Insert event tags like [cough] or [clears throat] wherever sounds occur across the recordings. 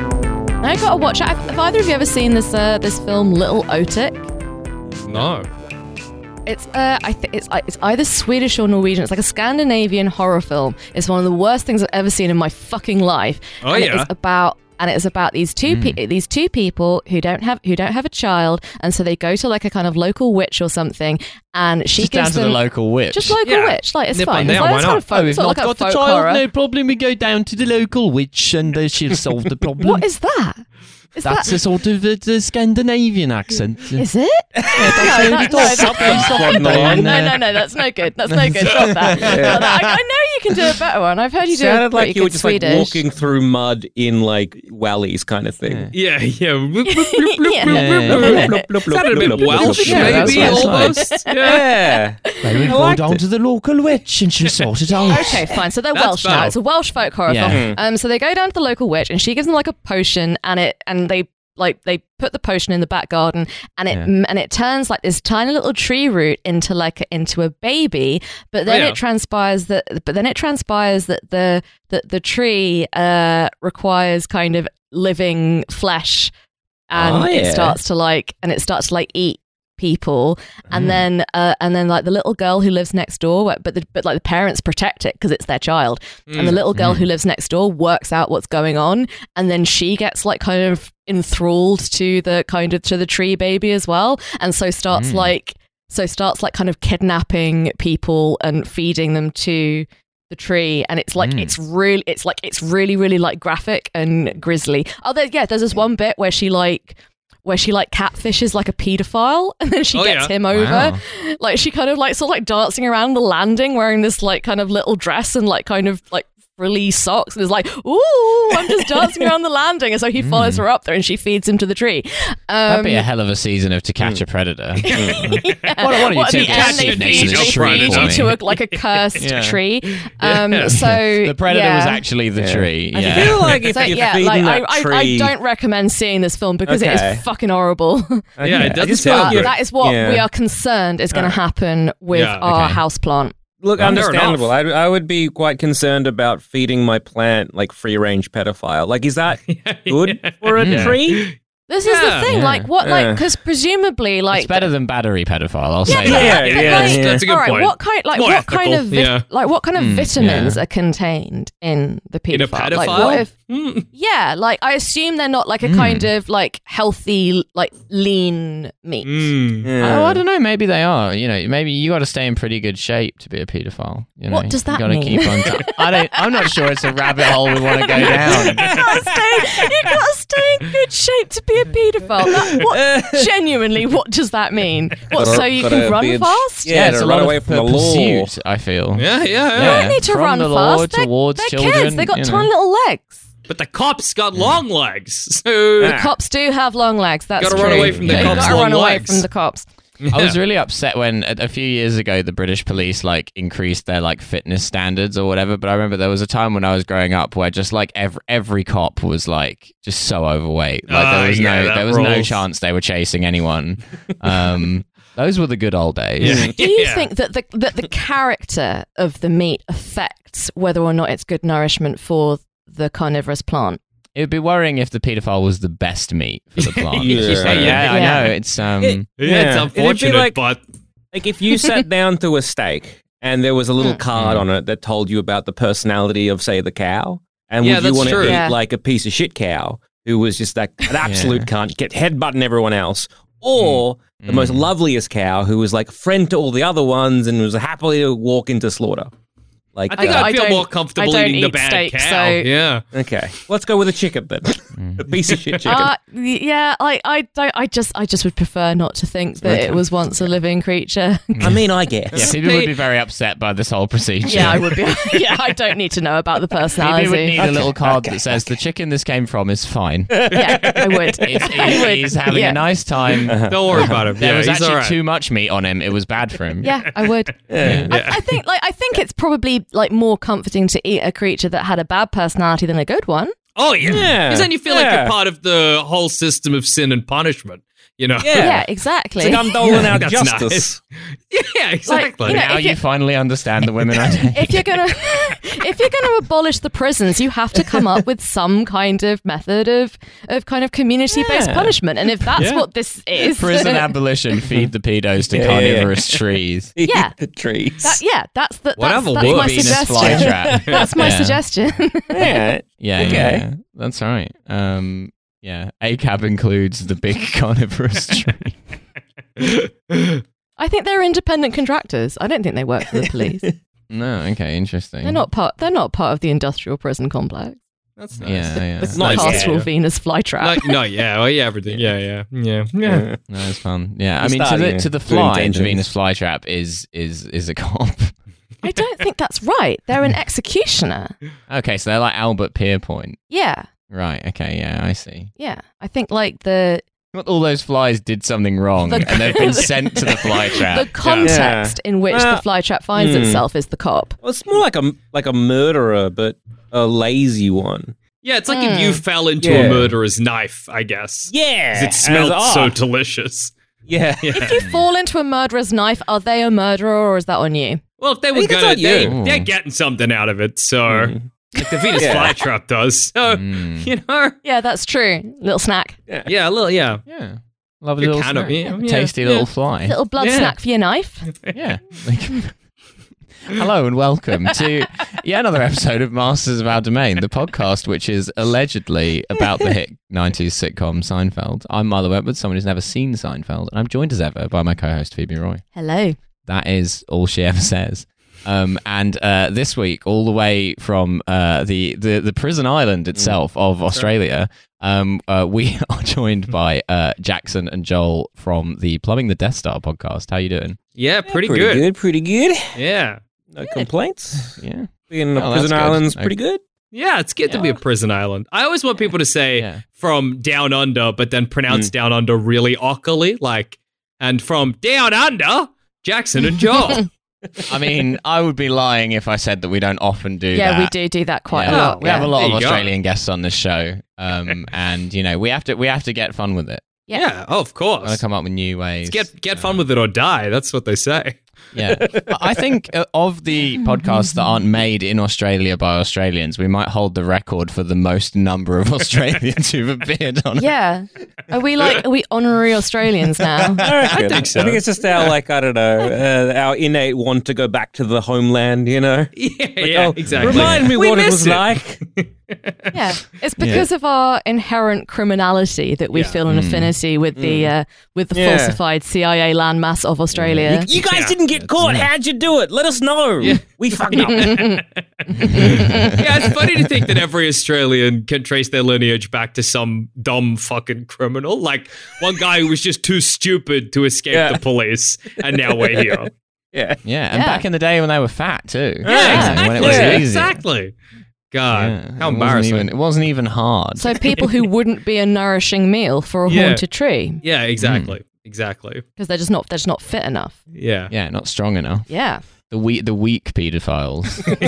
got to watch it. Have, have either of you ever seen this uh, this film, Little Otic? No. It's uh, I th- it's uh, it's either Swedish or Norwegian. It's like a Scandinavian horror film. It's one of the worst things I've ever seen in my fucking life. Oh, and yeah? It's about and it's about these two Hmm. pe- these two people who don't have who don't have a child, and so they go to like a kind of local witch or something, and she Just down gives to the them local witch. just local Yeah. witch. Like it's Nip fine. on It's down, like, why it's not? Kind of folk, oh, we've sort of not like a got a folk child. horror. No problem. We go down to the local witch, and [laughs] uh, she'll solve the problem. What is that? Is That's that a sort of a, a Scandinavian accent. [laughs] is it? no, that- no, that- Something no, no, on there. no, no, that's no good. That's no good. Stop [laughs] that. Stop that. I, I know you can do a better one. I've heard you do a Sounded pretty like you good were just Swedish. like walking through mud in like wellies kind of thing. Yeah, yeah. Yeah. Sounded a bit Welsh, Yeah, that's maybe, what it's like. almost. Yeah. [laughs] Yeah. They would go liked down to the local witch and she'll sort it out. [laughs] Okay, fine. So they're That's Welsh now. better. It's a Welsh folk horror Yeah. film. Um, so they go down to the local witch, and she gives them like a potion, and it and they like they put the potion in the back garden, and it Yeah. mm, and it turns like this tiny little tree root into like into a baby. But then yeah. it transpires that, but then it transpires that the that the tree uh requires kind of living flesh, and Oh, it yeah. starts to like and it starts to like eat people and then uh, and then like the little girl who lives next door wh- but the, but like the parents protect it because it's their child and Mm. the little girl who lives next door works out what's going on and then she gets like kind of enthralled to the kind of to the tree baby as well and so Mm. starts like so starts like kind of kidnapping people and feeding them to the tree and it's like it's Mm. really it's like it's really really like graphic and grisly oh there, yeah there's this one bit where she like where she like catfishes like a pedophile [laughs] and then she Oh, gets yeah. him over like she kind of like sort of like dancing around the landing wearing this like kind of little dress and like kind of like frilly socks and is like ooh i'm just dancing around the landing and so [laughs] Mm. he follows her up there and she feeds him to the tree um That'd be a hell of a season of To Catch a [laughs] Predator. [laughs] What, what are you what, two at the guys end they feed, sitting next to this they tree feed for you me? to a, like a cursed [laughs] Yeah. tree um [laughs] Yeah. so The Predator yeah. was actually the tree. I Yeah. feel like if so you're yeah, feeding like I, that I, I tree, don't recommend seeing this film because it Okay. is fucking horrible. Okay. Yeah, it I doesn't just feel [laughs] sound Oh, but like you're- good. that is what Yeah. we are concerned is going to happen with Yeah, our okay. houseplant. Look, Fair understandable. I, I would be quite concerned about feeding my plant like free range pedophile. Like, [laughs] is that good for a Yeah. [laughs] tree? This Yeah. is the thing, Yeah. like what, Yeah. like because presumably, like It's better than battery pedophile, I'll say that. Yeah, yeah, yeah, that's, yeah. that's a good all right, point. what kind, like More what kind ethical, of, vit- yeah. like what kind of Mm, vitamins yeah. are contained in the pedophile? in a pedophile? Like, what if, Mm. yeah, like I assume they're not like a Mm. kind of like healthy, like lean meat. Mm. Oh, I don't know. Maybe they are. You know, maybe you got to stay in pretty good shape to be a paedophile. You know, What does that you gotta mean? Keep on t- I don't. I'm not sure. It's a rabbit hole we want to [laughs] go you down. gotta stay, you gotta stay in good shape to be a paedophile. That- what, genuinely, what does that mean? What, Gotta- so you gotta can be run in- fast? Yeah, it's to a run lot away of from the law. pursuit. I feel. Yeah, yeah, yeah, They don't need to From run the law fast. They're, towards they're kids. children, They got you know. tiny little legs. But the cops got long legs, so The cops do have long legs. That's Ah. Gotta true. run away from the You cops' Gotta run long away legs. from the cops. I was really upset when a, a few years ago the British police like increased their like fitness standards or whatever. But I remember there was a time when I was growing up where just like every every cop was like just so overweight. Like Ah, there was yeah, no that there was no rules. chance they were chasing anyone. Um, those were the good old days. Yeah. Do you think that the that the character of the meat affects whether or not it's good nourishment for the carnivorous plant? It would be worrying if the paedophile was the best meat for [laughs] the plant. Yeah. It's just like, yeah, Yeah. I know. It's um, It- Yeah, Yeah. it's It'd be unfortunate, like- but Like, if you sat down to a steak and there was a little card Mm. on it that told you about the personality of, say, the cow, and Yeah, would you that's want to true. eat Yeah. like a piece of shit cow who was just like [laughs] an absolute cunt, get headbutting everyone else, or Mm. the mm. most loveliest cow who was like a friend to all the other ones and was happily to walk into slaughter? Like, I think uh, I'd I feel don't- more comfortable I don't eating the eat bad steak, cow. so- Yeah. okay, let's go with a chicken then, Mm. a piece of shit chicken. Uh, yeah, I I don't, I just I just would prefer not to think that it was once a living creature. [laughs] I mean, I guess. yeah, people would be very upset by this whole procedure. yeah, I would [laughs] be. [laughs] Yeah, I don't need to know about the Maybe personality. would need a little card that says the chicken this came from is [laughs] fine. It's, yeah, I would. I would. [laughs] he's having yeah. a nice [laughs] time. Don't worry about him. There yeah, was he's actually all right. too much meat on him. It was bad for him. Yeah, I would. I, I think like I think it's probably like more comforting to eat a creature that had a bad personality than a good one. Oh yeah, because Yeah. then you feel like Yeah. you're part of the whole system of sin and punishment. You know. [laughs] Yeah, Yeah. exactly. It's like I'm doling out That's justice. [laughs] Yeah, exactly. you know, now if you you- finally understand the [laughs] women identity. if you're gonna if you're gonna abolish the prisons, you have to come up with some kind of method of of kind of community based Yeah. punishment. And if that's Yeah. what this is, [laughs] Prison abolition, feed the pedos to Yeah, yeah, yeah. carnivorous [laughs] trees. Yeah. the trees. that, yeah, that's the that's, Whatever that's would my be Venus suggestion. [laughs] flytrap. That's my Yeah. suggestion. [laughs] yeah. Yeah, Okay. yeah, yeah. that's all right. Um, yeah, ACAB includes the big [laughs] carnivorous [laughs] tree. I think they're independent contractors. I don't think they work for the police. No, okay, interesting. They're not part. They're not part of the industrial prison complex. That's Yeah, [laughs] nice. yeah. It's The Nice. Pastoral Yeah. Venus flytrap. No, no, yeah, well, yeah, everything. Yeah, yeah, yeah, yeah. Yeah. No, it's fun. Yeah, I You mean, to start, the yeah, to the doing fly, the dangerous. Venus flytrap is is is a [laughs] cop. I don't think that's right. They're an executioner. okay, so they're like Albert Pierpoint. Yeah, Right. Okay. Yeah, I see. yeah. I think like the Not all those flies did something wrong, The- and they've [laughs] been sent to the the flytrap. context in which Well, the flytrap finds hmm. itself is the cop. Well, it's more like a like a murderer, but a lazy one. Yeah, it's like if you fell into a Yeah. murderer's knife, I guess. Yeah, 'Cause It smelled so delicious. yeah. If you fall into a murderer's knife, are they a murderer or is that on you? Well, if they were think it's gonna, on they, you. they're getting something out of it. So, Mm. like the Venus Yeah. flytrap does. So, [laughs] Mm. you know, Yeah, that's true. Little snack, yeah, a little, yeah, Yeah. Lovely Good little kind of- snack. yeah, yeah, tasty yeah. little fly. little blood Yeah. snack for your knife. yeah. Like, [laughs] hello and welcome to yet another episode of Masters of Our Domain, the podcast which is allegedly about the hit 90s sitcom Seinfeld. I'm Milo Edwards, someone who's never seen Seinfeld, and I'm joined as ever by my co host Phoebe Roy. Hello. That is all she ever says. Um, and uh, this week, all the way from uh, the, the, the prison island itself of Australia, um, uh, we [laughs] are joined by uh, Jackson and Joel from the Plumbing the Death Star podcast. How you doing? yeah, pretty, [laughs] pretty good. Pretty good. Yeah, No complaints. Yeah. Being in the Oh, that's prison good. island's Okay. pretty good. yeah, it's good to be a prison island. I always want people to say Yeah. from down under, but then pronounce down under really awkwardly, like, and from down under, Jackson and Joel. I mean, I would be lying if I said that we don't often do yeah, that. we do do that quite a Yeah. lot. We have yeah. a lot There of you go. Australian guests on this show, [laughs] um, and you know we have to we have to get fun with it. Yeah. yeah, oh, of We want course. to come up with new ways. Get get fun with it or die. That's what they say. Yeah, I- I think uh, of [laughs] the podcasts that aren't made in Australia by Australians, we might hold the record for the most number of [laughs] Australians who've appeared on. it. Yeah. Are we like are we honorary Australians now? [laughs] I, think so. I think it's just our like I don't know uh, our innate want to go back to the homeland. You [laughs] know. Yeah, Like, yeah, oh, exactly. Remind me We what it miss was like. Yeah, it's because of our inherent criminality that we Yeah. feel an affinity with the uh, with the Yeah. Hmm. falsified CIA landmass of Australia. [laughs] You guys Yeah. didn't get caught. How'd you do it? Let us know. We fucked up. yeah, it's funny to think that every Australian can trace their lineage back to some dumb fucking criminal, like one guy who was just too stupid to escape Yeah. the police, and now we're here. [laughs] yeah. Yeah, and Yeah. back in the day when they were fat too. Yeah, When it exactly. was easier. exactly. God, Yeah, how it wasn't embarrassing. even- it wasn't even hard. So people who wouldn't be a nourishing meal for a Yeah. haunted tree yeah, exactly. Exactly. because they're just not they're just not fit enough. Yeah. yeah, not strong enough. Yeah, the weak the weak pedophiles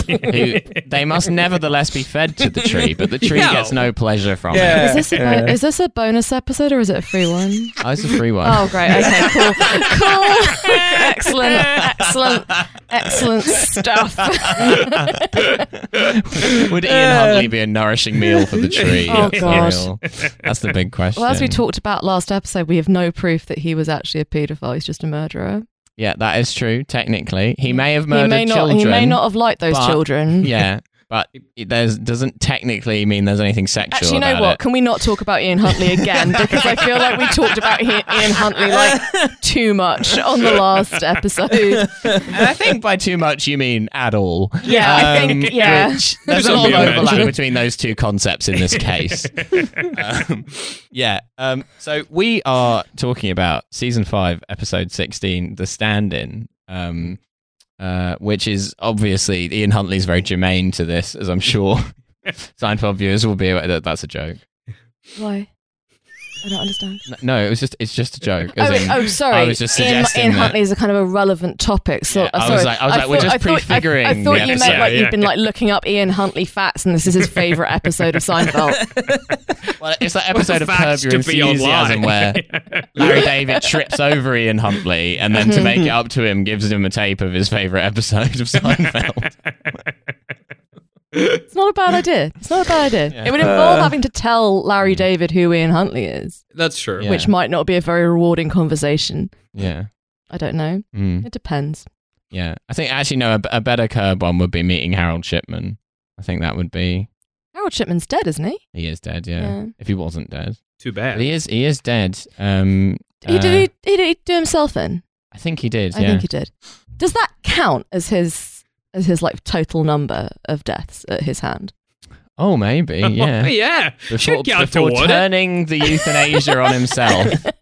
who they must nevertheless be fed to the tree but the tree Yeah. gets no pleasure from it is this a bo- is this a bonus episode or is it a free one? oh, it's a free one. Oh great, okay, cool, cool, excellent, excellent, excellent stuff. would ian huntley be a nourishing meal for the tree Oh, For God. real? that's the big question Well, as we talked about last episode, we have no proof that he was actually a paedophile. He's just a murderer. yeah that is true technically he may have murdered he may not. children He may not have liked those but- children. yeah but it there's, doesn't technically mean there's anything sexual Actually, you know about what? it Can we not talk about Ian Huntley again? Because I feel like we talked about he- Ian Huntley like too much on the last episode. [laughs] and i think by too much you mean at all Um, Yeah, I think- which- yeah. there's a Don't lot be of a overlap mention. between those two concepts in this case. [laughs] um, yeah. Um, so we are talking about season five, episode sixteen, the stand-in, um, uh, which is obviously Ian Huntley's very germane to this, [laughs] as I'm sure Seinfeld viewers will be aware that that's a joke. Why? I don't understand. No, it was just it's just a joke. as Oh, in- oh, sorry. I was just In- suggesting in, that- Huntley is a kind of a relevant topic. So, Yeah, uh, I sorry. was like- I was like, we're just thought- I- prefiguring I, thought the you episode. meant like Yeah, you've been yeah. like looking up Ian Huntley facts, and this is his favorite episode of [laughs] Seinfeld. Well, it's that episode of [laughs] Curb Facts Your to be Enthusiasm online. where [laughs] Larry David trips over Ian Huntley and then to make it up to him gives him a tape of his favourite episode [laughs] of Seinfeld. It's not a bad idea. It's not a bad idea. It would involve having to tell Larry David who Ian Huntley is, That's true. Mm. Yeah. which might not be a very rewarding conversation. yeah. I don't know. Mm, It depends. yeah. I think actually no, a, a better Curb one would be meeting Harold Shipman. I think that would be Harold Shipman's dead, isn't he? he is dead, yeah. Yeah. If he wasn't dead. Too But bad. he is he is dead. Um he uh, did. He, he did do himself in. I think he did, I yeah. think he did. Does that count as his as his like total number of deaths at his hand? oh maybe, [laughs] yeah. yeah. Before, Should count before toward it. turning the euthanasia on himself. [laughs]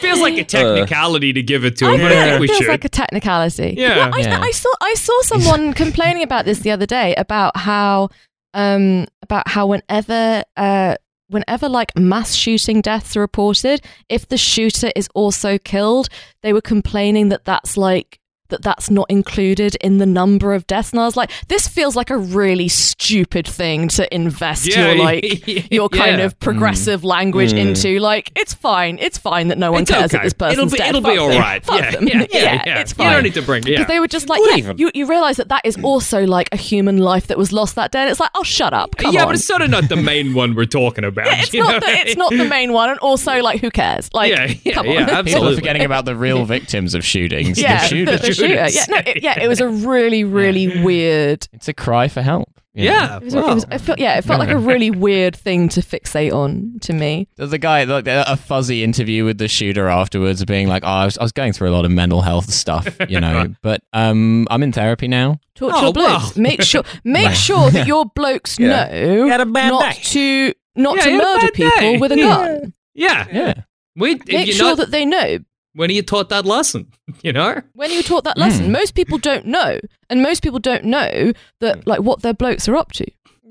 Feels like a technicality to give it to I him, but I think think it Oh, we feels should. like a technicality. Yeah. [laughs] I, Yeah. I saw I [laughs] saw someone complaining about this the other day about how um about how whenever uh whenever like mass shooting deaths are reported, if the shooter is also killed, they were complaining that that's like that that's not included in the number of deaths and I was like this feels like a really stupid thing to invest [laughs] Yeah, your like yeah. your kind Yeah. of progressive language Mm. into like it's fine it's fine that no one It's cares okay. that this person's it'll be, dead It'll Fuck be all them. right. Fuck yeah, them. [laughs] yeah, yeah, yeah. it's You fine don't need to bring. Yeah. because they were just like, Good yeah, even. you, you realize that that is also like a human life that was lost that day. And it's like, oh, shut up. Come yeah, on. but it's sort of not the main one we're [laughs] talking about. It's you know? not, the, it's not the main one. And also, like, who cares? Like, Yeah, yeah, come yeah, on. [laughs] People are absolutely. forgetting about [laughs] the real victims of shootings. yeah, the [laughs] shooter. the shooter. Yeah, no, it, yeah, it [laughs] was a really, really weird. It's a cry for help. you know? [laughs] Yeah. It was, it was, it felt, yeah, it felt like a really weird thing to fixate on to me. There's a guy, like, a fuzzy interview with the shooter afterwards, being like, "Oh, I was, I was going through a lot of mental health stuff, [laughs] you know, but um, I'm in therapy now." Talk Oh, to your wow. blokes. Make [laughs] sure, make sure that your blokes know You had a bad not day. to not Yeah, to you had a murder bad people day. with a Yeah. gun. yeah. Yeah, We, if Make you're sure not- that they know when are you taught that lesson? [laughs] You know? when you taught that lesson, most people don't know, and most people don't know that like what their blokes are up to.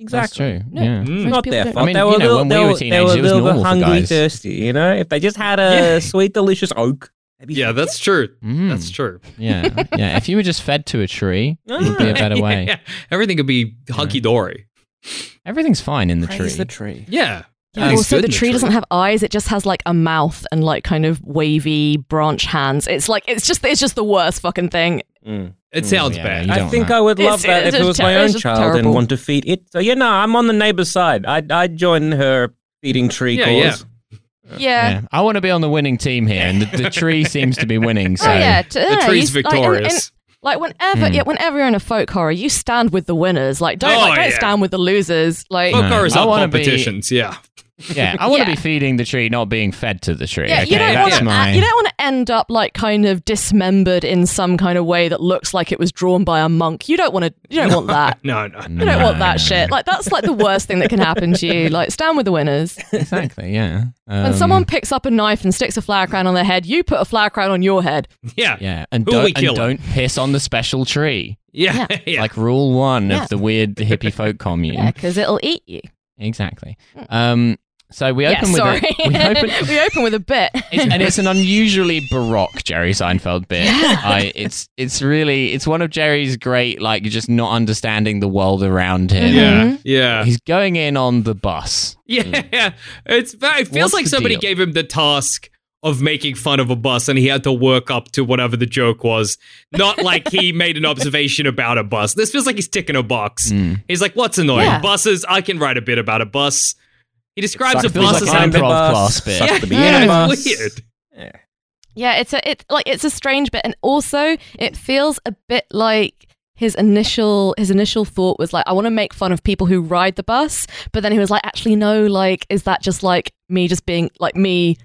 that's true. No. Yeah, Mm. Most Not people their don't. I fault. mean, they you were know, a little, when we they were they were teenagers, it a was little bit normal for hungry, guys. thirsty. You know, if they just had a Yeah. sweet, delicious oak. they'd [laughs] be Yeah, fine. that's true. Hmm. Mm. That's true. [laughs] yeah, yeah. If you were just fed to a tree, it would be a Ah. better way. Yeah. Everything could be hunky dory. Everything's fine in the tree. Praise the tree. Yeah. Oh, Yeah, It's also, good the in tree doesn't have eyes; it just has like a mouth and like kind of wavy branch hands. It's like it's just it's just the worst fucking thing. Mm. It sounds Yeah, bad. you I don't think know. I would It's- love that it's if it just was ter- my it's own just child terrible. and want to feed it. So yeah, no, I'm on the neighbor's side. I'd I'd join her feeding tree Yeah, cause. Yeah. yeah, I want to be on the winning team here, and the, [laughs] the tree seems to be winning. So Oh yeah, t- The yeah, tree's you- like, and- victorious. and, Like, whenever, yeah, whenever you're in a folk horror, you stand with the winners. Like, don't, Oh, like, don't yeah. stand with the losers. Like, Folk No. horrors I are wanna be- competitions. Yeah. yeah. I want to Yeah. be feeding the tree, not being fed to the tree. yeah, okay, you don't that's want to. my. You don't want to end up like kind of dismembered in some kind of way that looks like it was drawn by a monk. You don't want to. You don't want that. No, no. I don't want that No. shit. Like that's like the worst thing that can happen to you. Like stand with the winners. Exactly. Yeah. When Um, someone picks up a knife and sticks a flower crown on their head, you put a flower crown on your head. Yeah. Yeah, and Who are we don't, and killing? don't piss on the special tree. Yeah. Yeah. yeah. Like rule one Yeah. of the weird hippie folk commune. [laughs] Yeah, because it'll eat you. Exactly. Um, so we Yeah, open with sorry. [laughs] a, we open, with a bit. it's, and it's an unusually baroque Jerry Seinfeld bit. I, it's it's really it's one of Jerry's great like just not understanding the world around him. yeah. Mm-hmm. Yeah. He's going in on the bus. Yeah, [laughs] it's very, it feels Hmm. What's like the somebody deal? gave him the task of making fun of a bus and he had to work up to whatever the joke was. Not like [laughs] he made an observation about a bus. This feels like he's ticking a box. Hmm. He's like, what's annoying? Yeah. Buses, I can write a bit about a bus. He describes a Sucks the bus like as an having [laughs] improv bus, class bit. sucks yeah, the beginning yeah, bus. it's [laughs] weird. yeah, it's a it like it's a strange bit, and also it feels a bit like his initial his initial thought was like, I want to make fun of people who ride the bus, but then he was like, actually no, like is that just like me just being like me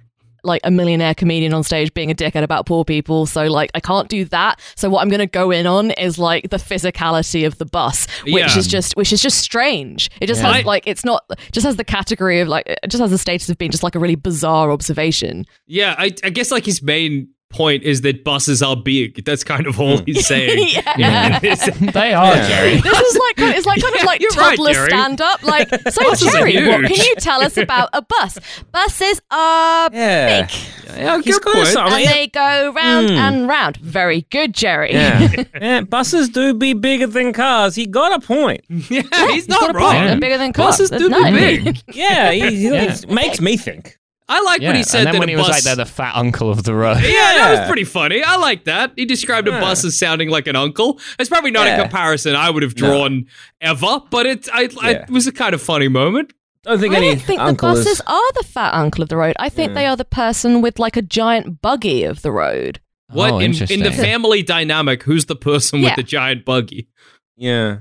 like a millionaire comedian on stage being a dickhead about poor people. So like I can't do that. So what I'm gonna go in on is like the physicality of the bus, which Yeah. is just which is just strange. It just Yeah. has like it's not just has the category of like it just has the status of being just like a really bizarre observation. Yeah, I, I guess like his main point is that buses are big. That's kind of Hmm. all he's [laughs] saying. yeah. [laughs] [laughs] they are, Yeah. Jerry. This is like kind of, it's like kind of like you're right, toddler Jerry. stand up. Like, so Buses are Jerry, what huge. can you tell us about a bus? Buses are Yeah. big yeah He's got and something. they go round and round. Very good, Jerry. [laughs] Yeah. [laughs] yeah, buses do be bigger than cars. He got [laughs] a point. Yeah, he's, He's not got a wrong. point. They're bigger than cars. Buses That's do be nice. big. Yeah, he, he makes me think. I like Yeah. when he said and then that when a he bus. was like, they're the fat uncle of the road. [laughs] yeah, that was Yeah. pretty funny. I like that. He described a bus as sounding like an uncle. It's probably not a Yeah. comparison I would have drawn ever, but it, I, I- Yeah. it was a kind of funny moment. Don't think I any don't think the uncle buses is. are the fat uncle of the road. I think they are the person with like a giant buggy of the road. What Oh, in, in the interesting. family dynamic? Who's the person Yeah. with the giant buggy? Yeah.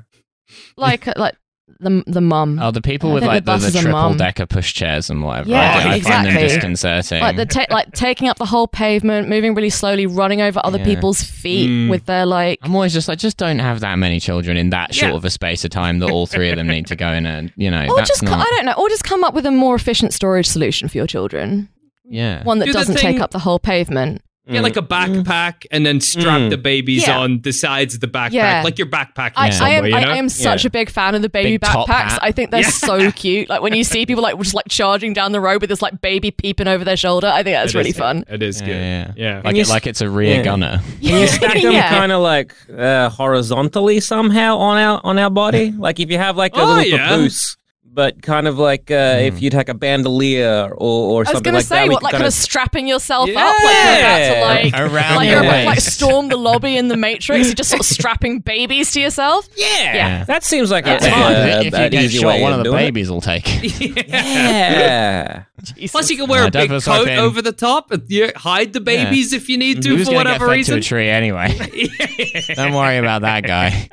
Like uh, like the the mum. Oh, the people I with think like the the, the, bus is a triple mum. decker push chairs and whatever. Yeah, I, I find exactly. them disconcerting. like the ta- like taking up the whole pavement, moving really slowly, running over other Yeah. people's feet Mm. with their like I'm always just like, just don't have that many children in that short Yeah. of a space of time that all three of them need to go in and you know. or that's just co- not, I don't know, or just come up with a more efficient storage solution for your children. yeah. One that Do the doesn't thing- take up the whole pavement. Mm. Get like a backpack and then strap Mm. the babies Yeah. on the sides of the backpack, Yeah. like you're backpacking I, I somewhere. am you know? I am such Yeah. a big fan of the baby Big top backpacks. hat. I think they're Yeah. so cute. Like when you see people like just like charging down the road with this like baby peeping over their shoulder. I think that's It really is- fun. It is Yeah, good. yeah, yeah. Yeah. Like you it, s- like it's a rear yeah. gunner. [laughs] Can you stack them Yeah. kind of like uh, horizontally somehow on our on our [laughs] body? Like if you have like a Oh, little yeah. Hmm. papoose, but kind of like uh, if you'd like a bandolier or, or I was something gonna like say, that. we what could like kind kinda- of strapping yourself up, like you're about to like Around like your you're about to, like waist. storm the lobby in the Matrix. You're just sort of strapping babies to yourself. yeah. Yeah. that seems like a, Fine, a, if an you get easy shot, way one of of the doing it. babies will take. it. [laughs] Yeah, Plus, you can wear Uh, a big Douglas, I coat think- over the top. and You hide the babies if [laughs] you need to Who's for gonna get whatever fed reason. to a [laughs] tree anyway? don't worry about that guy.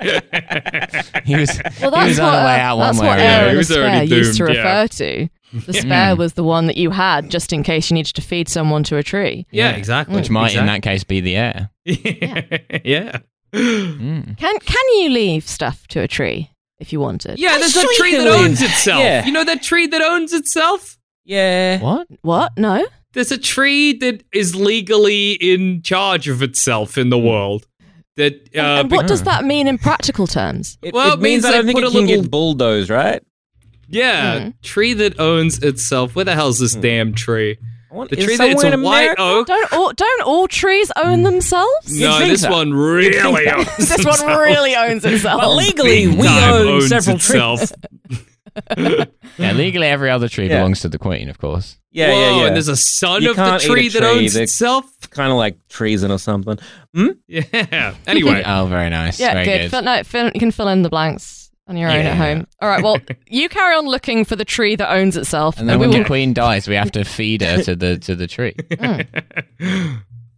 he was Well, he that's was what on the uh, way out one that's way. or what the other. Aaron he the was spare already used to doomed, yeah. refer to. The spare was the one that you had just in case you needed to feed someone to a tree. yeah, Yeah. exactly. Which might, Mm. in that case, be the air. that. yeah. Mm. Can can you leave stuff to a tree if you wanted? Yeah, there's a sure you tree can that leave. owns itself. Yeah. You know that tree that owns itself? yeah. What? What? No. There's a tree that is legally in charge of itself in the world. That uh, And- and be- what does that mean in practical terms? It, Well, it it means means I they don't think put it a can little- get bulldozed, right? yeah, tree that owns itself. Where the hell's this damn tree? I want- The is tree that it's somewhere a in white [laughs] America? oak. Don't all don't all trees Mm. own themselves? No, think this that. one really owns. [laughs] This one itself. really owns itself. Well, legally, Big we time own owns several itself. trees. Yeah, Mm. legally, every other tree Yeah. belongs to the queen, of course. Yeah, Whoa, yeah, yeah. and there's a son You of the can't eat a tree that tree owns that- itself. [laughs] kind of like treason or something. Hmm? Yeah. Anyway. Oh, very nice. yeah, very good. good. Fill, no, fill, you can fill in the blanks on your own Yeah. at home. All right. [laughs] Well, you carry on looking for the tree that owns itself, And then we when will. the queen dies, we have to feed her to the to [laughs] the tree.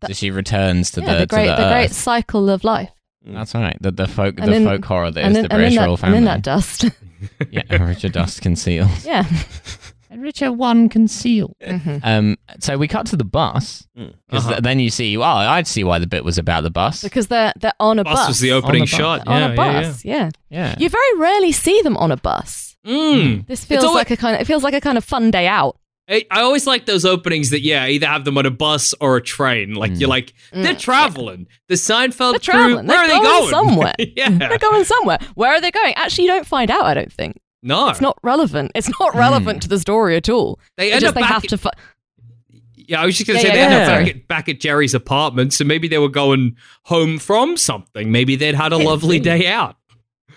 so she returns to Mm. yeah, the, the great, to the, the, earth. great cycle of life, That's right. The, the folk And the in- folk horror that and is then, the British and then royal that, and family. then that dust. [laughs] [laughs] yeah, Richard Dust concealed. yeah. Richard one concealed. Mhm. Um, so we cut to the bus Mm. because Uh-huh. then you see. Well, I'd see why the bit was about the bus. Because they're they're on a bus. Bus was the opening On a bus. shot. on yeah, a yeah, bus. Yeah, yeah, You very rarely see them on a bus. yeah. Mm. This feels alwa- like a kind. Of, it feels like a kind of fun day out. I, I always like those openings that, yeah, either have them on a bus or a train. Like, Mm. you're like, they're traveling. The Seinfeld Mm. They're crew, traveling. where are They're they going? going somewhere. [laughs] yeah. They're going somewhere. Where are they going? Actually, you don't find out. I don't think No. it's not relevant. It's not Hmm. relevant to the story at all. They It's end just up they back have at- to. Fi- yeah, I was just going to Yeah, say yeah, they ended yeah. up back Yeah. at, back at Jerry's apartment. So maybe they were going home from something. Maybe they'd had a lovely day out.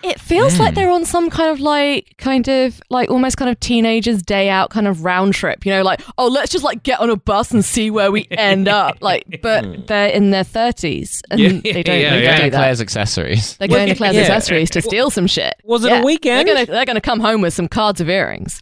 It feels like they're on some kind of like, kind of like almost kind of teenagers' day out kind of round trip, you know, like, oh, let's just like get on a bus and see where we end up. Like, but they're in their 30s and Yeah, they don't, yeah, they yeah. don't do And that. [laughs] Claire's accessories. They're going to Claire's Yeah. accessories to steal some shit. Was it a weekend? They're going to they're gonna come home with some cards of earrings.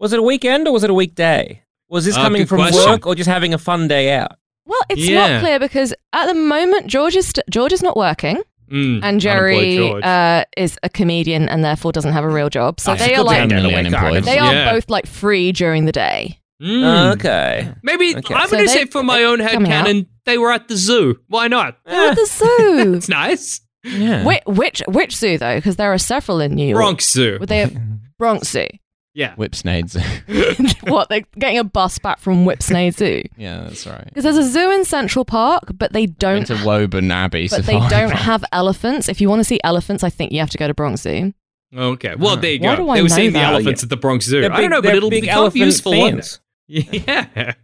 Was it a weekend or was it a weekday? Was this Ah, coming good from question. work or just having a fun day out? Well, it's Yeah. not clear because at the moment, George is, st- George is not working. Mm, And unemployed Jerry George. uh, is a comedian and therefore doesn't have a real job. So they are like, damn. Down in the Million weekend. employees. they are Yeah. both like free during the day. Hmm. Mm. Ah, Oh, Okay. Maybe Okay. I'm So going to they- say for my they're own head coming out. canon, they were at the zoo. Why not? They're at the zoo. It's nice. [laughs] Yeah. [laughs] which, which which zoo though? Because there are several in New York. Bronx Zoo. Were they at Bronx Zoo? [laughs] Yeah. Whipsnade [laughs] Zoo. what they're getting a bus back from Whipsnade Zoo yeah, that's right. because there's a zoo in Central Park, but they don't. Into Woburn Abbey. but they Safari don't Park. have elephants. If you want to see elephants, I think you have to go to Bronx Zoo. Okay. Well, there you Why go. do I They were know seeing the that? elephants at the Bronx Zoo. They're I don't know, but they're it'll become useful. one day.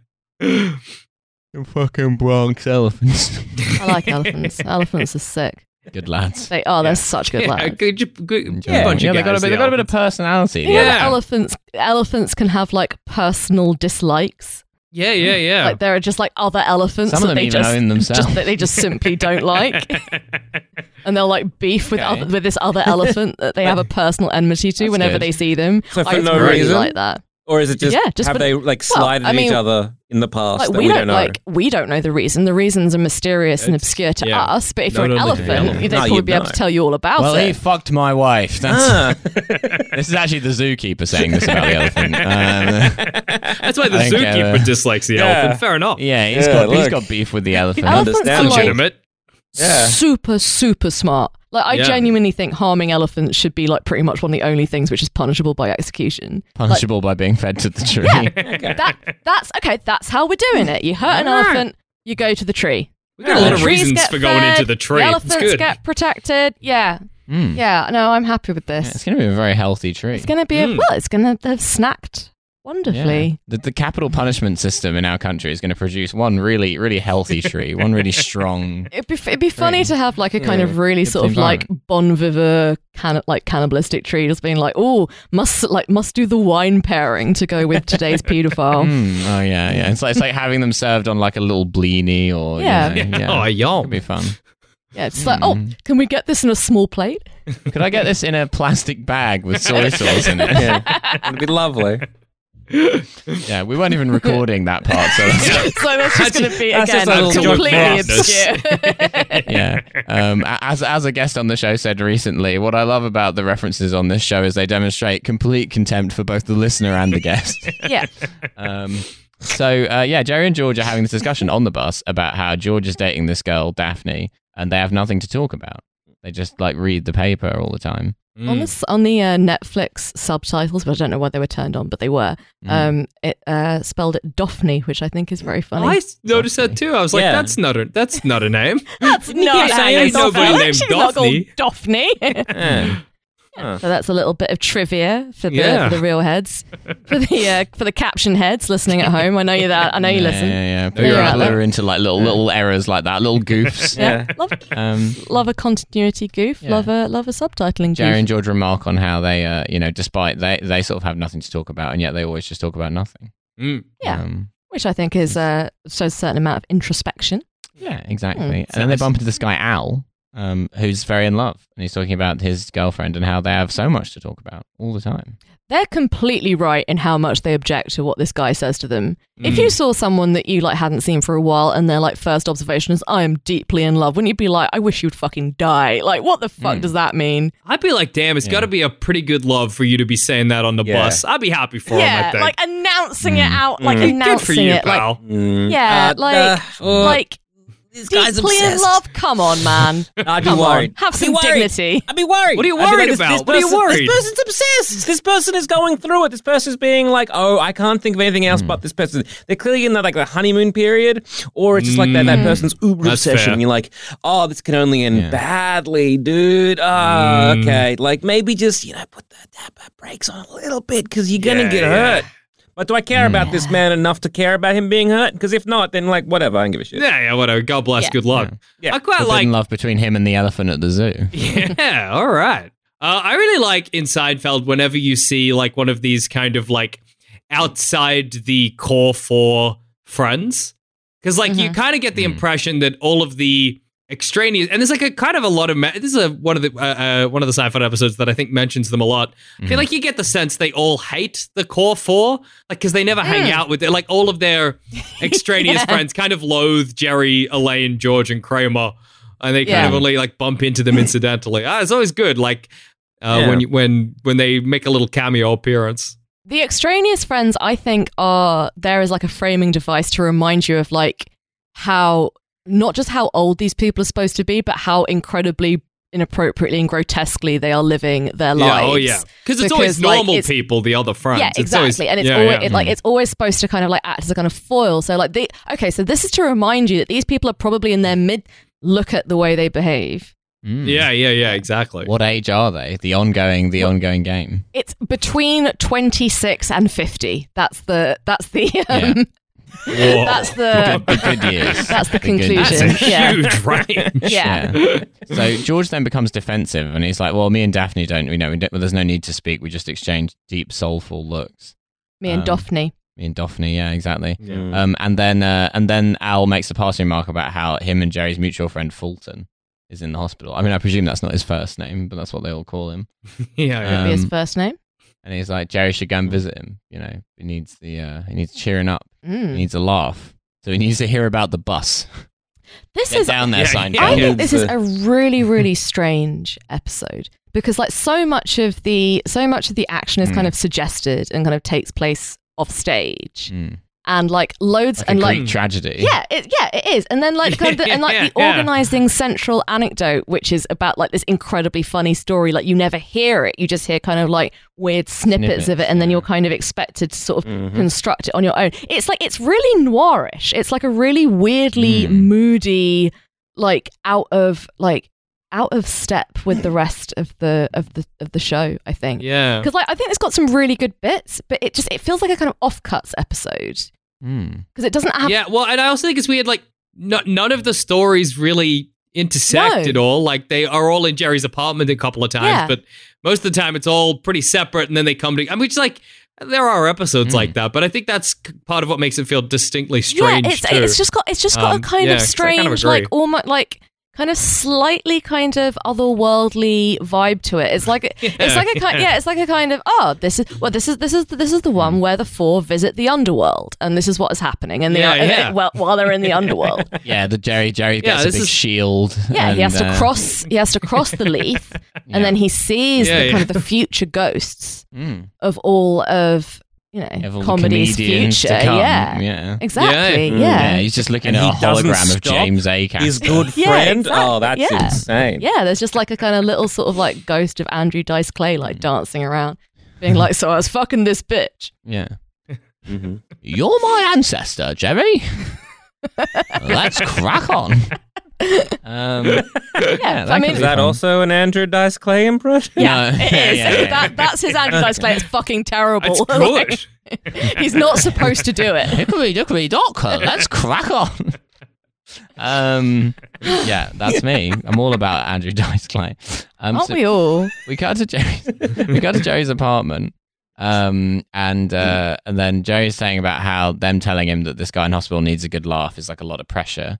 [laughs] Yeah. [laughs] fucking Bronx elephants. I like elephants. elephants are sick. [laughs] Good lads. They are. They're such [laughs] good yeah, lads. good, good, good Enjoy. bunch yeah, of they got a guys, bit. the They got a bit of elephants. personality. You know that Yeah. elephants elephants can have like personal dislikes. Yeah, yeah, yeah. [laughs] Like there are just like other elephants Oh. Some of that them they even just, own themselves. just that they just simply don't [laughs] like, and they'll like beef with Okay. other, with this other elephant that they have a personal enmity to That's whenever good. they see them. So for I no really reason? like that. Or is it just, Yeah, just have for- they like well, slided I at each mean, other in the past Like that we, we don't, don't know? like we don't know the reason. The reasons are mysterious and obscure to yeah. us. But if Not you're an only do they elephant, know. they'd No, probably you'd be able know. to tell you all about Well, he it. fucked my wife. That's Ah. [laughs] this is actually the zookeeper saying this about the [laughs] elephant. Um, That's why the I don't get zookeeper it. dislikes the Yeah. elephant. Fair enough. yeah, he's Yeah, got he's look. got beef with the elephant. Elephants are Understand. like Legitimate. Yeah. super super smart. Like I Yeah. genuinely think harming elephants should be like pretty much one of the only things which is punishable by execution. Punishable by being fed to the tree. That that's okay. That's how we're doing it. You hurt an elephant, you go to the tree. We got a lot of Trees reasons get for going into fed, the tree. The It's elephants good. Hmm. get protected. Yeah, Mm. yeah. No, I'm happy with this. [laughs] It's going to be a very healthy tree. It's gonna be a Mm. well. It's gonna have snacked Yeah. wonderfully. The, the capital punishment system in our country is going to produce one really, really [laughs] healthy tree, one really strong. It'd be, it'd be funny Great. to have like a kind Yeah, of really good sort of like bon vivant can like cannibalistic tree, just being like, oh, must like must do the wine pairing to go with [laughs] today's Hmm. paedophile. Mm, oh yeah, yeah. It's like it's like having them served on like a little blini or Yeah. You know, [laughs] [laughs] yeah. Oh, y'all. It'd be fun. Yeah, it's Hmm. like, oh, can we get this in a small plate? [laughs] Could I get this in a plastic bag with soy sauce in it? [laughs] [laughs] yeah. It'd [laughs] be lovely. Yeah, we weren't even recording that part, so [laughs] that's- so that's just going to be that's again just a little joke completely for us. obscure. yeah. Um, a- as as a guest on the show said recently, what I love about the references on this show is they demonstrate complete contempt for both the listener and the guest. [laughs] yeah, Um, so uh, yeah, Jerry and George are having this discussion on the bus about how George is dating this girl Daphne, and they have nothing to talk about. They just like read the paper all the time. on the Mm. s- on the uh, Netflix subtitles, but I don't know why they were turned on, but they were. Um, it uh, spelled it Daphne, which I think is very funny. I s- noticed that too. I was like, Yeah. that's not a that's not a name. [laughs] that's not saying Annie's nobody spelling. named She's not called [laughs] Daphne. Yeah. So that's a little bit of trivia for the, Yeah. for the real heads, for the uh, for the caption heads listening at home. I know you that. I know you [laughs] yeah, listen. Yeah, yeah. you're People right. people are into like little little errors like that, [laughs] little goofs. Yeah. Love, Um, love a continuity goof. Yeah. Love a love a subtitling goof. Jerry and George remark on how they, uh, you know, despite they they sort of have nothing to talk about, and yet they always just talk about nothing. Mm. Yeah. Um, which I think is uh, shows a certain amount of introspection. yeah, exactly. Hmm. and then they bump into this guy Al, um, who's very in love, and he's talking about his girlfriend and how they have so much to talk about all the time. They're completely right in how much they object to what this guy says to them. If you saw someone that you like hadn't seen for a while and their like first observation is I am deeply in love, wouldn't you be like, I wish you'd fucking die? Like what the fuck Mm. does that mean? I'd be like, damn, it's got to be a pretty good love for you to be saying that on the Yeah. bus. I'd be happy for him, I yeah, think. like announcing it Mm. out, like Mm. good for announcing you, it. Like pal. Mm. yeah, Uh, like uh, oh, like this guy's deeply in obsessed. love. Come on, man. [laughs] I'd be Come worried. on. Have I'd be some worried. dignity. I'd be worried. What are you I'd be worried like, this- about? this What are you person- worried? This person's obsessed. This person is going through it. This person's being like, oh, I can't think of anything Hmm. else but this person. They're clearly in that like the honeymoon period, or it's just like that, that person's uber Hmm. That's obsession. fair. You're like, oh, this can only end Yeah. badly, dude. Ah, Hmm. okay. Like maybe just you know put the tap brakes on a little bit because you're gonna Yeah, Hmm. get yeah. hurt. But do I care about this man enough to care about him being hurt? Because if not, then like whatever, I don't give a shit. yeah, yeah, whatever. God bless. Yeah. Good luck. Yeah. I quite Forbidden like love between him and the elephant at the zoo. [laughs] Yeah, all right. Uh, I really like in Seinfeld whenever you see like one of these kind of like outside the core four friends. Because like Mm-hmm. you kind of get the Mm. impression that all of the extraneous and there's like a kind of a lot of ma- this is a, one of the uh, uh, one of the sci-fi episodes that I think mentions them a lot. I feel like you get the sense they all hate the core four, like because they never hang Mm. out with like all of [laughs] their extraneous Yeah. friends kind of loathe Jerry, Elaine, George, and Kramer, and they kind Yeah. of only like bump into them incidentally. Ah, it's always good, like uh, Yeah. when you, when when they make a little cameo appearance. The extraneous friends, I think, are there is like a framing device to remind you of like how not just how old these people are supposed to be, but how incredibly inappropriately and grotesquely they are living their yeah, lives. oh yeah. Because it's Because, always like, normal it's- people, the other friends. Yeah, It's always- exactly. and it's yeah, always yeah. It, like it's always supposed to kind of like act as a kind of foil. So like they okay, so this is to remind you that these people are probably in their mid look at the way they behave. Mm. yeah, yeah, yeah, exactly. What age are they? The ongoing, the ongoing game. It's between 26 and 50. That's the that's the [laughs] [laughs] um, [laughs] Whoa. that's the Good, good years. that's the The good years. conclusion. [laughs] That's a yeah. huge range. [laughs] yeah. Yeah. so George then becomes defensive, and he's like, "Well, me and Daphne don't. You know, we don't, well, there's no need to speak. We just exchange deep, soulful looks. Me and Um, Daphne. Me and Daphne. Yeah, exactly. Yeah. Hmm. Mm. Um, and then uh, and then Al makes a passing remark about how him and Jerry's mutual friend Fulton is in the hospital. I mean, I presume that's not his first name, but that's what they all call him. yeah, Be his um, first name. And he's like, Jerry should go and visit him. You know, he needs the uh, he needs cheering up. He Mm. needs a laugh. So he needs to hear about the bus. This Get is down there, yeah, Seinfeld. I Yeah. think this is a really, really strange episode because like so much of the so much of the action is kind Mm. of suggested and kind of takes place off stage Mm. and like loads Like a and like Greek tragedy. yeah it, yeah it is and then like kind of the, and like the Yeah. organizing central anecdote which is about like this incredibly funny story like you never hear it you just hear kind of like weird snippets, of it Snippets, and then yeah. you're kind of expected to sort of Mhm. construct it on your own it's like it's really noirish it's like a really weirdly Mm. moody like out of like out of step with the rest of the of the of the show i think yeah. because like i think it's got some really good bits but it just it feels like a kind of offcuts episode Mm. because it doesn't have Yeah, well, and I also think it's weird. Like, no, none of the stories really intersect No. at all. Like, they are all in Jerry's apartment a couple of times, Yeah. but most of the time it's all pretty separate. And then they come to. I mean, it's like there are episodes Mm. like that, but I think that's c- part of what makes it feel distinctly strange Yeah, it's, too. it's just got it's just got Um, a kind yeah, of 'cause I kind strange, of agree. like almost like kind of slightly kind of otherworldly vibe to it. It's like [laughs] Yeah, it's like a kind yeah. yeah, it's like a kind of oh this is well this is this is this is the one where the four visit the underworld and this is what is happening and they Yeah, are [laughs] yeah. well while they're in [laughs] the underworld. Yeah, the Jerry Jerry Yeah, gets a this big is- shield. Yeah, and, he has to uh, cross he has to cross the [laughs] leaf yeah. and then he sees Yeah, the kind yeah. of the future [laughs] ghosts Mm. of all of you know Of all the comedy's comedians future. to come. Yeah. yeah. Exactly. Mm. yeah. Yeah, he's just looking And at a he doesn't hologram of stop. James A. His [laughs] good Yeah, friend. Oh, exactly. that's Yeah. insane. Yeah, there's just like a kind of little sort of like ghost of Andrew Dice Clay like dancing around, being like, "So I was fucking this bitch." Yeah. Mm-hmm. Mhm. You're my [laughs] ancestor, Jerry. Let's crack on. Um, yeah, I mean- could Is be that fun. also an Andrew Dice Clay impression? Yeah, No. it [laughs] Yeah, is. yeah, yeah. That, that's his Andrew Dice Clay. It's fucking terrible. It's [laughs] good. He's not supposed to do it. Hickory dickory dock, let's crack on. Um, yeah, that's me. I'm all about Andrew Dice Clay. Um, Aren't so- we all? we go to Jerry's we go to Jerry's apartment. Um and uh and then Jerry's saying about how them telling him that this guy in hospital needs a good laugh is like a lot of pressure.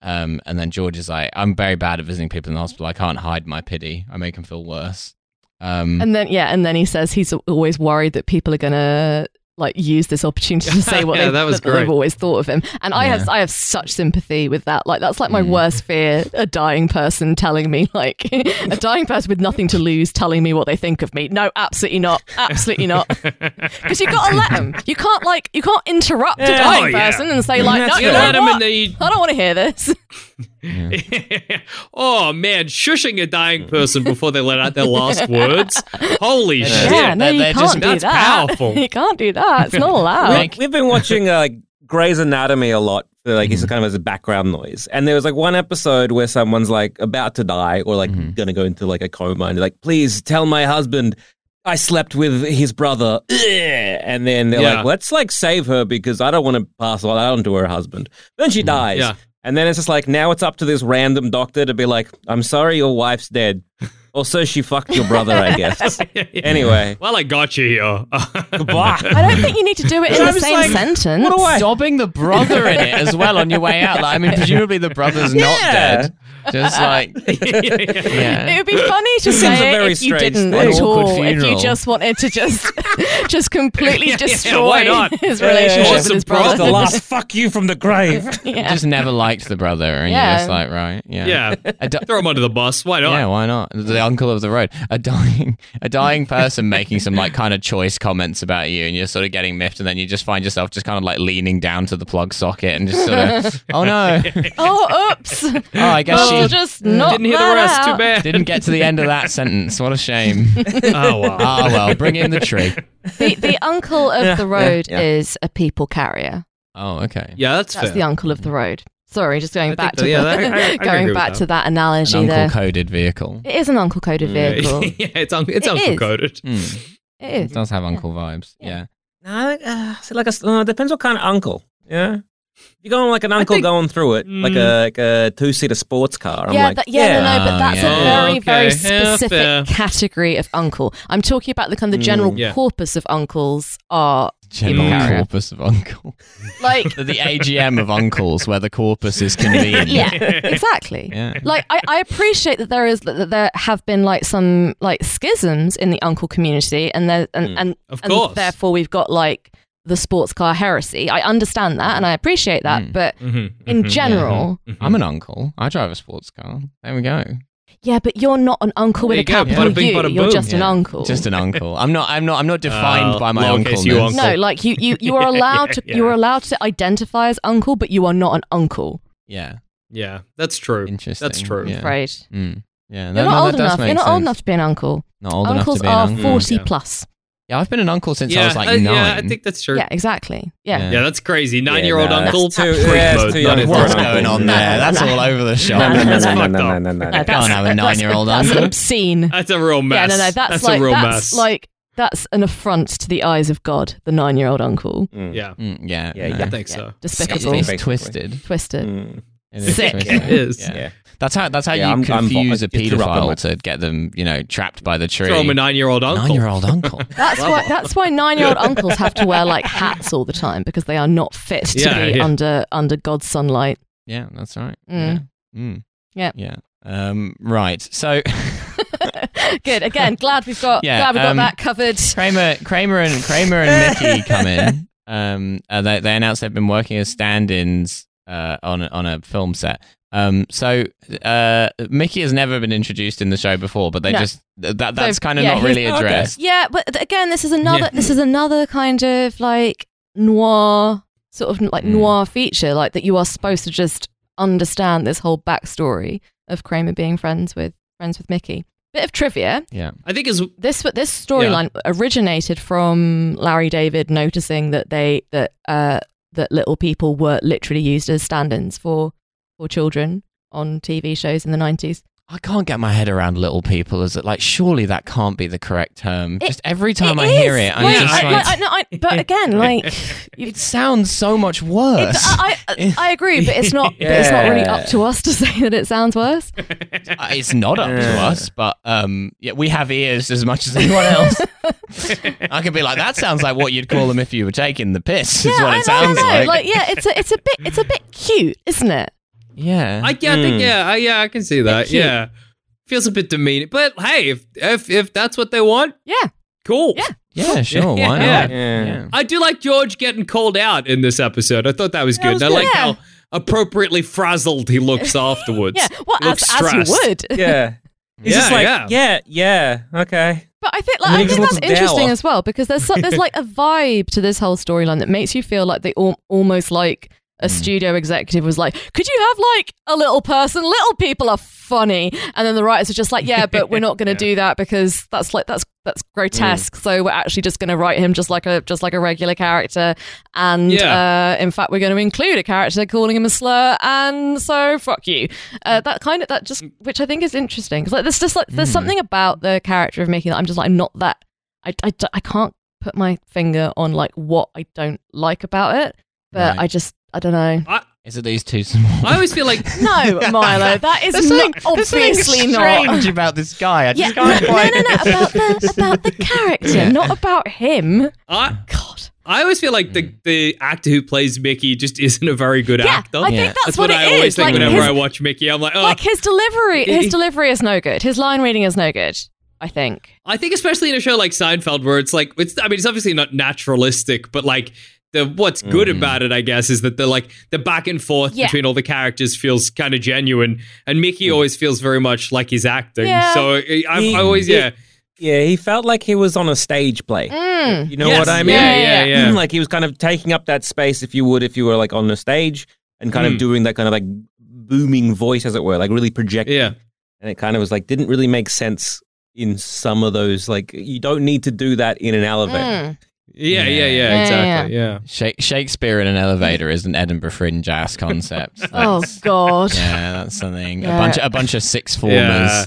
Um and then George is like, I'm very bad at visiting people in the hospital. I can't hide my pity. I make him feel worse. Um And then yeah, and then he says he's always worried that people are gonna like use this opportunity to [laughs] say what Yeah, they've, that was they've great. always thought of him. And I have Yeah. I have such sympathy with that. Like that's like my Mm. worst fear: a dying person telling me like [laughs] a dying person with nothing to lose telling me what they think of me. No, absolutely not. Absolutely [laughs] not. Because you got to let them. You can't like you can't interrupt a Yeah. dying Oh, yeah. person and say like no, you you know let [laughs] him in what? the. I don't want to hear this. [laughs] oh man, shushing a dying person before they let out [laughs] their last words. Holy Hmm. Yeah. shit! Yeah, no, They're- you they're can't just- do that's that. powerful. [laughs] You can't do that. It's [laughs] not allowed. Right. We've been watching uh, like Grey's Anatomy a lot, uh, like it's kind of as a background noise. And there was like one episode where someone's like about to die or like gonna go into like a coma, and they're like, "Please tell my husband." I slept with his brother, Ugh. and then they're Yeah. like, "Let's like save her because I don't want to pass on. I don't do her husband." Then she dies, Yeah. and then it's just like now it's up to this random doctor to be like, "I'm sorry, your wife's [laughs] dead." Also, she fucked your brother, I [laughs] guess. Anyway, Well, I got you here. [laughs] goodbye. I don't think you need to do [laughs] it in I the was same like, sentence. what do I- Dobbing the brother in it as well on your way out. Like, I mean, presumably the brother's not Yeah. dead. [laughs] Just like, It yeah. would be funny [laughs] to say seems a it very if you strange didn't thing. at Awkward all. If funeral. you just wanted to [laughs] just just completely Yeah, yeah, destroy why not? his Yeah, yeah, yeah. relationship Awesome with his brother. brother. the last fuck you from the grave. [laughs] Yeah. Just never liked the brother. And you're Yeah. just like, right. Yeah. [laughs] yeah, A do- throw him under the bus. Why not? Yeah, why not? The uncle of the road, a dying, a dying person making some like kind of choice comments about you, and you're sort of getting miffed, and then you just find yourself just kind [laughs] of like leaning down to the plug socket and just sort of, oh no, [laughs] oh, oops. oh I guess she still just not Didn't hear the that rest. out. Too bad. Didn't get to the end of that sentence. What [laughs] a shame. Oh [laughs] wow. Ah, well, bring in the tree. The, the [laughs] uncle of Yeah, the road yeah, yeah. is a people carrier. Oh, okay. yeah, that's, That's fair. the uncle of the road. Sorry, just going I back think to that- yeah, the- I- I- I can [laughs] agree going with back that. to that analogy An there. uncle coded vehicle. It is an uncle coded [laughs] vehicle. Yeah, it's un- it's It uncle is. coded. Hmm. It It is. does have uncle vibes. Yeah. [laughs] No, uh, so like a s- uh, depends what kind of uncle. Yeah, if you're going like an uncle think- going through it, like a like a two seater sports car. I'm Yeah, like, that, yeah, no, no, but Oh, that's yeah. a very, Okay, [laughs] very yeah, specific fair. category of uncle. I'm talking about the kind of the general Mm. Yeah. corpus of uncles are General People carrier. corpus of uncle. like, [laughs] the AGM of uncles, where the corpus [laughs] is convened. yeah, exactly. Yeah. like I, I appreciate that there is that there have been like some like schisms in the uncle community and there and, Mm. and Of and course. therefore we've got like the sports car heresy i understand that and i appreciate that Mm. but Mhm, in mhm. general Mhm. I'm an uncle. I drive a sports car. There we go. yeah. but you're not an uncle with There a you go. capital Bada bing, U. bada you're boom. just an Yeah. uncle Just an uncle. I'm not. I'm not. I'm not defined Uh, by my lowercase uncleness. you uncle. no like you you, you are Yeah, allowed to you yeah. are allowed to identify as uncle but you are not an uncle Yeah. Yeah, that's true. Interesting. That's true. Yeah. right Mm. Yeah. you're no, not no, old that does enough make you're not old sense. enough to be an uncle Not old uncles enough to are be an uncle. 40 Yeah. plus Yeah, I've been an uncle since yeah, I was like uh, nine. yeah, I think that's true. yeah exactly yeah Yeah, that's crazy. Nine year old no, that's uncle. too- freak yeah, it's mode. too That young is for What's an uncle. going uncle. on No, there? no, That's no. all over the shop. No, no, no, That's no, fucked no, up. up. no, no, No, no. that's- Can't have a that's- nine-year-old That's an uncle. obscene. That's a real Yeah, mess. no, no, that's, a like real that's mess. like that's an affront to the eyes of God. The nine-year-old uncle, Mm. yeah, Mm, yeah. Yeah, no. yeah. I think Yeah. so. despicable, It's, Basically. it's twisted. twisted. Mm. It is Sick. twisted. It is. Yeah. Yeah. That's how. That's how Yeah, you I'm- I'm confuse a fine. It's a rock paedophile and to get them, you know, trapped by the tree. Throw him a nine year old uncle. Nine-year-old [laughs] uncle. That's why. That's why nine-year-old uncles have to wear like hats all the time because they are not fit to Yeah, be yeah. under under God's sunlight. yeah, that's right. Mm. Yeah. Mm. Yeah. Yeah. Um, right. So. [laughs] Good. Again, glad we've got Yeah, glad we got um, that covered. Kramer, Kramer, and Kramer and [laughs] Mickey come in. Um, uh, they, they announced they've been working as stand-ins uh, on a- on a film set. Um, so uh, Mickey has never been introduced in the show before, but they No. just th- that that's kind of yeah, not he's- really okay. addressed. Yeah, but th- again, this is another Yeah. this is another kind of like noir sort of like Mm. noir feature, like that you are supposed to just understand this whole backstory of Kramer being friends with friends with Mickey. Bit of trivia: I think is this this storyline originated from Larry David noticing that they that uh that little people were literally used as stand-ins for for children on TV shows in the nineties. I can't get my head around little people. Is it like surely that can't be the correct term? It- just every time I hear it, I'm Wait, just I, like, I- no, I- [laughs] but again, like you- it sounds so much It, worse. uh, I, I, I agree, but it's not. But it's not really up to us to [laughs] say that it sounds worse. Uh, it's not up to Yeah. us, but um, yeah, we have ears as much as [laughs] anyone else. I could be like, that sounds like what you'd call them if you were taking the piss. is what I, it I don't sounds know. like. Like, yeah, it's a, it's a bit, it's a bit cute, isn't it? yeah, I, yeah, I think Mm. yeah, I, yeah, I can see that. cute. Yeah, feels a bit demeaning, but hey, if if if that's what they want, Yeah, cool. [laughs] Yeah. yeah, sure, why Yeah. not? Yeah. Yeah. I do like George getting called out in this episode. I thought that was it good. was I good. like Yeah. how appropriately frazzled he [laughs] looks afterwards. yeah. Well, Looks as, as you stressed. would. Yeah. He's just Yeah, like, yeah. yeah, yeah, okay. But I think, I like, mean, I it just think that's looks interesting dour. as well because there's so, there's like [laughs] a vibe to this whole storyline that makes you feel like they al- almost like Hmm. a studio executive was like, "Could you have like a little person? Little people are funny," and then the writers are just like, "Yeah, but we're [laughs] not going to do that because that's like that's that's grotesque. Hmm. So we're actually just going to write him just like a just like a regular character, and uh, in fact, we're going to include a character calling him a slur, and so fuck you." uh, that kind of that just which I think is interesting because like there's just like there's something about the character of Mickey that I'm just like I'm not that I, I, d- I can't put my finger on like what I don't like about it but Right. I just I don't know Is it these two small? I always feel like [laughs] no Milo that [laughs] is There's not, something- there's something obviously not strange about this guy. yeah I just no, can't no quite. no no [laughs] about the about the character Yeah. not about him I God I always feel like the the actor who plays Mickey just isn't a very good yeah actor. I think Yeah. that's, what, I it always is. think like, whenever his, I watch Mickey. I'm like, oh, like his delivery He- his delivery is no good his line reading is no good I think I think especially in a show like Seinfeld, where it's like it's I mean it's obviously not naturalistic, but like the what's good Mm-hmm. Mhm. about it, I guess, is that the like the back and forth Yeah. between all the characters feels kind of genuine, and Mickey always feels very much like he's acting. Yeah. So I, I, Mm. He- I always he- yeah Yeah, he felt like he was on a stage play. Mm. You know Yes. what I mean? Mm, Yeah, yeah, yeah. [clears throat] yeah. like he was kind of taking up that space, if you would, if you were like on the stage and kind Mm. of doing that kind of like booming voice, as it were, like really projected. [clears throat] Yeah. And it kind of was like, didn't really make sense in some of those. Like, you don't need to do that in an elevator. Mm. Yeah, yeah, yeah, Yeah, exactly. Yeah. Sha- Shakespeare in an elevator is an Edinburgh Fringe ass concept. [laughs] Oh That's- god. yeah, that's something. Yeah. A bunch, a bunch of six formers Yeah.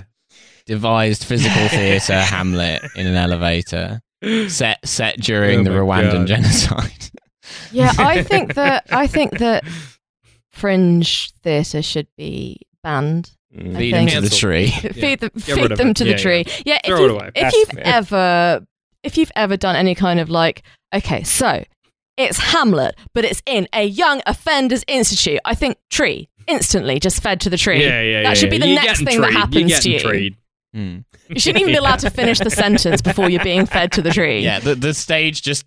devised [laughs] physical theatre Hamlet in an elevator set set during Oh the my Rwandan [laughs] God. genocide. Yeah, [laughs] I think that I think that fringe theatre should be banned. Mm. I Lead them to think- the [laughs] tree. Feed them, Get rid feed of them it. to Yeah, the tree. Yeah, if Throw it you've, away. if Pass you've it. ever if you've ever done any kind of like okay, so it's Hamlet, but it's in a young offenders institute. I think tree instantly just fed to the tree. Yeah, yeah, That yeah, should be yeah. the You're next getting thing that treed. You're happens to getting you. treed. Hmm. You shouldn't even be allowed [laughs] to finish the sentence before you're being fed to the tree. Yeah, the, the stage just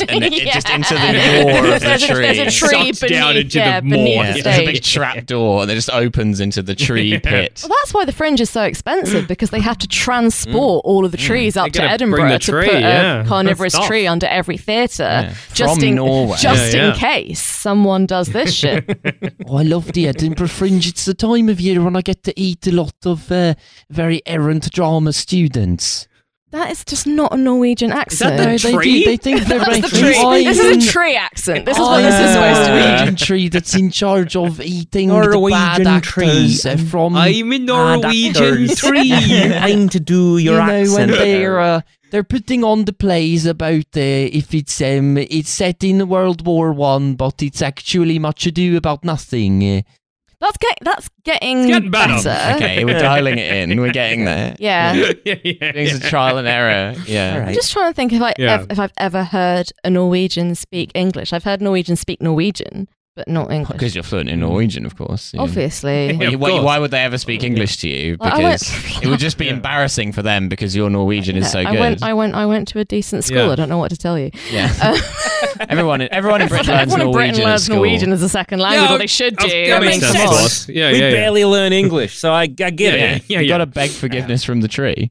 [laughs] and it, it just Yeah. into the roar of the There's a- tree. there's a tree Sucked down beneath, into the yeah, moor. beneath Yeah, the there's a stage. big trap door that just opens into the [laughs] tree pit. Well, that's why the fringe is so Mm. expensive because they have to transport all of the trees up to gotta bring the Edinburgh tree, to put yeah. a carnivorous That's tough. tree under every theatre, Yeah. just From in Norway. just Yeah, yeah. in case someone does [laughs] this shit. Oh, I love the Edinburgh Fringe. It's the time of year when I get to eat a lot of uh, very errant drama students. that is just not a Norwegian accent. The No, they, tree? do- they think they're That's very the tree. I'm This is a tree accent. This is Oh, what this is I'm supposed to the be. Norwegian tree that's in charge of eating the Norwegian bad actors tree. uh, from I'm Mm. a Ah, Ah, bad Norwegian actors. [laughs] tree. you aim to do your you know, accent. when they're uh, they're putting on the plays about uh, if it's um it's set in World War One, but it's actually much ado about nothing. Uh, That's get, that's getting, It's getting better. Okay, we're dialing it in. We're getting [laughs] there. Yeah. [laughs] yeah, yeah, Things yeah. a trial and error. Yeah. All right. I'm just trying to think if I Yeah. ev- if I've ever heard a Norwegian speak English. I've heard Norwegian speak Norwegian, but not English. Because you're fluent Mm. in Norwegian, of course. [laughs] yeah. Obviously. Yeah, Why- of why, course. why would they ever speak English to you? Like, I went- [laughs] Because it would just be Yeah. embarrassing for them because your Norwegian is so I good. went, I went, I went to a decent school. Yeah. I don't know what to tell [laughs] you. yeah. Uh, [laughs] everyone, in, [laughs] everyone in Britain learns everyone in Norwegian. Britain at learns school. Norwegian as a second language, Yeah, or they should of- do. that I makes mean, sense. come on. Yeah, we yeah, yeah. barely learn English, so I, I get Yeah, it. yeah, yeah, you yeah. got to beg forgiveness from the tree.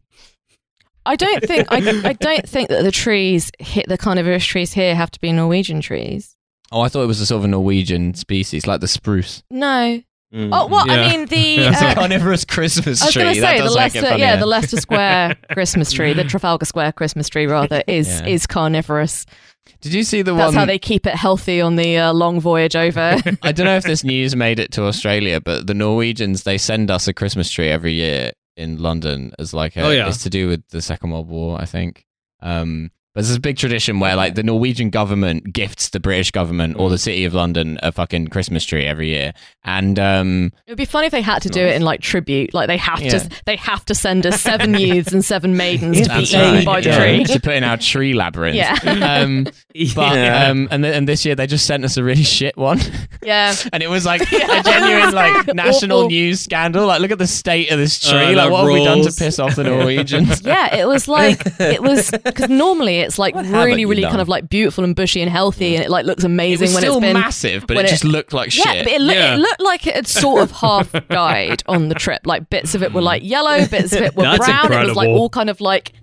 I don't think I, I don't think that the trees hit the carnivorous trees here have to be Norwegian trees. Oh, I thought it was a sort of a Norwegian species, like the spruce. No. Mm. Oh well, Yeah. I mean [laughs] the. It's a Uh, carnivorous Christmas I was tree. going to that say the does make it Leicester, yeah, funnier. the Leicester [laughs] Square Christmas tree, the Trafalgar Square Christmas tree, rather, is Yeah. is carnivorous. Did you see the That's one? how they keep it healthy on the uh, long voyage [laughs] over. I don't know if this news made it to Australia, but the Norwegians they send us a Christmas tree every year in London as like a, Oh, yeah. it's to do with the Second World War, I think. Um, but there's a big tradition where like the Norwegian government gifts the British government or the Mm. city of London a fucking Christmas tree every year, and um, It would be fun if they had to do it in like tribute, like they have Yeah. to they have to send us [laughs] seven youths and seven maidens to be that's eaten right, by the yeah, tree. to put in our tree labyrinth. [laughs] Yeah. Um, [laughs] but um, and then, and this year they just sent us a really shit one. [laughs] Yeah, and it was like [laughs] Yeah. a genuine like national Awful. news scandal. Like, look at the state of this tree. Uh, like, that what have we done rules. to piss off the [laughs] Norwegians? yeah. It [laughs] was like it was because normally it's like What haven't really, you really done? kind of like beautiful and bushy and healthy, and it like looks it amazing was when still it's been. massive, but when it, it- just looked like yeah, shit. but it, loo- Yeah. it looked like it had sort of [laughs] half died on the trip. Like bits of it Hmm. were like yellow, bits of it were That's brown. It was like incredible. all kind of like,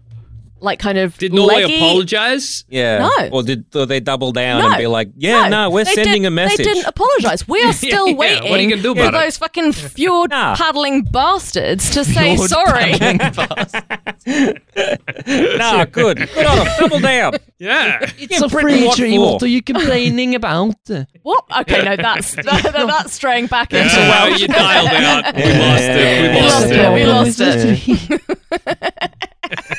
like kind of Did Norway leggy. apologize? Yeah. No. Or did or they double down No. and be like, yeah, no, we're they sending did- a message. They didn't [laughs] apologise. We are still Yeah, what are you waiting gonna do for about it? those fucking fjord Nah. paddling bastards [laughs] to say Lord sorry. [laughs] Nah, good. Good [laughs] on 'em. Double down. Yeah. It's a Britain, free what tree. for? What are you complaining about? What? Okay, no, [laughs] that's [laughs] that, that's straying back into [laughs] Yeah, Welsh. uh, you dialed out. We lost it. We We lost lost it. it. We lost it. [laughs]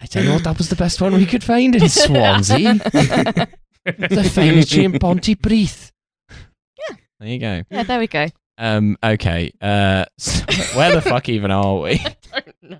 I don't know. That was the best one we could find in [laughs] Swansea. the famous tree in Pontypridd. there you go. Yeah, there we go. Um, okay. Uh, [laughs] so where the fuck even are [laughs] we? No.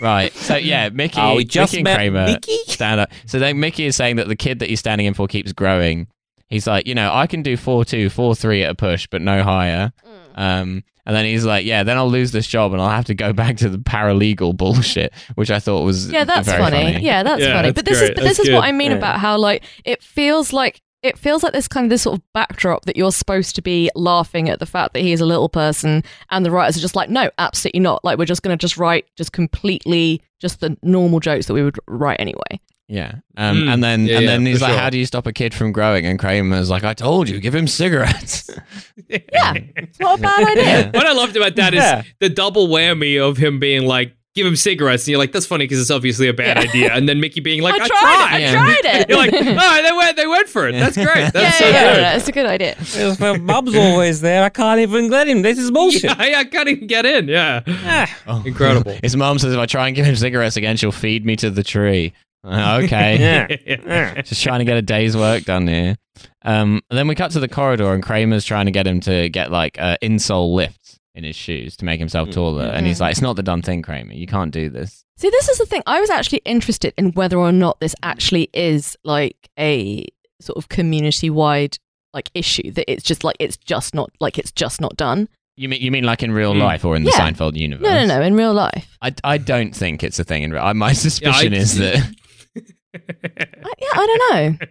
Right. So yeah, Mickey, Oh, we just Mickey and met Kramer Mickey? stand up. So then Mickey is saying that the kid that he's standing in for keeps growing. He's like, you know, I can do four two, four three at a push, but no higher. Mm. Um, and then he's like, yeah, then I'll lose this job and I'll have to go back to the paralegal [laughs] bullshit, which I thought was Yeah, that's very funny. funny. Yeah, that's Yeah, funny. that's but this great. is but That's this is what good. I mean Yeah. about how like it feels like it feels like this kind of this sort of backdrop that you're supposed to be laughing at the fact that he's a little person and the writers are just like no absolutely not like we're just going to just write just completely just the normal jokes that we would write anyway Yeah. Um, Mm. and then Yeah, and yeah, then he's for like, sure. How do you stop a kid from growing? And Kramer's like, I told you, give [laughs] him cigarettes. [laughs] Yeah. It's not a bad idea. what I loved about that is Yeah. the double whammy of him being like, give him cigarettes. And you're like, that's funny because it's obviously a bad idea. And then Mickey being like, I, I, tried, [laughs] tried. it. I tried it. You're like, oh, they went, they went for it. That's [laughs] great. yeah, That's yeah, yeah, so [laughs] yeah, it's a good idea. If [laughs] my Bob's always there. I can't even let him. This is good. bullshit. [laughs] Ah. Yeah, I, can't even get in. Yeah. [laughs] Incredible. Oh. [laughs] His mom says if I try and give him cigarettes again, she'll feed me to the tree. Uh, okay. [laughs] [laughs] Yeah. Just trying to get a day's work done here. Um, and then we cut to the corridor, and Kramer's trying to get him to get like uh, insole lifts in his shoes to make himself taller. And Mm-hmm. he's like, "It's not the done thing, Kramer. You can't do this." See, this is the thing. I was actually interested in whether or not this actually is like a sort of community-wide like issue that it's just like it's just not like it's just not done. You mean you mean like in real Mm. life or in the Yeah. Seinfeld universe? No, no, no. In real [laughs] life, I, I don't think it's a thing in real. I, my suspicion I- is that [laughs] I, yeah, I don't know.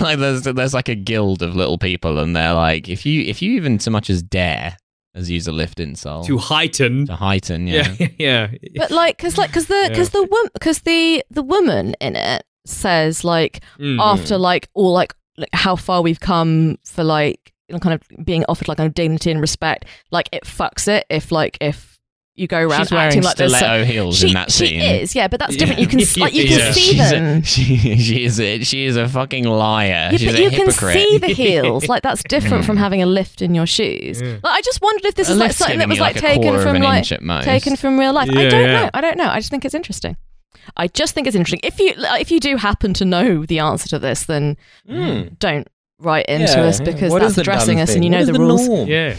like there's there's like a guild of little people, and they're like, if you if you even so much as dare as use a lift insole [laughs] to heighten. to heighten, Yeah. yeah. [laughs] Yeah. yeah. But like, cause like, cause the Yeah. cause the woman cause the the woman in it says like Mm. after Mm-hmm. like all like, like how far we've come for like you know, kind of being offered like kind of dignity and respect like it fucks it if like if you go around She's wearing acting like there's so- stiletto heels she, in that she scene. is yeah but that's different Yeah. you can [laughs] s- like you can Yeah. see She's a- them [laughs] she, she is a, she is a fucking liar. yeah, She's but a you can hypocrite. Mm. see [laughs] the heels like that's different from having a lift in your shoes Yeah. like, i just wondered if this A is like lift's something that giving was you, like, a taken quarter of from an like inch at most. taken from real life i Yeah, don't yeah. know i don't know i just think it's interesting i just think it's interesting if you like, if you do happen to know the answer to this then Hmm. don't write into Hmm. Yeah. us because What is that's the addressing done us and thing? you What know is the, rules norm? Yeah.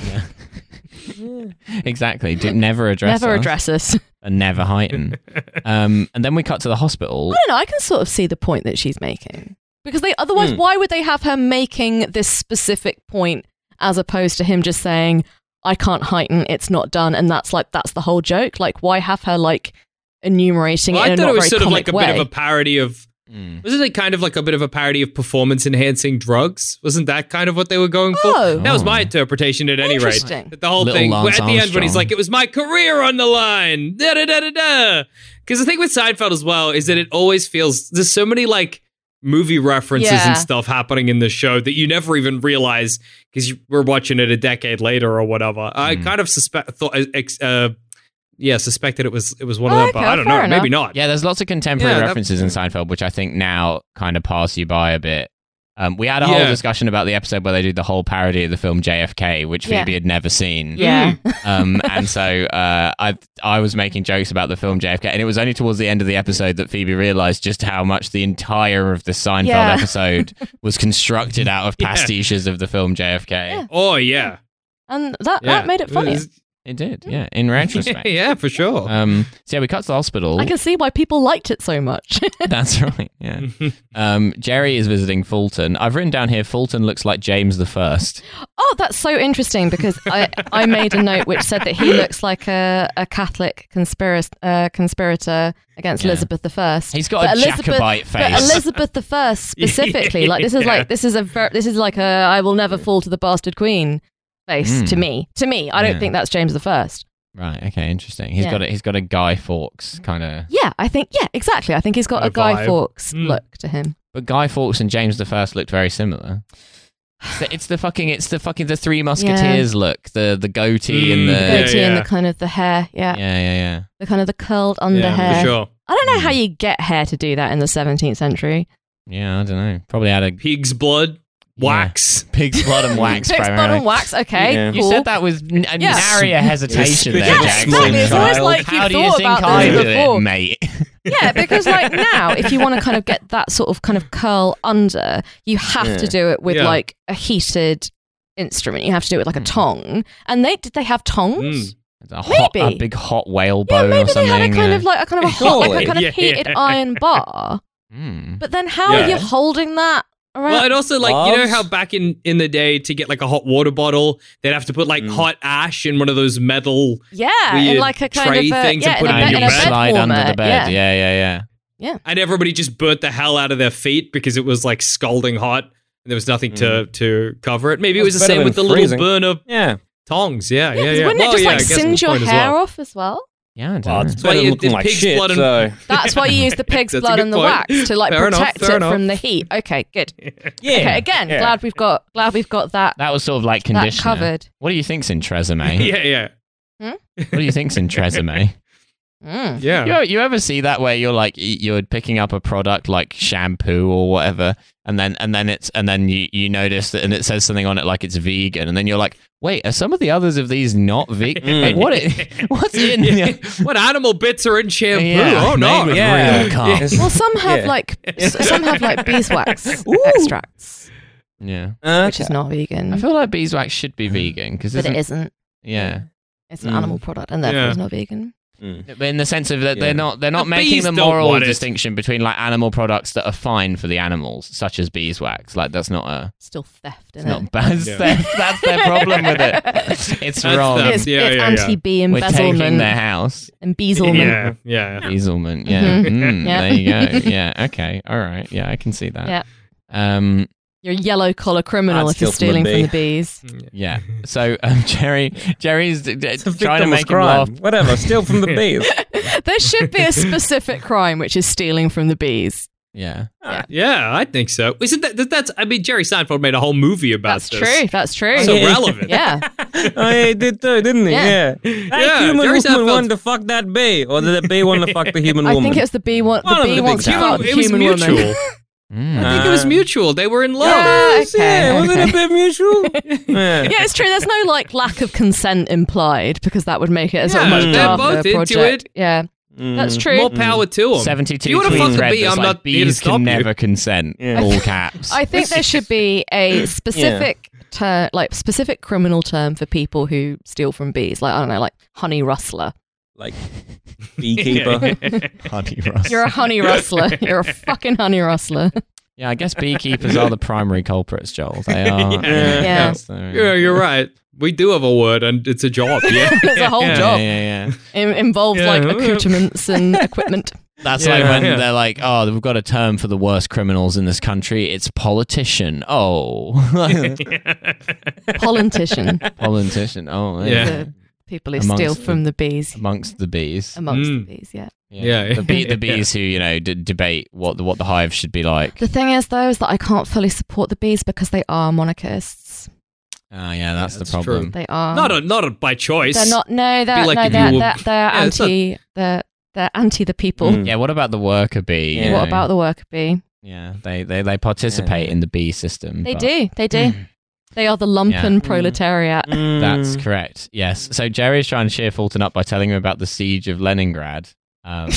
exactly. Did never address never us address [laughs] us and never heighten. um, and then we cut to the hospital. I don't know. I can sort of see the point that she's making because they otherwise, Hmm. why would they have her making this specific point as opposed to him just saying, "I can't heighten; it's not done," and that's like that's the whole joke. Like, why have her like enumerating Well, it in I a thought not it was very sort of comic like a way? bit of a parody of. Wasn't it kind of like a bit of a parody of performance enhancing drugs? Wasn't that kind of what they were going for? Oh. That was my interpretation at any rate. Interesting. That The whole Little thing Lance at the end when he's Armstrong. like, it was my career on the line. Da da da da da. Because the thing with Seinfeld as well is that it always feels there's so many like movie references Yeah. and stuff happening in the show that you never even realize because you were watching it a decade later or whatever. I Mm. kind of suspect thought, ex- uh, yeah, suspected it was it was one Oh, of them, okay, but I don't know, fair maybe not. Yeah, there's lots of contemporary Yeah, that- references in Seinfeld, which I think now kind of pass you by a bit. Um, we had a whole Yeah. discussion about the episode where they did the whole parody of the film JFK, which Yeah. Phoebe had never Hmm. seen. yeah, Um, and so uh, I I was making jokes about the film JFK, and it was only towards the end of the episode that Phoebe realized just how much the entire of the Seinfeld Yeah. [laughs] episode was constructed out of Yeah. pastiches of the film JFK. Yeah. Oh yeah, and that yeah. that made it funny. was- It did, yeah. [laughs] In [laughs] retrospect, yeah, for sure. um, so yeah, we cut to the hospital. [laughs] I can see why people liked it so much. That's right. Yeah. [laughs] Um, Jerry is visiting Fulton. I've written down here Fulton looks like James the First. oh, that's so interesting because I I made a note which said [laughs] that he looks like a a Catholic conspirac- uh, conspirator against Yeah. Elizabeth the First. He's got But a Elizabeth- Jacobite But face. Elizabeth the First [laughs] specifically, like this is like this is a ver- this is like a I will never fall to the bastard queen face Mm. Hmm. to me. To me, I don't Yeah. think that's James the First. right. Okay. Interesting. He's Yeah. got a, he's got a Guy Fawkes kind of. Yeah, I think yeah, exactly. I think he's got Got a a Guy vibe. Fawkes Mm. look to him. But Guy Fawkes and James the First looked very similar. It's the, it's the fucking it's the fucking the Three Musketeers look. The the goatee and the. Mm, Yeah, Goatee and yeah. the kind of the hair, yeah, Yeah, yeah, yeah. the kind of the curled under yeah, hair. for sure. Hmm. I don't know how you get hair to do that in the 17th century. Yeah, I don't know. Probably had a Pig's blood, wax. pig's blood and wax Fixed primarily. bottom wax, okay. Yeah. You cool. said that with n- a Yeah. nary a hesitation Yeah, there, Jack. exactly. It's always like How you've do you thought think about I this do before. it, mate? Yeah, because [laughs] like now, if you want to kind of get that sort of kind of curl under, you have to do it with Yeah. Hmm. like a heated instrument. You have to do it with like a tong. And they did they have tongs? Mm. It's a, hot, a Maybe. big hot whale Yeah, bone maybe or they something. had a kind yeah. of like a kind of a hot, like Surely. a kind of [laughs] Yeah, heated yeah. iron bar. Mm. But then how are Yeah. you holding that around? Well, and also like you know Gloves. how back in in the day to get like a hot water bottle, they'd have to put like Mm. hot ash in one of those metal. yeah, in weird like a kind tray of a, things yeah, and in put a it bed, in you your in a bed slide warmer. under the bed. Yeah. Yeah, yeah, yeah. And everybody just burnt the hell out of their feet because it was like scalding hot. and There was nothing to to cover it. Maybe it was That's the same better than with the freezing. little burner Yeah. tongs. Yeah, yeah, yeah. because Wouldn't Well, it just yeah, I like guess that's singe the your point as hair well. off as well? Yeah, I don't Well, know. Mm. it's better But than it- looking it's like pig's shit. blood and- so. That's why you use the pig's That's a blood good and the point. wax to like Fair enough, protect fair it from enough. the heat. Okay, good. Yeah. Okay, again, Yeah. glad we've got glad we've got that That was sort of like that conditioner. covered. What do you think's [laughs] in Tresemme? Yeah, yeah, What do you think's in [laughs] Tresemme? Mm. yeah. You, you ever see that where you're like y- you're picking up a product like shampoo or whatever, and then and then it's and then you, you notice that and it says something on it like it's vegan, and then you're like, wait, are some of the others of these not vegan? Mm. Like, what i- [laughs] [laughs] what's in? Yeah. the- what animal bits are in shampoo? Yeah, oh made no! with [laughs] Yeah. real carp. Yes. Well, some have Yeah. like s- some have like beeswax Ooh. extracts, yeah. Uh, which is not vegan, I feel like beeswax should Mm. be vegan because but it isn't. Yeah, It's an Mm. animal product, and therefore Yeah. it's not vegan. but in the sense of that Yeah. they're not they're not The making bees the don't moral want it. distinction between like animal products that are fine for the animals, such as beeswax. Like that's not a Still theft, it's isn't not it? bad. [laughs] Yeah. That's, that's their problem [laughs] with [laughs] it. It's That's wrong. them. It's, Yeah, it's yeah, yeah. anti-bee We're taking their embezzlement house. and beezelment. Yeah, yeah. Beezelman. Yeah. Mhm. Mm, Yeah. There you go. Yeah. Okay. All right. Yeah, I can see that. Yeah. Um. You're a yellow collar criminal I'd if you're steal from a stealing from bee. the bees. Yeah. So um, [laughs] Jerry, Jerry's d- d- It's a trying to victimless make him crime. laugh. Whatever, steal from [laughs] the bees. There should be a specific crime which is stealing from the bees. Yeah. Yeah, I think so. Isn't that that- that's? I mean, Jerry Seinfeld made a whole movie about That's this. true. That's true. So Yeah. relevant. [laughs] yeah. oh, yeah, he did too, didn't he? Yeah. Yeah. That Jerry human woman Seinfeld's- wanted to fuck that bee, or did the bee want to fuck the human [laughs] I woman? think it was the bee. One, One the of bee the big wants to towers. fuck Human- the it was human mutual. woman. Oh, Mm. I think it was mutual. They were in love. Yeah, Yes, yeah, okay, wasn't okay. it a bit mutual? yeah. [laughs] Yeah, it's true. There's no like lack of consent implied because that would make it a sort Yeah, of much they're darker both into project. it. Mm. Yeah, Mm. that's true. More power to them. 72 You wanna tweets fuck a Mm. read bee, that's I'm like, not here to bees stop can you." never consent. Yeah. [laughs] All caps. I think there should be [coughs] a specific ter- like specific criminal term for people who steal from bees. Like I don't know, like honey rustler. Like beekeeper. [laughs] Honey Ross. You're a [laughs] honey rustler. You're a fucking honey rustler. [laughs] Yeah, I guess beekeepers are the primary culprits, Joel. [laughs] They are. Yeah. Yeah. That's the- yeah, you're right. We do have a word, and it's a job. Yeah, It's a whole Yeah. job. [laughs] Yeah, yeah, yeah. It involves Yeah. like accoutrements [laughs] and equipment. That's Yeah, like when yeah. they're like, "Oh, we've got a term for the worst criminals in this country. It's politician." [laughs] Oh, [laughs] Politician. politician. Oh, yeah. Yeah. The people who Amongst steal the- from the bees. Amongst the bees. Amongst the Mm. bees, yeah. Yeah. the, bee, Yeah. the bees who you know d- debate what the what the hive should be like. The thing is, though, is that I can't fully support the bees because they are monarchists. Oh, yeah, that's, that's the problem. They are not a, not a, by choice. They're not. No, they're like no, if they're, you were- they're, they're Yeah, it's not- anti. They're they're anti the people. Mm. Yeah, what about the worker bee? you Yeah. What know? about the worker bee? Yeah, they they, they participate in the bee system. They but- do. They do. Mm. They are the lumpen proletariat. Hmm. That's Mm. correct. Yes. So Jerry's trying to cheer Fulton up by telling him about the siege of Leningrad. [laughs] Um,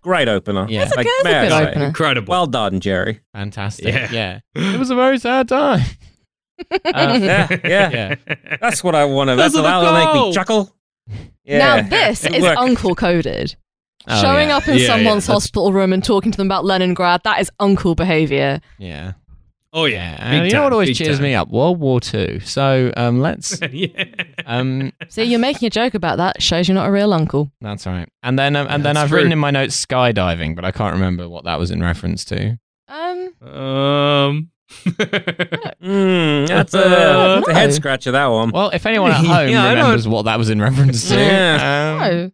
great opener. Yeah. That's a good- may I that's a good say, opener. incredible. Well [laughs] done, Jerry. fantastic. Yeah. Yeah. It was a very sad time. Uh, Yeah, [laughs] yeah. yeah. That's what I want to. That's Those what are the that'll make me goals. chuckle. Mm. Yeah. Now [laughs] this Good is work. uncle coded. Oh, Showing yeah. up in Yeah, yeah, someone's that's- hospital room and talking to them about Leningrad, that is uncle [laughs] behavior. Yeah. oh Yeah. yeah, And you know what always cheers me up? World War Two. So [laughs] um, let's. Um, See, you're making a joke about that. Shows you're not a real uncle. that's all right. And then um, and then that's I've written true. in my notes skydiving, but I can't remember what that was in reference to. Um, yeah. Um. [laughs] Mm, that's a, Uh, that's a head no. scratcher, that one. Well, if anyone at home Yeah, I don't- remembers what that was in reference to, Yeah. um, no.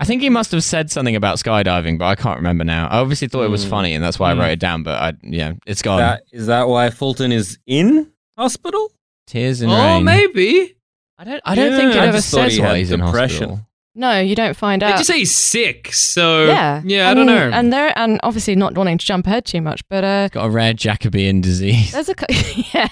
I think he must have said something about skydiving, but I can't remember now. I obviously thought it was Mm. funny, and that's why Mm. I wrote it down. But I, yeah, it's gone. That, is that why Fulton is in hospital? Tears and Oh, rain. maybe. I don't. I don't Yeah. think it I ever just thought says he why had he's in depression. hospital. No, you don't find They out. just say he's sick, so yeah. yeah. I and, don't know. And there and obviously not wanting to jump ahead too much, but uh Got a rare Jacobean disease. There's a co- [laughs] yeah,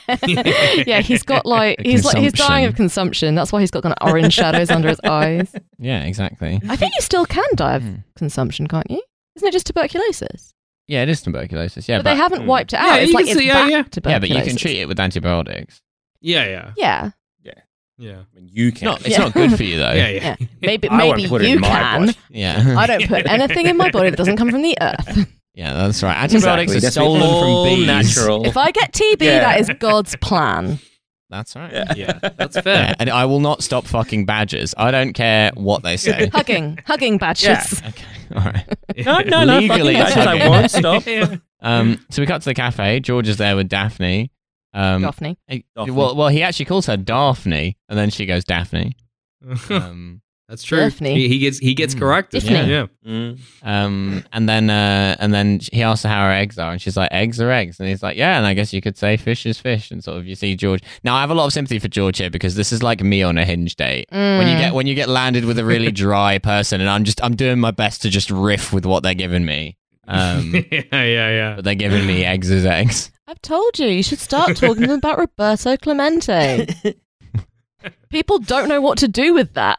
yeah. He's got like The he's like he's dying of consumption. consumption. That's why he's got kind of orange shadows under his eyes. [laughs] yeah, exactly. I think you still can die of Mm. consumption, can't you? Isn't it just tuberculosis? Yeah, it is tuberculosis. Yeah, but, but, they haven't mm. wiped it Yeah, out. it's you like can it's see- yeah, back yeah. yeah, but you can tuberculosis. treat it with antibiotics. yeah, yeah, Yeah, yeah, I mean, you It's can. Not, it's Yeah. not good for you though. [laughs] yeah, yeah. yeah. maybe I won't maybe put it you in my can. body. yeah, [laughs] I don't put anything in my body that doesn't come from the earth. that's right. Antibiotics Exactly. are stolen all from bees. natural. If I get TB, Yeah. that is God's plan. That's right. Yeah. Yeah, that's Yeah, [laughs] fair. and I will not stop fucking badgers. I don't care what [laughs] they say. Hugging, hugging badges. okay, [laughs] all right. No, no, no. Legally, fucking it's badges, okay. I [laughs] won't [laughs] stop. Um, so we cut to the cafe. George is there with Daphne. Um, Daphne. eh, Daphne. Well, well, he actually calls her Daphne, and then she goes Daphne. Um, That's true. Daphne. He, he gets he gets Mm. corrected. Daphne. Yeah. Mm. Um, and then uh, and then he asks her how her eggs are, and she's like, "Eggs are eggs." And he's like, "Yeah." And I guess you could say fish is fish, and sort of you see George. Now I have a lot of sympathy for George here because this is like me on a hinge date. When Hmm. you get when you get landed with a really dry person, and I'm just I'm doing my best to just riff with what they're giving me. Um, [laughs] yeah, yeah, but they're giving me eggs as eggs. I've told you, you should [laughs] start talking to them about Roberto Clemente. People don't know what to do with [laughs] that.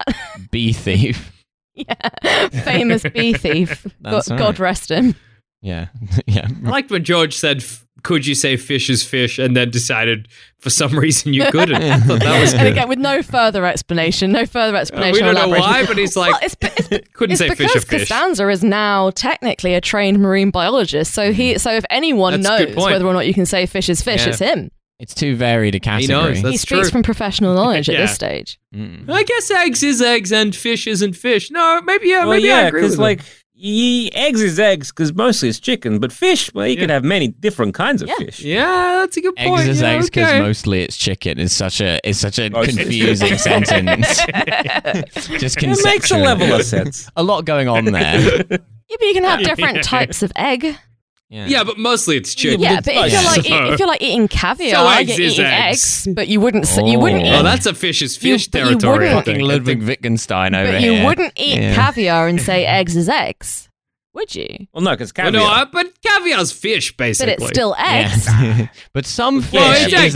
Bee thief. yeah. Famous bee thief. God, That's right. God rest him. Yeah, [laughs] yeah. I liked when George said, "F- "Could you say fish is fish?" and then decided for some [laughs] reason you couldn't. I thought [laughs] that was And good. again, with no further explanation, no further Uh, explanation. we or don't know elaboration. why, but he's like, Well, it's, [laughs] it's, couldn't it's say because fish is fish. Costanza is now technically a trained marine biologist. So he, so if anyone Mm. That's a good knows point. whether or not you can say fish is fish, Yeah. it's him. It's too varied a category. He knows. he That's speaks true. from professional knowledge at [laughs] Yeah. this stage. Mm. I guess eggs is eggs and fish isn't fish. No, maybe yeah, well, maybe I yeah, agree with because him. like ye, eggs is eggs because mostly it's chicken, but fish, well, you Yeah. can have many different kinds of Yeah. fish. Yeah, that's a good Eggs point. is yeah, eggs because okay. mostly it's chicken. It's such a it's such a Mostly. confusing sentence. Just It makes a conceptually. level [laughs] of sense. A lot going on there. Yeah, but you can [laughs] have different types of egg. yeah, but mostly it's chicken. Yeah, but if Yeah. you're like So- [laughs] if you're like eating caviar, So eggs you're is eating eggs. eggs. but you wouldn't s you wouldn't Oh. eat Oh, that's a fish is You- fish but you territory. wouldn't- I fucking think. I Ludwig think. Wittgenstein over but here. you wouldn't eat Yeah. caviar and say eggs is eggs, would you? Well, no, because Well, caviar. no, I- but caviar's fish, But basically. it's still eggs. Yeah. [laughs] but some fish Well, it's eggs, is eggs,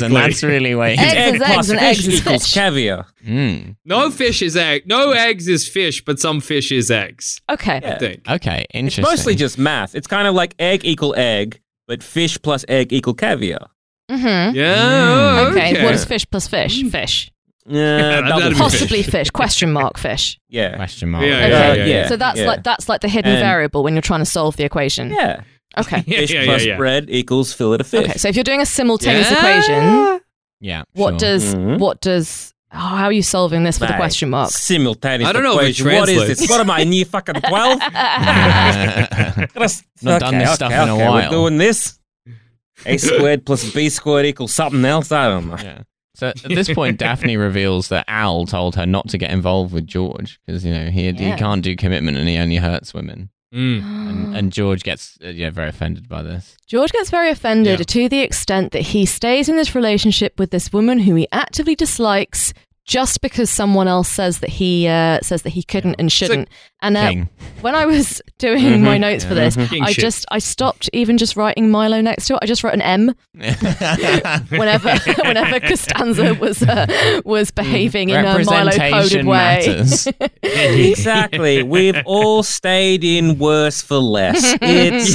and technically. that's really way. Eggs Egg is plus eggs and fish eggs is equals fish. caviar. Mm. no fish is egg. No eggs is fish, but some fish is eggs. Okay. I think. Okay, interesting. Mostly just math. It's kind of like egg equal egg, but fish plus egg equal caviar. Mm-hmm. Yeah. Mm. Okay. okay. What is fish plus fish? Fish. [laughs] Uh, that'd double be fish. Possibly fish. Question mark fish. Yeah. question mark. yeah, Yeah, Uh, yeah, yeah. So that's yeah. like that's like the hidden And- variable when you're trying to solve the equation. [laughs] Yeah. [laughs] Okay. [laughs] Yeah, Fish yeah, yeah, plus yeah. bread equals fillet of fish. Okay. So if you're doing a simultaneous Yeah. equation, Yeah, what sure. does Mhm. what does oh, how are you solving this with a Right. question [laughs] mark? [laughs] Simultaneous I don't know if it equation. what is translates. this? What am I, near [laughs] fucking 12? [laughs] Yeah. Not done this stuff in a while. We're doing this. A squared plus B squared equals something else. I [laughs] don't know. Yeah. So at this point, Daphne reveals that Al told her not to get involved with George because you know he he Yeah. can't do commitment and he only hurts women. Mm. And, and George gets uh, yeah very offended by this. George gets very offended Yeah. to the extent that he stays in this relationship with this woman who he actively dislikes just because someone else says that he uh, says that he couldn't and shouldn't. and uh, [laughs] King. Mm-hmm. when I was doing my notes for this, Mhm. I Kingship. just I stopped even just writing Milo next to it. I just wrote an M whenever [laughs] [laughs] whenever Costanza was uh, was behaving in a Milo coded Mm. Representation way. [laughs] matters. Exactly. We've all stayed in worse for [laughs] less. It's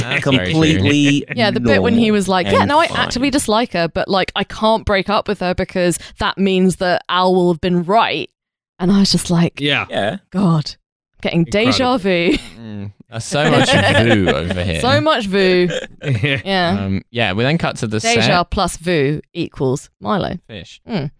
That's very true. completely. Yeah, the bit when he normal was like, and "Yeah, no, I fine. actively dislike her, but like I can't break up with her because that means that Al will have been right." And I was just like, Yeah. [laughs] Yeah. "God, I'm getting deja vu, [laughs] Mm, There's so much voo over here. so much [laughs] vu." Yeah, Um, yeah, we then cut to the deja set plus vu equals Milo. fish. Mm.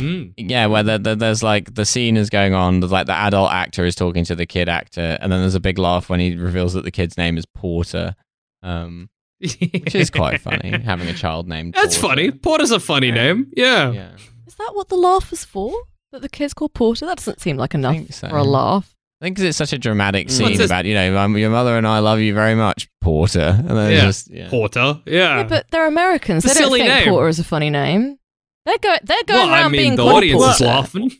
[laughs] Mm. yeah, where the, the, there's like the scene is going on. There's like the adult actor is talking to the kid actor, and then there's a big laugh when he reveals that the kid's name is Porter, um, which is quite funny. Having a child [laughs] named That's Porter. funny. Porter's a funny name. Yeah. Yeah, Is that what the laugh was for? That the kids call Porter? That doesn't seem like enough think so. for a laugh. I think 'cause it's such a dramatic Mm. scene What's this- about you know um, your mother and I love you very much, Porter, and then it's Yeah. just yeah. Porter. Yeah. Yeah, but they're Americans. It's a They don't Um, silly think name. Porter is a funny name. They're, go- they're going well, around I mean, being the called audience is Porter. laughing.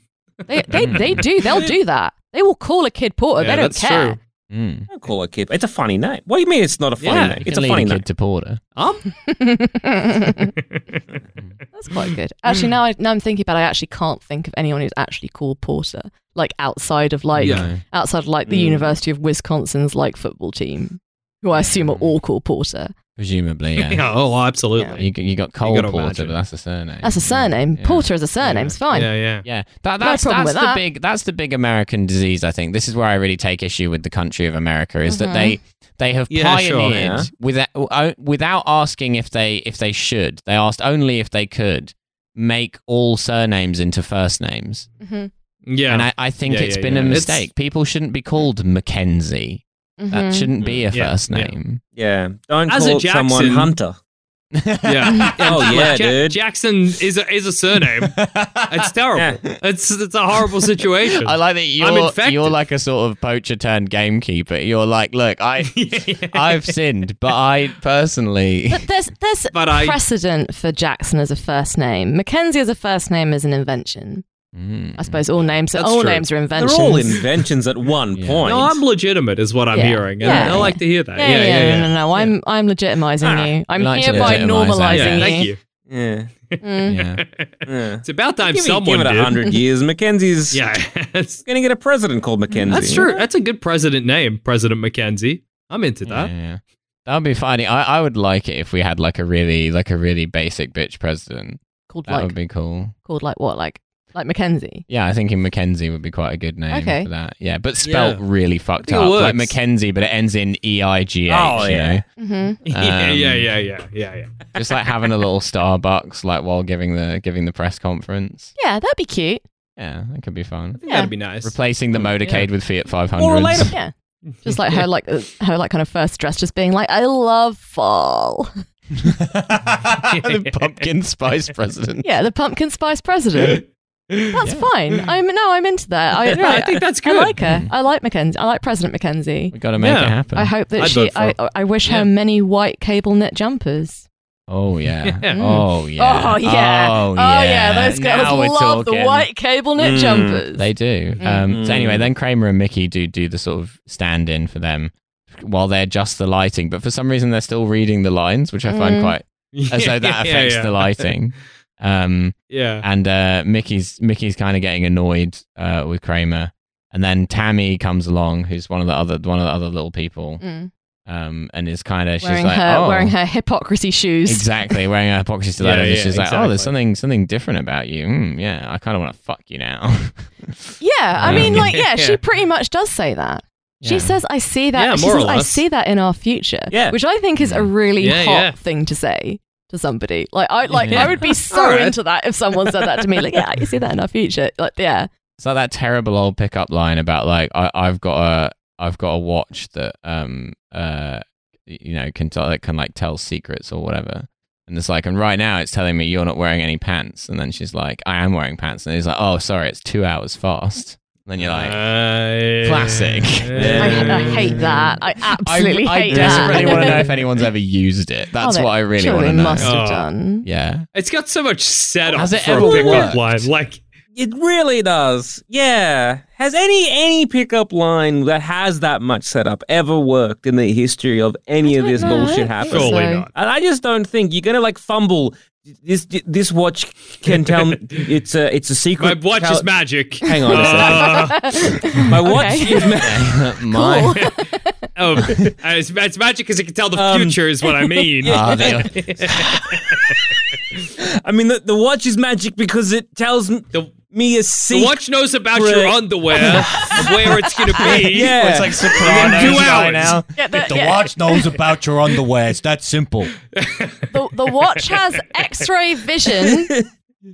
They, they, they do. They'll do that. They will call a kid Porter. [laughs] Yeah, they don't that's care. true. Mm. Don't call it kid. It's a funny name. What do you mean it's not a funny Yeah, name? You can It's a lead funny kid name. to Porter. Um, [laughs] That's quite good. Actually, now, I, now I'm thinking about it, I actually can't think of anyone who's actually called Porter, like outside of like Yeah. outside of, like the Mm. University of Wisconsin's like football team, who I assume are all called Porter. [laughs] Presumably, yeah. yeah. Oh, absolutely. You, you got Cole gotta Porter, imagine. but that's a surname. That's a surname. Mm-hmm. Yeah. Porter is a surname. Yeah. It's fine. Yeah, yeah. Yeah, that, No that's problem that's with the that. big that's the big American disease. I think this is where I really take issue with the country of America is that Mhm. they they have Yeah, pioneered sure, yeah. without uh, without asking if they if they should. They asked only if they could make all surnames into first names, Mhm, Yeah. and I, I think Yeah, it's yeah, been yeah. a It's- mistake. People shouldn't be called Mackenzie. That mhm. shouldn't be a Mm-hmm. Yeah, first yeah. name. Yeah. Don't As a call [laughs] someone Jackson- Hunter. Yeah. And [laughs] Oh, like, yeah, Ja- dude. Jackson is a, is a [laughs] surname. It's terrible. It's it's a horrible situation. [laughs] [laughs] I like that I'm you're infected. you're like a sort of poacher turned gamekeeper. You're like, [laughs] look, I I've sinned, but I personally [laughs] But there's there's But I- precedent for Jackson as a first name. Mackenzie as a first name is an invention. Mm. I suppose all names That's all true. names are They're inventions. all inventions at one point. no, I'm legitimate, is what I'm Yeah. hearing, and Yeah. I like to hear [laughs] that. yeah, yeah, yeah, no, no, no. I'm I'm legitimizing Ah, you. I'm like to hereby legitimize normalizing that. Yeah, you. thank you. yeah. Mm. yeah. yeah. It's about time Give it- someone give it did. [laughs] a hundred years. [laughs] Mackenzie's Yeah, that's, gonna get a president called Mackenzie. that's true. That's a good president name, President McKenzie. I'm into Yeah, um, that. [laughs] yeah. That would be funny. I, I would like it if we had like a really like a really basic bitch president. Called That like would be cool. called like what like like Mackenzie. Yeah, I think in Mackenzie would be quite a good name Okay. for that. Yeah, but spelt Yeah. really fucked think it up. Like works. Mackenzie, but it ends in E I G H. Oh, you yeah. know? hmm Mm-hmm. yeah, Um, yeah, yeah, yeah, yeah, yeah. Just like having a little Starbucks like while giving the giving the press conference. Yeah, that'd be cute. Yeah, that could be fun. I think yeah. that'd be nice. Replacing the motorcade with Fiat 500s. [laughs] Or relatable. Yeah. Just like her, like uh, her, like kind of first dress, just being like, "I love fall." the pumpkin spice [laughs] president. Yeah, the pumpkin spice [laughs] [laughs] president. That's fine. I'm no, I'm into that. I, Yeah, I think that's I good. like her. I like Mackenzie. I like President Mackenzie. Mm. We got to make Yeah. it happen. I hope that I'd she. vote for I, I wish her many white cable knit jumpers. [laughs] Oh yeah. Yeah. Oh yeah. Oh yeah. Oh yeah. yeah. Those girls Now we're love the talking. white Mm. cable knit Mm, jumpers. They do. Um, so Mm. anyway, then Kramer and Mickey do do the sort of stand in for them while they're just the lighting, but for some reason they're still reading the lines, which I find Mm. quite [laughs] as though Yeah, that affects yeah. the lighting. Um, Yeah. and uh, Mickey's Mickey's kind of getting annoyed uh, with Kramer, and then Tammy comes along, who's one of the other one of the other little people, Mm. um, and is kind of she's Wearing like her oh. wearing her hypocrisy [laughs] shoes. Exactly, wearing a epoxy Yeah, stiletto. and yeah, she's like, "Oh, exactly. there's something something different about you." Mm, yeah, I kind of want to fuck you now. [laughs] Yeah, I mean, Yeah. like, yeah, she Yeah. pretty much does say that. Yeah. She says, "I see that." Yeah, she more or says, "I less. see that in our future," Yeah. which I think is a really Yeah, hot yeah. thing to say to somebody. Like, I like, Yeah. I would be so Alright. into that if someone said that to me. Like, yeah, you see that in our future. Like, yeah, It's like that terrible old pickup line about like I, I've got a I've got a watch that um uh you know can tell that can like tell secrets or whatever. And it's like, and right now it's telling me you're not wearing any pants. And then she's like, I am wearing pants. And he's like, Oh, sorry, it's two hours fast. And then you're like, Uh, classic. I, I Yeah. hate that. I I, absolutely I hate that. Oh, desperately want to [laughs] know if anyone's ever used it. That's they what I really Surely want to know. must have Oh. done. Yeah. It's got so much setup Has it for a ever pickup worked? line. Like, It really does. Yeah. Has any any pickup line that has that much setup ever worked in the history of any I of don't this know. bullshit I don't happening? think surely so. not. And I just don't think you're gonna like fumble. This this watch can [laughs] tell. It's a it's a My secret. watch cal- is [laughs] magic. [laughs] Hang on a Uh, [laughs] My watch Okay. is ma- [laughs] My. oh, uh, it's, it's magic because it can tell the Um, future is what [laughs] I mean. [laughs] Ah, they- I mean, the, the watch is magic because it tells m- the, me a the secret. watch knows about your [laughs] underwear, of where it's going to be. Yeah. It's like Sopranos Two right hours. now. Yeah, the, The yeah, watch knows about your underwear. It's that simple. the, the watch has X-ray vision.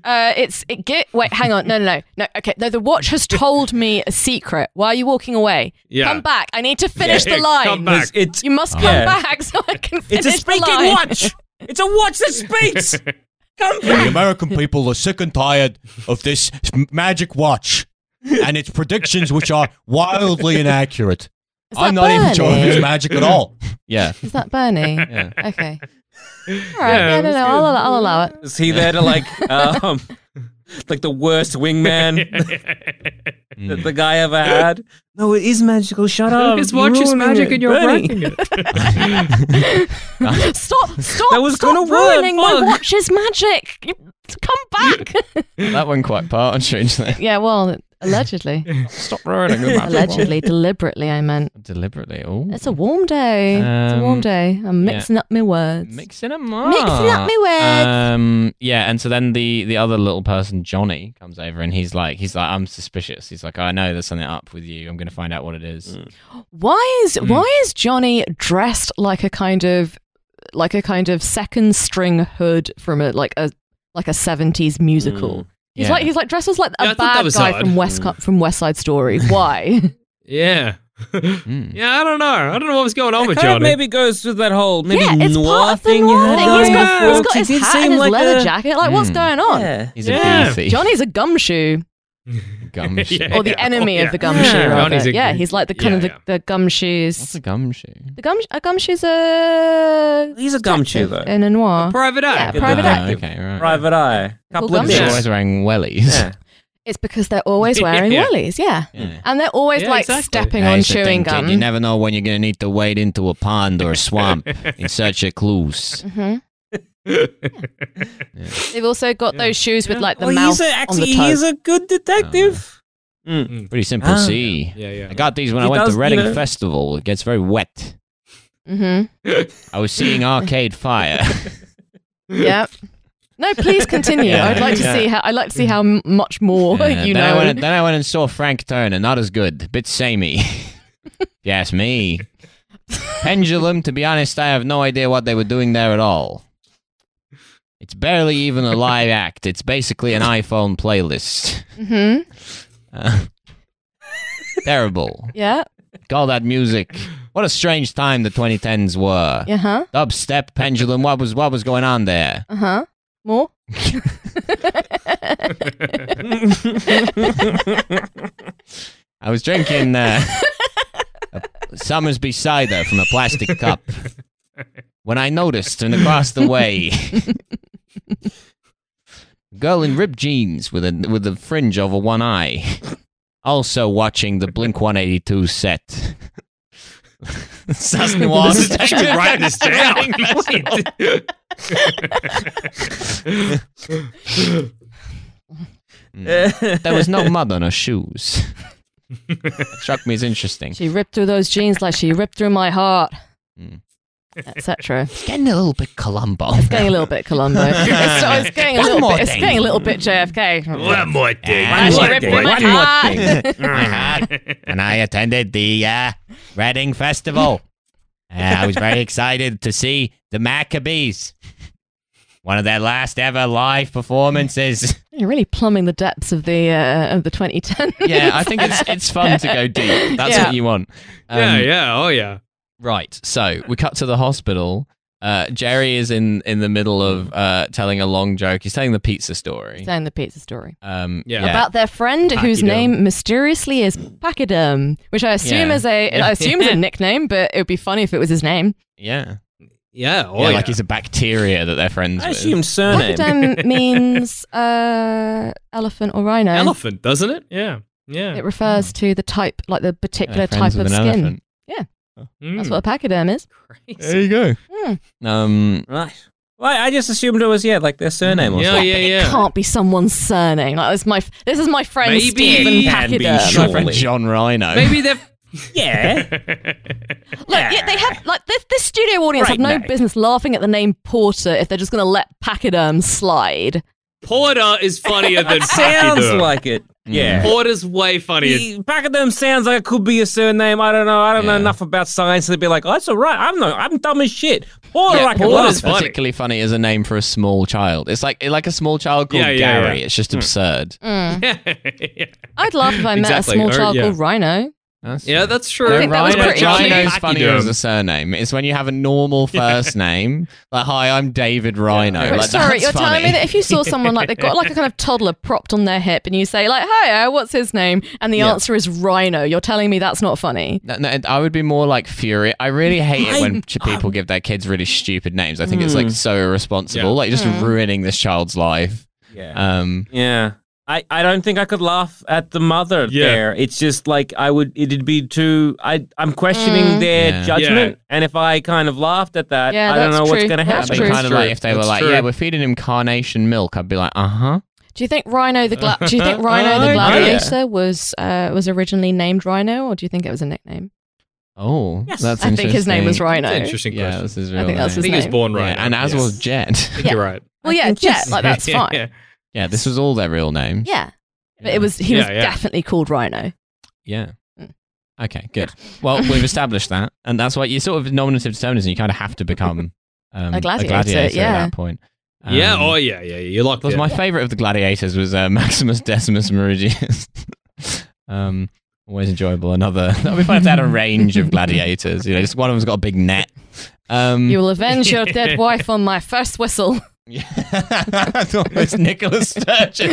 Uh, it's it get wait hang on no no no no okay no the watch has told me a secret why are you walking away Yeah. come back I need to finish Yeah, the line come back. it's you must come Yeah. back so I can finish it's a the speaking line watch. It's a watch that [laughs] speaks. Come The [laughs] back. American people are sick and tired of this magic watch and its predictions, which are wildly inaccurate. Is that I'm not even sure if Bernie? it's magic at all. [laughs] yeah. is that [laughs] Bernie Yeah. [laughs] okay all right yeah, no that's no I'll, allow- I'll allow it Is he there to like um like the [laughs] worst wingman that the guy ever had? No, it is magical. Shut Um, up. His You're watch is ruining magic it. and you're Bernie. wrecking [laughs] it. stop stop That was stop gonna work, ruining my fuck. watch is magic You- come [laughs] back [laughs] That one quite partridge there. yeah well [laughs] allegedly Stop ruining the magic allegedly deliberately I meant. watch. Deliberately. Oh. It's a warm day. it's a warm Um, day. I'm yeah. mixing up my words. Mixing them up. Mixing up my Ah. words. Um, yeah, and so then the the other little person, Johnny, comes over and he's like, he's like, I'm suspicious. He's like, I know there's something up with you. I'm gonna find out what it is. Mm. Uh, why is mm. why is Johnny dressed like a kind of like a kind of second string hood from a like a like a seventies Mm, musical? He's Yeah. like he's like dressed as like a Yeah, I thought that bad was guy odd. [laughs] from West Co- from West Side Story. Why? Yeah. [laughs] Hmm. Yeah, I don't know. I don't know what was going on with Kind of Johnny. maybe goes through that whole maybe [laughs] yeah, it's noir part of the thing. noir thing. He's got, Yeah, he's got his hat and his leather jacket. Like, what's Mm. going on? He's Hmm. Yeah. a bee thief. [laughs] Johnny's a gumshoe, [laughs] Gumshoe. Yeah. or the enemy Oh, yeah. of the gumshoe. Yeah. Yeah, Johnny's a- yeah he's like the kind yeah, of the, yeah. the What's gumshoes. a gumshoe? The gum, a gumshoe's a He's a gumshoe though. in a noir. Private Eye. Yeah, Private Oh, Eye. Okay, right. Private Eye. Well, Couple of gumshoe. He's Yeah. dicks. always wearing wellies. [laughs] Yeah. It's because they're always wearing Yeah. wellies, yeah. Yeah. And they're always Yeah, like exactly. stepping Hey, on it's the chewing thing, gum. kid. You never know when you're going to need to wade into a pond or a swamp [laughs] in search of clues. hmm They've also got those shoes with Yeah. Oh, like the well, mouth he's a, on the actually toe. he's a good detective. Mm. Pretty simple, Ah. see. [laughs] Yeah, yeah. I got these when I He went does, to you Reading know. Festival. It gets very wet. [laughs] hmm I was [laughs] seeing Arcade Fire. [laughs] Yep. No, please continue. Yeah. I'd like to Yeah. see how I'd like to see how m- much more Yeah, you then I know. went and- then I went and saw Frank Turner. Not as good. Bit samey. [laughs] yes, me. Pendulum, to be honest, I have no idea what they were doing there at all. It's barely even a live act. It's basically an iPhone playlist. [laughs] hmm Uh, terrible. Yeah. All that music. What a strange time the 2010s were. Uh huh. Dubstep, pendulum. What was what was going on there? Uh huh. More. I was drinking uh, a Summersby cider from a [laughs] plastic cup when I noticed, and across the way, a girl in ripped jeans with a with a fringe over one eye, also watching the Blink One Eighty Two [laughs] set. Sasson This was is, I [laughs] should write this down. [laughs] There was no mud on her shoes. Struck me as interesting. She ripped through those jeans like she ripped through my heart. Mm. Etc. It's getting a little bit Columbo. It's getting a little bit [laughs] Columbo. It's, so it's getting a One little more bit. It's thing. getting a little bit JFK. One more thing. Ah, she one ripped more through my thing. heart. I had when I attended the uh, Reading Festival. Uh, I was very excited to see the Maccabees. One of their last ever live performances. [laughs] You're really plumbing the depths of the uh, of the [laughs] 2010. [laughs] Yeah, I think it's it's fun to go deep. That's Yeah. what you want. Um, yeah, yeah, oh yeah. Right. So we cut to the hospital. Uh, Jerry is in in the middle of uh, telling a long joke. He's telling the pizza story. Down the pizza story. Um, Yeah. about their friend whose Pachyderm. name mysteriously is Pachyderm, which I assume Yeah. is a I assume [laughs] is a nickname, but it would be funny if it was his name. yeah. Yeah, oh yeah, yeah. like he's a bacteria that they're friends I with. assume surname. [laughs] Pachyderm means uh, elephant or rhino. elephant, doesn't it? Yeah. Yeah. It refers to the type, like the Yeah, particular friends type of with an skin. elephant. Hmm. Mm. That's what a pachyderm is. Crazy. you go. Hmm. Um, Right. Well, I just assumed it was yeah, like their surname or Yeah, something. yeah, It yeah. can't be someone's surname. Like this, is my this is my friend Maybe Stephen it can be Pachyderm. sure. my friend Surely. John Rhino. [laughs] Maybe they're [laughs] Yeah. Like yeah, they have like this, this studio audience Right have no now. business laughing at the name Porter if they're just going to let pachyderm slide. Porter is funnier than sounds Pachyderm. like it. Yeah. Porter's way funnier. He- Back of them sounds like it could be a surname. I don't know. I don't know Yeah. enough about science to be like, oh, that's all right. I'm not. I'm dumb as shit. Porter, Yeah, I can Porter's laugh at. particularly funny as a name for a small child. It's like like a small child called Yeah, yeah, Hmm. Gary. yeah. It's just absurd. Mm. [laughs] yeah. I'd laugh if I met Exactly, a small or- child yeah. called Rhino. That's yeah, that's true. I think that was Rhino, pretty Rhino's cute. funnier as a surname. It's when you have [laughs] a normal first name. Like, hi, I'm David Rhino. Yeah. But Oh, Like, sorry, that's you're funny. telling me that if you saw someone like they've got like a kind of toddler propped on their hip and you say like, "Hi, uh, what's his name?" and the Yeah. answer is Rhino, you're telling me that's not funny. No, no, and I would be more like furious. I really hate it when I'm- ch- people give their kids really stupid names. I think it's like Mm. so irresponsible, Hmm. Yeah. like just Mm. ruining this child's life. Yeah. Um, yeah. I, I don't think I could laugh at the mother Yeah. there. It's just like I would. It'd be too. I I'm questioning Mm. their Yeah. judgment, and if I kind of laughed at that, Yeah, I don't that's know what's true. going to That's I'd be happen. true. kind of like if they were That's like, true. "Yeah, we're feeding him carnation milk," I'd be like, "Uh huh." Do you think Rhino the gla- Do you think Rhino the Oh, gladiator was uh, was originally named Rhino, or do you think it was a nickname? Oh, Yes. that's I think his name was interesting. Rhino. That's an interesting Yeah, question. this is I real. think that's I his think he was name. born Yeah, right. and as [laughs] was Jet. I think you're right. Well, yeah, think Jet. yes. Like that's [laughs] Yeah, fine. yeah. Yeah, Yeah, this was all their real names. but it was he Yeah, was yeah. definitely called Rhino. Yeah. Mm. Okay, good. [laughs] Well, we've established that, and that's why you sort of nominative determinism. You kind of have to become [laughs] um, A gladiator, at yeah. that point. yeah, Um, oh yeah, yeah, yeah. You locked Because in. [laughs] my favorite of the gladiators was uh, Maximus Decimus Meridius. [laughs] um, Always enjoyable. Another. [laughs] That'd be fun if they had a range of gladiators. You know, just one of them's got a big net. Um, You will avenge your [laughs] dead wife on my first whistle. it's almost Nicholas [laughs] Sturgeon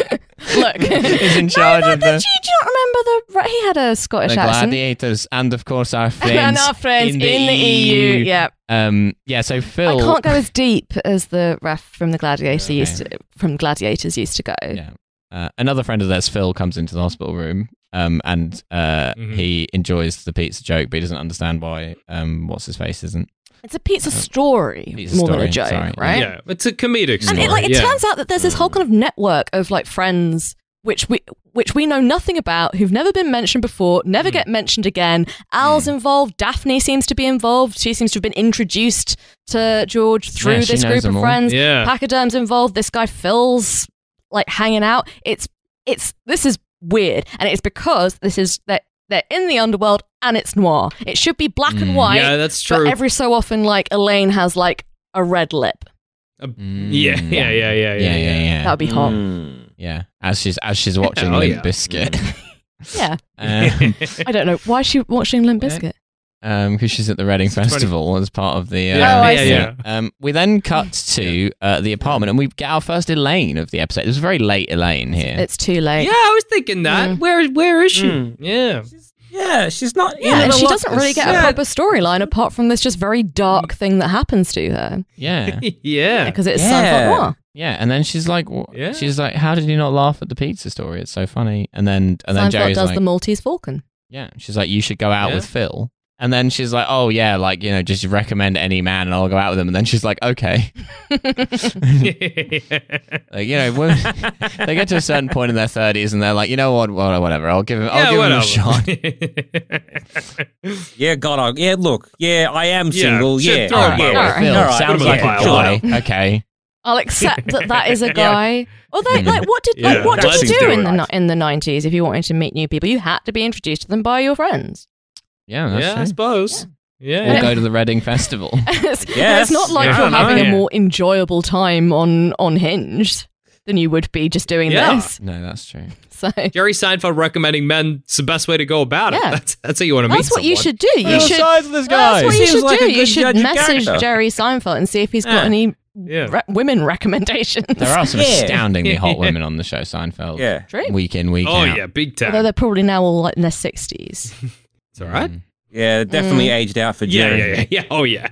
Look. is in charge no, of the, you, do you not remember the? He had a Scottish the accent. gladiators, and of [laughs] course our friends. E and our friends in the, EU. Yeah, Um, yeah. So Phil. I can't [laughs] go as deep as the ref from the Gladiator Okay. used to, from Gladiators used to go. Yeah. Uh, another friend of theirs, Phil, comes into the hospital room um, and uh, Mhm. he enjoys the pizza joke, but he doesn't understand why um, what's his face isn't. It's a pizza story Pizza more than a Uh-huh. story, joke, sorry. right? Yeah, it's a comedic And story. it, like, it yeah. turns out that there's this whole kind of network of like friends which we which we know nothing about, who've never been mentioned before, Hmm. never get mentioned again. Al's involved. Daphne seems to be involved. She seems to have been introduced to George through Yeah, she this knows group them of all. friends. Yeah. Pachyderm's involved. This guy Phil's like hanging out. It's it's this is weird, and it's because this is that they're, in the underworld and it's noir. It should be black and Mm. white, yeah, that's but true. every so often, like Elaine has like a red lip. yeah, yeah, yeah, yeah, yeah, yeah, yeah, yeah. That would be hot. Hmm. Yeah, as she's as she's [laughs] watching Oh, Limp yeah. Biscuit. [laughs] Yeah, Um, I don't know why is she watching Limp Yeah. Bizkit. um, because she's at the Reading funny. Festival as part of the. Uh, Yeah, Oh, I yeah, see. yeah. Um, we then cut to uh, the apartment, and we get our first Elaine of the episode. It was a very late Elaine here. It's too late. Yeah, I was thinking that. Mm. Where where is she? Mm. Yeah. [laughs] Yeah, she's not. Yeah, and she doesn't really get a yeah. proper storyline apart from this just very dark thing that happens to her [laughs] yeah, yeah. because it's Yeah. yeah. noir. yeah. And then she's like, wh- Yeah. she's like, how did you not laugh at the pizza story? It's so funny. And then and then Seinfeld Jerry's does like, the Maltese Falcon. yeah. She's like, you should go out Yeah. with Phil. And then she's like, oh yeah, like you know, just recommend any man, and I'll go out with him. And then she's like, okay, [laughs] like you know, [laughs] women, they get to a certain point in their thirties, and they're like, you know what, what- whatever, [laughs] I'll give him, I'll give him a shot. Yeah, God, I, yeah. Look, yeah, I am Yeah, single. shit, Yeah, throw yeah, it my way. yeah. Phil All right, sounds put yeah, him like in the a pile. sure. guy. Okay. I'll accept that that [laughs] is a guy. Although, Mm. like, what did like Yeah, what that's did you do exactly in the right. ni- in the nineties if you wanted to meet new people? You had to be introduced to them by your friends. [laughs] Yeah, that's yeah, I true. suppose. Yeah. Or go to the Reading Festival. it's, Yes. it's not like Yeah, you're I don't having know. a more enjoyable time on on Hinge than you would be just doing Yeah. this. no, that's true. So Jerry Seinfeld recommending men. It's the best way to go about it. Yeah. [laughs] That's that's how you want to meet. that's what you someone. should do. You should. size of this well, that's what you Seems should like a do. You good should judge of message character. Jerry Seinfeld and see if he's Yeah. got any Yeah. re- women recommendations. [laughs] There are some Yeah. astoundingly hot women on the show, Seinfeld. Yeah. True. Week in, week Oh out. yeah, big Although time. they're probably now all like in their [laughs] sixties. It's all right. Mm. Yeah, definitely aged out for Yeah, Jerry. yeah, yeah, yeah. Oh yeah.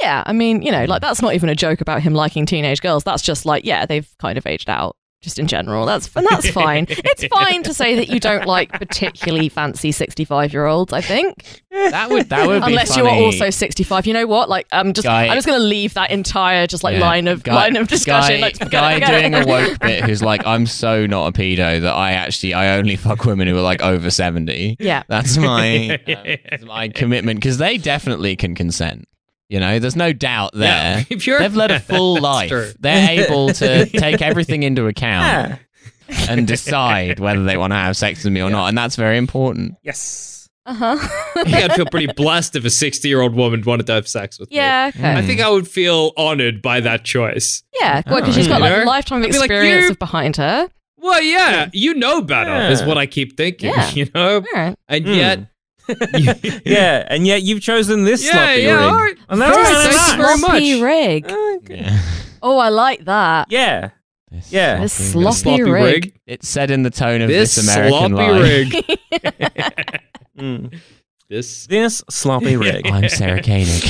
Yeah, I mean, you know, like that's not even a joke about him liking teenage girls. That's just like, yeah, they've kind of aged out. Just in general, that's and [laughs] that's fine. It's fine to say that you don't like particularly fancy sixty-five-year-olds. I think, That would that would be unless funny. you're also sixty-five. You know what? Like, I'm just Guy- I'm just gonna leave that entire just like Yeah. line of Guy- line of discussion. Guy, like, forget guy it, forget doing it. a woke bit who's like, I'm so not a pedo that I actually I only fuck women who are like over seventy. yeah, That's my um, [laughs] that's my commitment because they definitely can consent. You know, there's no doubt there. Yeah. [laughs] If you're They've led a full That's life. true. They're able [laughs] to take everything into account Yeah. and decide whether they want to have sex with me or not, and that's very important. Yes. [laughs] uh I huh. think I'd feel pretty blessed if a 60 year old woman wanted to have sex with yeah, me. I okay. think I would feel honored by that choice. yeah, because she's got like a lifetime of I'd be like, experience you- of behind her. Well, yeah, you know better Yeah. is what I keep thinking, Yeah. [laughs] you know? All right. And Hmm. yet, [laughs] Yeah, and yet you've chosen this yeah, sloppy yeah, rig. all right. And that's Very kinda nice. nice. Thank you very sloppy much. rig. Yeah. Oh, I like that. Yeah. Yeah. This rig. sloppy rig. It's said in the tone of This this, American sloppy life. [laughs] rig. Mm. [laughs] This. This sloppy rig. I'm Sarah [laughs] Koenig.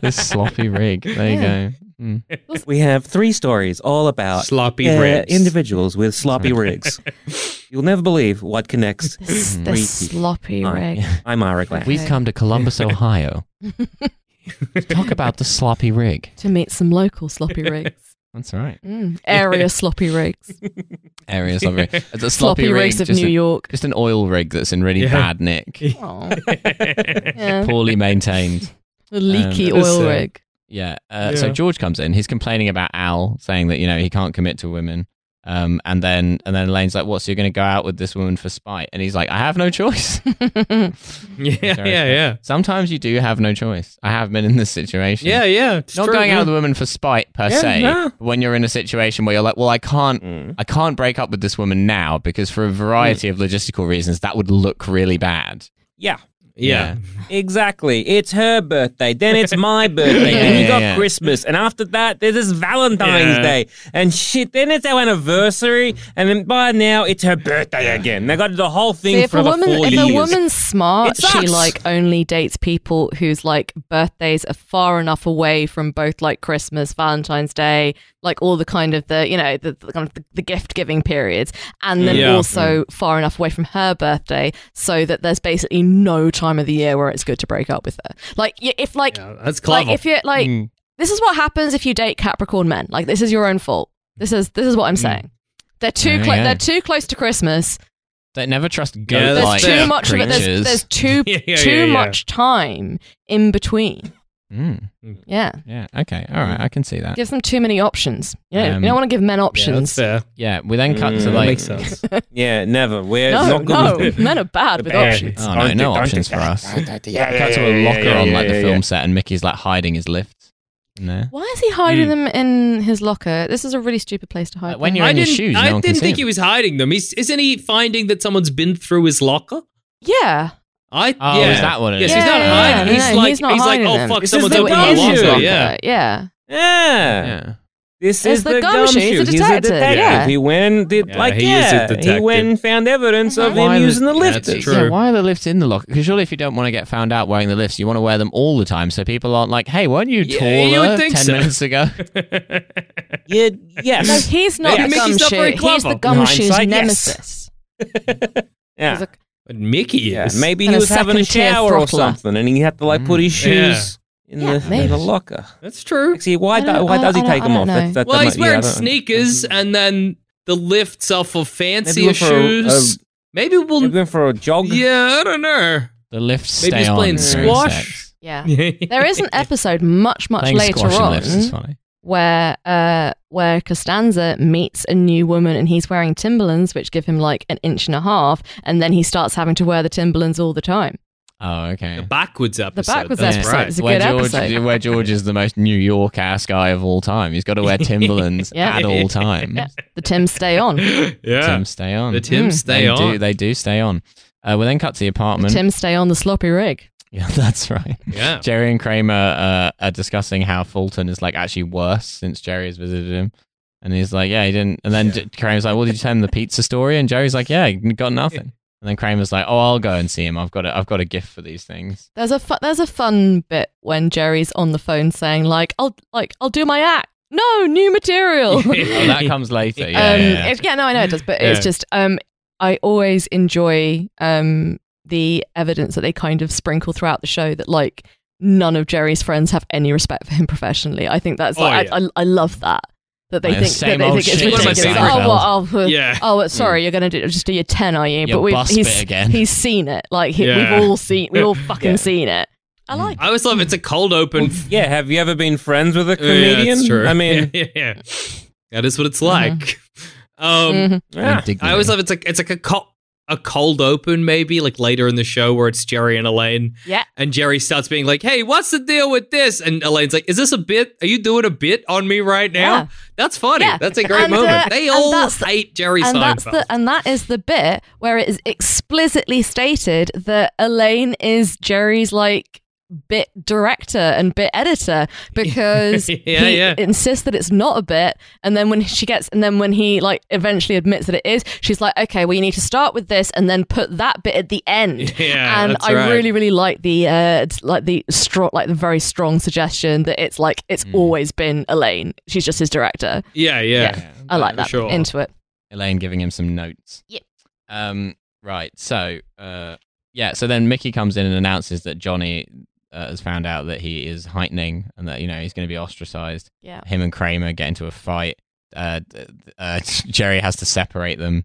this sloppy rig. There Yeah. you go. Mm. we have three stories all about sloppy uh, rigs. [laughs] individuals with sloppy rigs. You'll never believe what connects. This, Mm. this Freaky. sloppy Oh, rig. I'm Ira Glass. We've come [laughs] to Columbus, Ohio. to talk about the sloppy rig. [laughs] To meet some local sloppy rigs. That's right. Mm. Area sloppy rigs. Area [laughs] sloppy rig. It's a Sloppy, sloppy, rig. rigs of just New a- York. Just an oil rig that's in really Yeah. [laughs] bad nick. Oh, yeah. Poorly maintained. A leaky Um, that is, oil uh, rig. Yeah. Uh, So Yeah. George comes in. He's complaining about Al, saying that you know he can't commit to women, Um, and then and then Elaine's like, "What? So you're going to go out with this woman for spite?" And he's like, "I have [laughs] no choice." Yeah, yeah, yeah. Sometimes you do have no choice. I have been in this situation. Yeah, yeah. It's Not true, going yeah. out with a woman for spite per Yeah, se. no. But when you're in a situation where you're like, "Well, I can't, Mm. I can't break up with this woman now because for a variety of logistical reasons that would look really bad." Yeah. Yeah. Exactly. It's her birthday. Then it's my birthday. Yeah, then you yeah, got yeah. Christmas. And after that, there's this Valentine's Yeah. Day. And shit, then it's our anniversary. And then by now, it's her birthday again. They got the whole thing See, if for a the woman, four if years. a woman's smart, It she sucks. like only dates people whose like birthdays are far enough away from both like Christmas, Valentine's Day, like all the kind of the you know the, the kind of the, the gift giving periods, and then Yeah. also far enough away from her birthday, so that there's basically no time of the year where it's good to break up with her. Like y- if like Yeah, That's clever. like if you're like Mm. this is what happens if you date Capricorn men. Like this is your own fault. This is this is what I'm saying. They're too There close. you go. They're too close to Christmas. They never trust Yeah, There's goat-like too fair. much of it. creatures. There's, there's too [laughs] Yeah, yeah, too yeah, yeah. much time in between. Mm, Yeah, yeah. Okay. All right. I can see that. gives them too many options. You, know, Um, you don't want to give men yeah, that's options. fair. Yeah. We then cut Mm. to That like makes sense. yeah, never. We're no, not good no, [laughs] with men are [laughs] bad with bad. options. Oh no, Don't no do- don't options do for that. us. Cut Yeah, to a locker on like the film set, and Mickey's like hiding his lifts. in there. Why is he Mm. hiding them in his locker? This is a really stupid place to hide. Like, them. when you're I in your didn't, shoes, I no one can didn't see think he him. was hiding them. He's, isn't he finding that someone's been through his locker? yeah, I Oh, yeah. is that what it Yes, is? he's not Yeah, yeah, hiding. he's no, no, like he's not hiding like, oh them. fuck, This is someone's the opened way my it is. locker. Yeah. Yeah. yeah. Yeah. Yeah. This There's is the the, gumshoe. gumshoe. He's a detective, yeah. He went, did, Yeah, like, he is a yeah, he detective. went and found evidence Uh-huh. of Why him using the yeah, lift. that's Yeah, True. why are the lifts in the locker? Because surely if you don't want to get found out wearing the lifts, you want to wear them all the time so people aren't like, hey, weren't you Yeah, taller you would think 10 so. minutes ago? [laughs] [laughs] Yeah, No, [laughs] yes. he's not Maybe the Mickey's not very gumshoe. He's clever. the gumshoe's Hindsight, yes. nemesis. Yeah. He's a- But Mickey Yeah, is. maybe And he a was having a second-tier shower or throttler. something, and he had to like put his Mm, Yeah. shoes in, Yeah, the, maybe. in the locker. That's true. Actually, why, I don't- do, why I- does I he don't- take I them don't off? know. That- that- Well, that he's might- yeah, I wearing don't- sneakers, and then the lifts are for Maybe fancier went for a- a- shoes. Maybe we'll. Maybe he went for a jog. yeah, I don't know. The lifts Maybe stay he's on. playing during squash. sex. yeah. [laughs] There is an episode much, much Playing later squash and on lifts is funny. where uh where Costanza meets a new woman and he's wearing Timberlands which give him like an inch and a half and then he starts having to wear the Timberlands all the time. Oh, [laughs] okay. The backwards episode. backwards that's episode Right. is a where good George, episode. Where George is the most New York ass guy of all time. He's got to wear Timberlands Yeah. at all times. Yeah. The Tims stay [laughs] on. The yeah. Tim, stay on. The Tim Mm. stay they on. Do, they do stay on. Uh, we then cut to the apartment. Tims stay on the sloppy rig. [laughs] yeah, that's right. [laughs] yeah. Jerry and Kramer uh, are discussing how Fulton is like actually worse since Jerry has visited him. And he's like, yeah, he didn't. And then J- Kramer's like, well, did you tell him the pizza story? And Jerry's like, yeah, he got nothing. And then Kramer's like, oh, I'll go and see him. I've got a, I've got a gift for these things. There's a fu- there's a fun bit when Jerry's on the phone saying like I'll like I'll do my act. No, new material. [laughs] Oh, that comes later. Yeah, um, yeah, yeah. It, yeah, no, I know it does, but it's Yeah. just um, I always enjoy um, the evidence that they kind of sprinkle throughout the show that like none of Jerry's friends have any respect for him professionally. I think that's Oh, like yeah. I, I, I love that that they Yeah, think that same they old think it's shit, One of my ridiculous. favourite Oh, well, oh, uh, Yeah. oh, well, sorry, you're gonna do, just do your ten, are you? Your but we've bus he's bit again. he's seen it. Like he, Yeah. we've all seen, we all fucking Yeah. seen it. I like. I always love it's a cold open. f- Yeah, have you ever been friends with a Oh, Yeah, yeah, comedian? it's true. I mean, [laughs] yeah, yeah, yeah. that is what it's like. [laughs] Um, Mhm. yeah. Indignity. I always love it's like it's like a co- a cold open maybe like later in the show where it's Jerry and Elaine. Yeah. And Jerry starts being like, "Hey, what's the deal with this?" And Elaine's like, "Is this a bit? Are you doing a bit on me right now?" Yeah. That's funny. Yeah. That's a great And, uh, moment. They and all that's the- hate Jerry and Seinfeld. that's the and that is the bit where it is explicitly stated that Elaine is Jerry's like bit director and bit [laughs] editor because Yeah, he yeah. insists that it's not a bit and then when she gets and then when he like eventually admits that it is she's like okay well you need to start with this and then put that bit at the end [laughs] [laughs] Yeah, and that's i right. really really like the uh it's like the strong like the very strong suggestion that it's like it's Mm. always been elaine she's just his director yeah, yeah, Yeah. i like that sure. into it Elaine giving him some notes. Yep. Um. Right. So. Uh. Yeah. So then Mickey comes in and announces that Johnny uh, has found out that he is heightening and that you know he's going to be ostracized. yeah Him and Kramer get into a fight. Uh, d- uh, [laughs] Jerry has to separate them.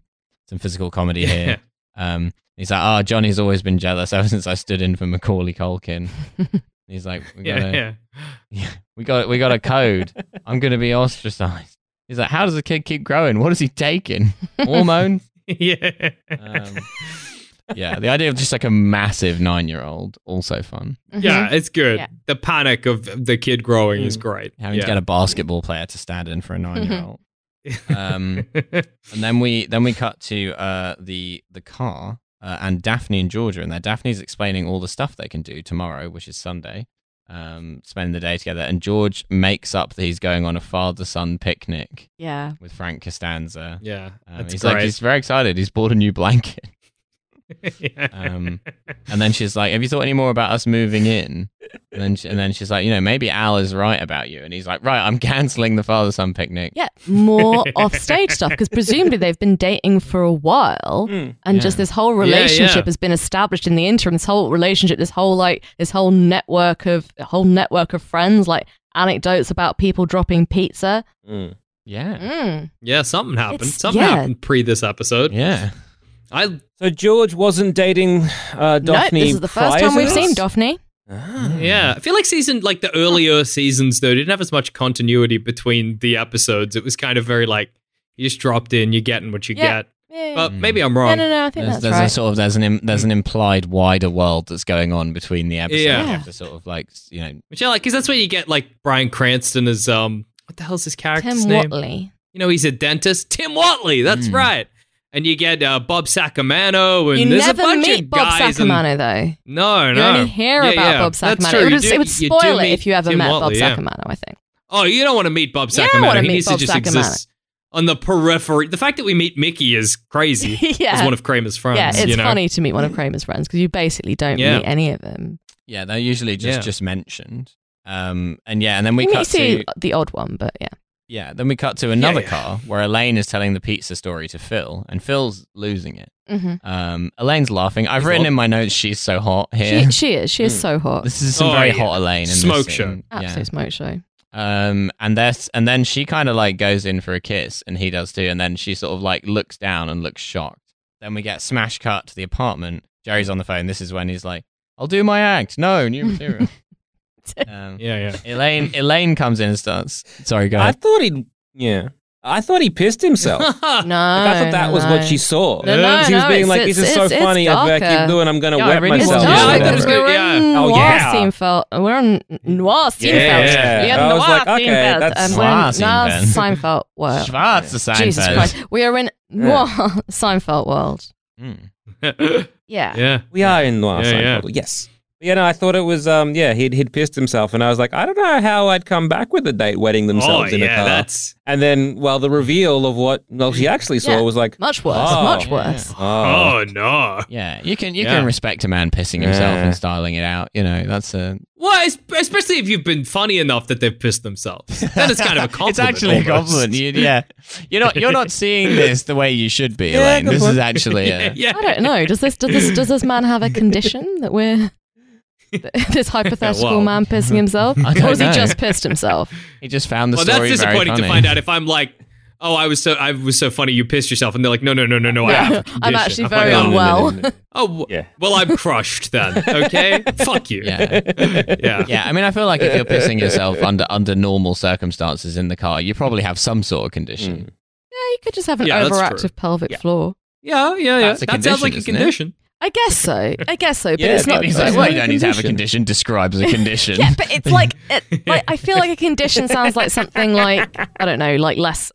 Some physical comedy here. Um, he's like, "Oh, Johnny's always been jealous ever since I stood in for [laughs] Macaulay Culkin." he's like, we yeah, gotta, yeah. [laughs] we got, we got a code. I'm going to be ostracized." He's like, how does the kid keep growing? What is he taking? Hormone? yeah. Mm-hmm. Um, yeah, the idea of just like a massive nine year old, also fun. Mm-hmm. Yeah, it's good. Yeah. Mm. The panic of the kid growing is great. Having to get a basketball player to stand in for a nine year old. Um, [laughs] a- and then we then we cut to uh, the the car uh, and Daphne and Georgia in there. Daphne's explaining all the stuff they can do tomorrow, which is Sunday. Um, spending the day together, and George makes up that he's going on a father son picnic Yeah. with Frank Costanza. [laughs] yeah, Um, that's he's great. like he's very excited. He's bought a [laughs] new blanket, Yeah. um, and then she's like, "Have you thought any more about us moving in?" And then she, and then she's like, "You know, maybe Al is right about you." And he's like, "Right, I'm [laughs] canceling the father son picnic." Yeah, [laughs] more offstage stuff because presumably they've been dating for a while, and just this whole Hmm. yeah. relationship has been established in the interim. This whole relationship, this whole like this whole network of whole network of friends, like anecdotes about people dropping pizza. mm. Yeah, Mm. [laughs] yeah, something happened. It's- something yeah. happened pre this episode. yeah. I So George wasn't dating uh, Daphne. no, this is the first prior time to we've this? seen Daphne. Ah. yeah, I feel like season like the earlier seasons though didn't have as much continuity between the episodes. It was kind of very like you just dropped in, you're getting what you Yeah. get. Yeah, But maybe I'm no, wrong. no, no. I think There's, that's there's a right. sort of there's an im- there's an implied wider world that's going on between the episodes. Yeah. You have to sort of like s- you know Which I like because that's where you get like Brian Cranston as um what the hell's his character's Tim name? Watley. You know, he's a dentist. Tim Watley, that's Mm. right. And you get uh, Bob Sacamano and You there's a never bunch meet of Bob guys. and- Sacamano though. no, You no. only hear Yeah, about yeah. Bob That's Sacamano. true. It would, You do- it would you do spoil it meet if you ever Tim met Watley, yeah. Bob Sacamano. I think. Oh, you don't want to meet Bob You don't wanna Sacamano. He meet needs Bob to just Sacamano. exist on the periphery. The fact that we meet Mickey is [laughs] crazy. yeah. As one of Kramer's friends. yeah, it's you know? funny to meet one of Kramer's friends because you basically don't Yeah. meet any of them. yeah they're usually just Yeah. just mentioned. Um and yeah and then we you may cut see to the odd one, but yeah. yeah then we cut to another yeah. car where Elaine is telling the pizza story to Phil and Phil's losing it. Mm-hmm. Um Elaine's laughing. I've written hot. in my notes she's so hot here. She, she is. She is so hot. [laughs] this is some Oh, very yeah. hot Elaine in this Smoke scene. show. Absolute smoke show. Um, and that's and then she kind of like goes in for a kiss, and he does too. And then she sort of like looks down and looks shocked. Then we get smash cut to the apartment. Jerry's on the phone. This is when he's like, "I'll do my act. [laughs] No new material." um, Yeah, yeah. Elaine Elaine comes in and starts. Sorry, I guys. thought he. Yeah, I thought he pissed himself. Like, No, I thought that was no. what she saw. No, no, she was no, being it's- like, it's- "This is so it's- it's funny. I darker. keep doing. I'm gonna Yeah, I wet really It's myself." thought Yeah, I dark. thought it was we're good, yeah. in Oh, noir yeah. Seinfeld. We're in noir Seinfeld. Yeah. We are I was noir like, okay, Seinfeld, that's and we're in noir noir Seinfeld. Seinfeld world. Schwarz the Jesus Seinfeld. Christ, we are in noir [laughs] Seinfeld world. Mm. [laughs] Yeah. yeah. We are in Noir Yeah, yeah. Seinfeld. Yes. Yeah, no, I thought it was. Um, yeah, he'd he'd pissed himself, and I was like, I don't know how I'd come back with a date wetting Oh, themselves in a yeah, car. that's. And then, well, the reveal of what well she actually saw Yeah. was like, Much worse. Oh. much Yeah. worse. oh, Oh, no. Yeah, you can you Yeah. can respect a man pissing himself Yeah. and styling it out. You know that's a Well, es- especially if you've been funny enough that they've pissed [laughs] themselves. Then it's kind of a compliment. It's actually almost. a compliment. You, yeah, you're not you're not seeing this the way you should be, Yeah, Elaine. good This point. is actually a, [laughs] [laughs] yeah. I don't know. Does this does this does this man have a condition that we're [laughs] this hypothetical Well. man pissing himself, I don't or has he know. just pissed himself? he just found the Well, that's story very disappointing funny. to find out if I'm like, oh, I was so I was so funny, you pissed yourself, and they're like, no, no, no, no, no, I Yeah. have a condition. [laughs] I'm actually like, very oh, unwell. Oh, w- Yeah. well, I'm crushed then. [laughs] Okay, fuck you. Yeah, yeah. yeah. I mean, I feel like if you're pissing yourself under under normal circumstances in the car, you probably have some sort of condition. Mm. Yeah, you could just have an Yeah, that's true. overactive pelvic floor. Yeah, yeah, yeah. That's a that sounds like a condition, isn't it? condition. I guess so. I guess so, but Yeah, it's but not. He's it's like, not well, a you don't need to have a condition. condition. [laughs] Describes a condition. Yeah, but it's like, it, like I feel like a condition sounds like something like I don't know, like less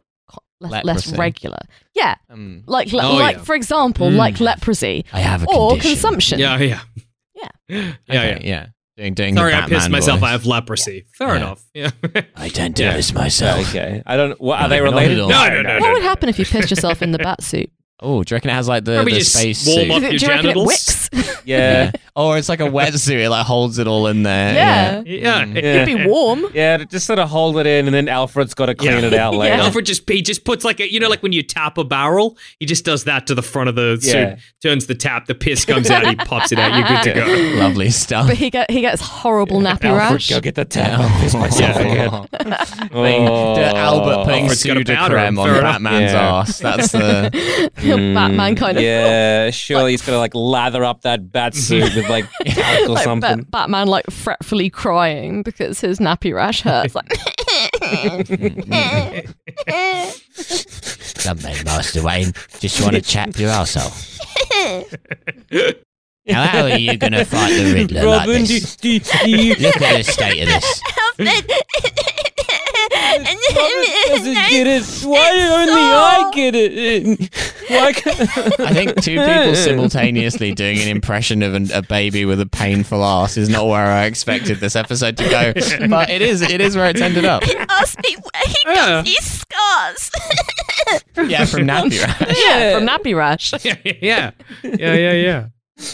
less, less Leprosy. regular. Yeah, Um, like le- Oh, like yeah. for example, Mm. like leprosy I have a or condition. consumption. Yeah, yeah. [laughs] Yeah. Yeah, Okay, yeah. yeah. Doing, doing Sorry, the I Batman pissed myself. voice. I have leprosy. Fair Yeah. enough. Yeah. I don't do Yeah. this myself. okay. I don't. What are they No, not related? at all. [laughs] No, no, no, What would happen if you pissed yourself in the bat suit? Oh, do you reckon it has like the, Probably the just space warm suit? up Do your you reckon it genitals? wicks? [laughs] Yeah, Or it's like a wetsuit. It like holds it all in there. Yeah. yeah. Mm. yeah, It'd be warm. yeah. to Just sort of hold it in, and then Alfred's got to clean Yeah. it [laughs] out later. Yeah. Alfred just he just puts like a you know like when you tap a barrel, he just does that to the front of the Yeah. suit, turns the tap, the piss comes out, he pops it out, you're good to go. [laughs] Lovely stuff. But he get, he gets horrible nappy Alfred, rash. go get the tap. [laughs] Yeah. Piss myself again. [laughs] putting Oh. the Albert putting Alfred's got a pseudo powder creme on, on fair enough. Batman's Yeah. ass. That's the [laughs] Batman kind of Yeah, surely he's gonna like lather up [laughs] that bat suit with like talc or like Ba- something. Batman like [laughs] fretfully crying because his nappy rash hurts. Like [laughs] Come on, Master Wayne. Just [laughs] want to chat to you also. Now, how are you going to fight the Riddler Robin, like do, this? do, do [laughs] you Look at the state of this. doesn't get it? Why only I get it? Why can't... [laughs] I think two [laughs] people simultaneously doing an impression of an, a baby with a painful ass is not where I expected this episode to [laughs] go, but it is. It is where it's ended up. Ask me Oh, where he Yeah. got these scars. Yeah, [laughs] from Nappy Rash. Yeah, from Nappy Rash. [laughs] yeah, yeah, yeah, yeah, yeah.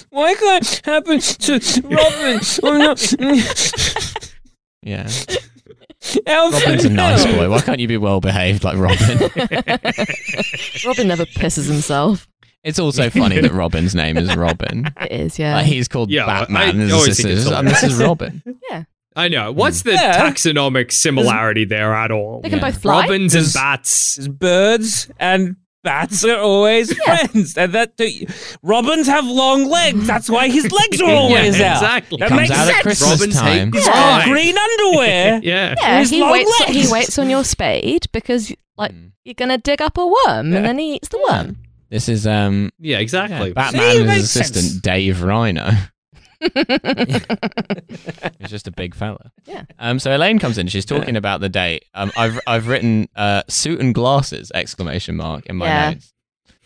Why can't it happen to Robin? [laughs] I'm not... Yeah, Alfred, Robin's a nice no. boy. Why can't you be well behaved like Robin? Robin never pisses himself. It's also funny that Robin's name is Robin. It is, yeah. Like he's called Yeah, I- Batman, I and, his always think it's sister- and this is Robin. I know. What's the Yeah. taxonomic similarity there at all? they can yeah. both fly. Robins and Does- bats. birds and bats are always friends, and that robins have long legs. That's why his legs are always [laughs] yeah, out. Exactly. That Comes makes out sense. at Christmas Robins time. hate Yeah, design. Green underwear. Yeah. yeah, his he long waits. legs. He waits on your spade because [laughs] like Mm. you're gonna dig up a worm and then he eats the worm. This is um Yeah, exactly. yeah, Batman and his makes sense. assistant Dave [laughs] Rhino. [laughs] He's just a big fella. Yeah. Um. So Elaine comes in. She's talking about the date. Um. I've I've written uh suit and glasses exclamation mark in my Yeah. notes.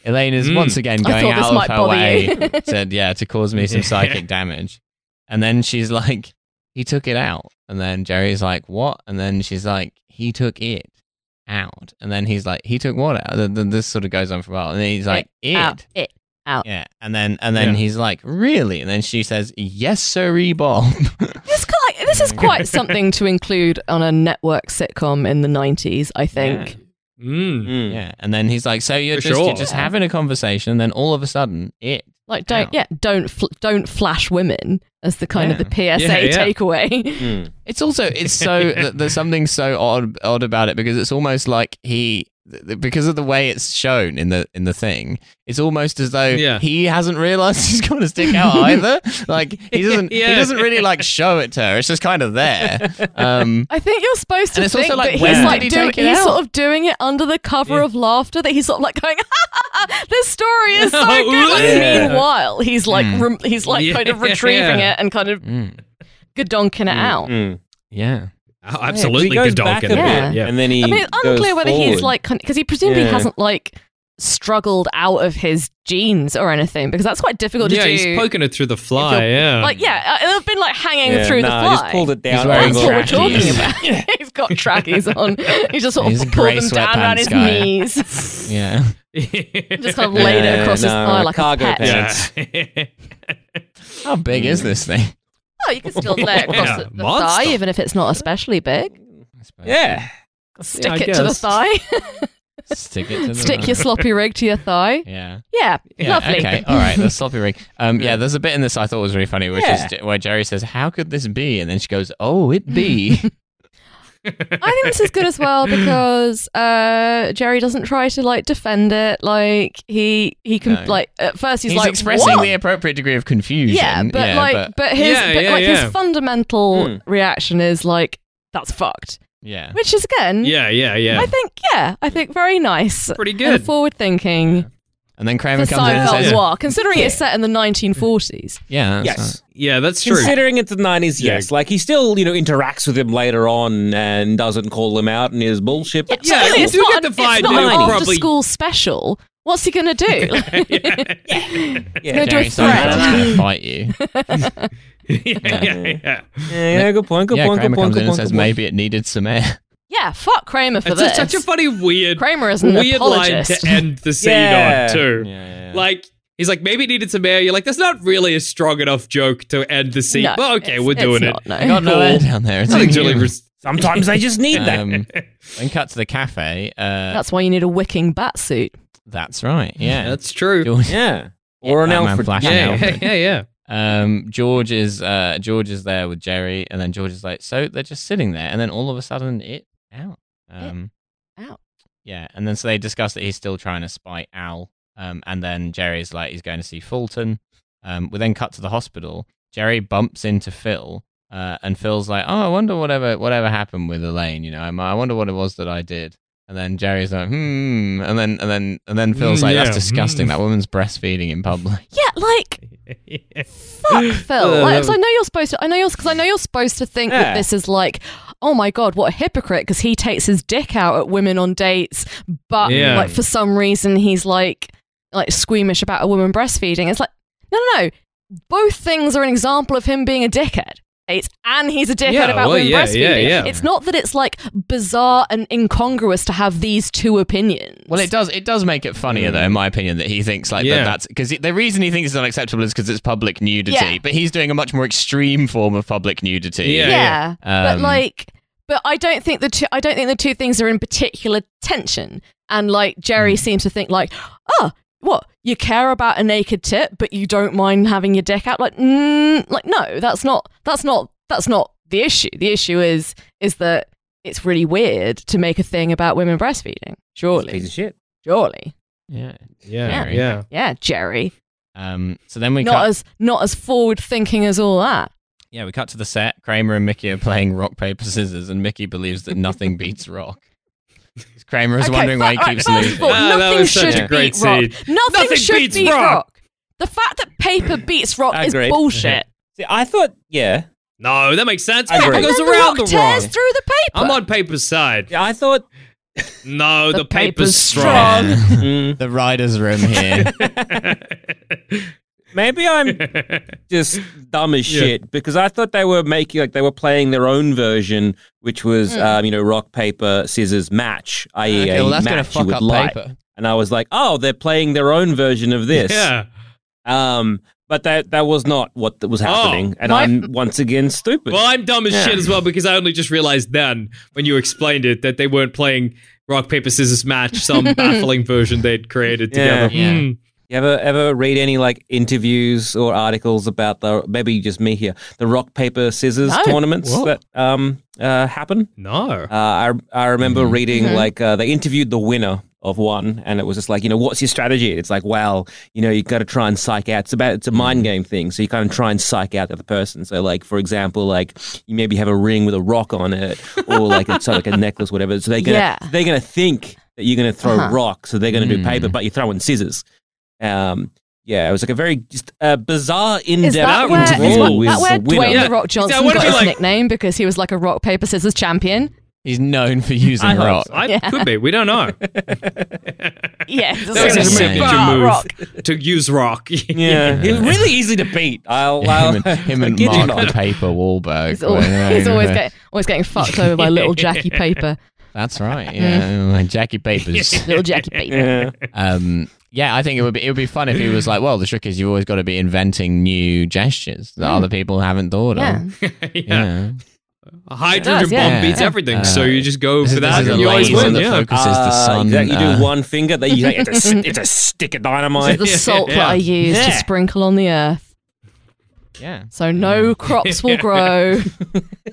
Elaine is Mm. once again I going thought this out of might her bother way. you. [laughs] said yeah to cause me some psychic damage, and then she's like, he took it out, and then Jerry's like, what? And then she's like, he took it out, and then he's like, he took what out? Th- th- This sort of goes on for a while, and then he's like, it. Out. It. Yeah, and then and then Yeah. he's like, "Really?" And then she says, "Yes, sirree, Bob." This, quite, this is quite something to include on a network sitcom in the 90s, I think. [laughs] Mm. [laughs] yeah, and then he's like, "So you're For just sure. you're just having a conversation, and then all of a sudden, it." Like don't yeah, don't fl- don't flash women as the kind of Yeah. the PSA Yeah, yeah. takeaway. It's also it's [laughs] so th- there's something so odd odd about it because it's almost like he th- th- because of the way it's shown in the in the thing, it's almost as though Yeah. he hasn't realized [laughs] he's got a stick [laughs] out either. like he doesn't he Yeah. doesn't [laughs] really like show it to her. It's just kind of there. Um, I think you're supposed to And it's also think like, that when he's did like he doing take it he's out? sort of doing it under the cover Yeah. of laughter that he's sort of like going, this story is so Oh, good. Like, yeah. Meanwhile, he's like Mm. rem- he's like kind of Yeah. retrieving it and kind of mm, gadonking it Mm. out. mm. yeah. Oh, absolutely Yeah, 'cause he good goes back dog a in bit, Yeah. there. Yeah. and then he. I mean, it's unclear goes whether he's forward. like because he presumably Yeah. hasn't like struggled out of his genes or anything because that's quite difficult to Yeah, do. he's poking it through the fly. you're- Yeah. [laughs] like yeah, uh, it'll been like hanging Yeah, through nah, the Just fly. pulled it down. He's wearing that's what we're talking trackies. about. [laughs] he's got trackies on. He just sort He's a of pulled grey them down sweatpants around his guy. knees. [laughs] Yeah. just kind of laid it Yeah, across his no, thigh like cargo a pet. pants. yeah. [laughs] [laughs] How big Hmm. is this thing? Oh, you can still lay it across [laughs] Yeah, the, the monster. thigh, even if it's not especially big. I suppose. Yeah. Stick I it to the guess. [laughs] thigh. Stick it to the Stick your your. sloppy rig to your thigh. [laughs] Yeah. Yeah, Yeah, lovely. Okay. All right. The sloppy rig. Um, yeah. There's a bit in this I thought was really funny, which Yeah. is where Jerry says, "How could this be?" And then she goes, "Oh, it [laughs] be." I think this is good as [laughs] well because uh, Jerry doesn't try to like defend it. Like he he can No. like at first he's, [laughs] He's like expressing "What?" the appropriate degree of confusion. yeah, but like but, his Yeah, but, yeah, like yeah. his fundamental Hmm. reaction is like that's fucked, yeah. which is again yeah, yeah, I yeah. think yeah I think very nice. Pretty And good. forward thinking And then for Kramer comes in and Seinfeld says, Yeah. noir, considering it's set in the 1940s. "Yeah, that's Yes. Yeah, that's true. Considering it's the 90s, Yeah. yes. Like, he still, you know, interacts with him later on and doesn't call him out and is bullshit. But Yeah, Surely you it's do not get an- the vibe It's not that an it after probably- school special. What's he gonna do? [laughs] [laughs] yeah. gonna not- do a Jerry Seinfeld's threat. gonna [laughs] fight you." yeah, [laughs] yeah, yeah. Yeah, yeah, good point, good yeah, Kramer point, good point, comes in good and point. says, good point. "Maybe it needed some air." Yeah, fuck Kramer for It's this. a, such a funny, weird, Kramer is an weird line apologist. to end the scene Yeah. on too. yeah. [laughs] Like he's like, maybe it needed some air. You're like, that's not really a strong enough joke to end the scene. No, but okay, it's- we're it's doing not, it. no. I got no air down there. It's Nothing's really inhuman. res- Sometimes they [laughs] just need [laughs] that. Um, then cut to the cafe. Uh, that's, That's why you need a wicking bat suit. right. Yeah. that's true. George, Yeah. Or an Batman Alfred. Flash and Yeah, Alfred. yeah, yeah, [laughs] yeah. Um, George is uh, George is there with Jerry, and then George is like, so they're just sitting there, and then all of a sudden it out. Um, out. Yeah, and then so they discuss that he's still trying to spy Al, um, and then Jerry's like he's going to see Fulton. Um, we then cut to the hospital. Jerry bumps into Phil, uh, and Phil's like, oh, I wonder whatever whatever happened with Elaine. You know, I, I wonder what it was that I did. And then Jerry's like, hmm, and then and then and then Phil's Mm, like, yeah, that's disgusting. mm. That woman's breastfeeding in public. Yeah, like fuck, Phil. [laughs] Uh, Like, that 'cause I know you're supposed to. I know you're because I know you're supposed to think Yeah. that this is like, oh my god, what a hypocrite because he takes his dick out at women on dates, but Yeah. like for some reason he's like like squeamish about a woman breastfeeding. It's like no, no, no. Both things are an example of him being a dickhead. It's, and he's a dickhead Yeah, about well, women yeah, breastfeeding. yeah, yeah. It's not that it's like bizarre and incongruous to have these two opinions. Well, it does. It does make it funnier, though, in my opinion, that he thinks like Yeah. that. That's because the reason he thinks it's unacceptable is because it's public nudity. Yeah. But he's doing a much more extreme form of public nudity. Yeah, yeah. but Um, like but i don't think the two i don't think the two things are in particular tension and like jerry Mm. seems to think like oh what you care about a naked tit but you don't mind having your dick out like mm, like no that's not that's not that's not the issue the issue is is that it's really weird to make a thing about women breastfeeding Piece surely of shit. surely yeah. yeah, Jerry. yeah. yeah jerry Um, so then we not cut. as not as forward thinking as all that yeah, we cut to the set. Kramer and Mickey are playing rock paper scissors, and Mickey believes [laughs] that nothing beats rock. 'Cause Kramer is Okay, wondering why he right, keeps right, first of losing. all, Ah, that nothing was such should a great beat rock. scene. Nothing, Nothing should beats beat rock. rock. The fact that paper beats rock I is agree. bullshit. See, I thought, yeah, [laughs] No, that makes sense. I Paper agree. And goes then the around rock the, tears wrong. through the paper. I'm on paper's side. yeah, [laughs] I thought. No, the, The paper's, paper's strong. mm, the writer's room here. [laughs] maybe I'm just dumb as Yeah. shit because I thought they were making like they were playing their own version, which was um, you know rock paper scissors match, i.e. Hmm. Ah, Okay, well, a that's gonna match you fuck would up light. paper. And I was like, oh, they're playing their own version of this. Yeah. Um, but that that was not what that was happening, and My- I'm once again stupid. Oh. Well, I'm dumb as shit as well because I only just realized then when you explained it that they weren't playing rock paper scissors match, some baffling version they'd created Yeah. together. Yeah. Hmm. You ever ever read any like interviews or articles about the maybe just me here the rock paper scissors No. tournaments Whoa. that um uh, happen? No. Uh, I I remember Mm-hmm. reading like uh, they interviewed the winner of one, and it was just like you know what's your strategy? It's like well you know you got to try and psych out. It's about it's a Mm-hmm. mind game thing, so you kind of try and psych out the other person. So like for example, like you maybe have a ring with a rock on it, or like it's like a necklace, whatever. So they're gonna Yeah. they're gonna think that you're gonna throw Uh-huh. rock, so they're gonna do Mm. paper, but you're throwing scissors. Um, yeah, it was like a very just uh, bizarre in is depth that where- where, is interview that with where the winner. Dwayne Yeah. the Rock Exactly. I Johnson wanna got be his like- nickname because he was like a rock paper scissors champion? He's known for using I hope rock. I Yeah. could be. We don't know. Yeah, That was a Scissors signature match. move rock. to use rock. [laughs] Yeah, [laughs] it was really easy to beat. I'll, I'll him and, him [laughs] I [laughs] and kid you Mark not. the paper Wahlberg. He's [laughs] always, [laughs] he's always, get, always getting fucked over by little Jackie Paper. That's Mm. right. Yeah, Oh, [laughs] Jackie Papers. Little [laughs] Jackie Paper. Yeah. Um, yeah, I think it would be it would be fun if he was like, well, the trick is you've always got to be inventing new gestures that other people haven't thought Mm. Yeah. of. yeah. Yeah, A hydrogen does, bomb yeah. beats Yeah. everything, Uh, so you just go This for is- that this is and a you always laser win. that Yeah. Ah, focuses the Uh, sun. exactly. You uh, do one finger, that [laughs] you it's a, it's a stick of This is dynamite. the salt that I use to Yeah. sprinkle on the earth, Yeah, so no crops [laughs] will grow,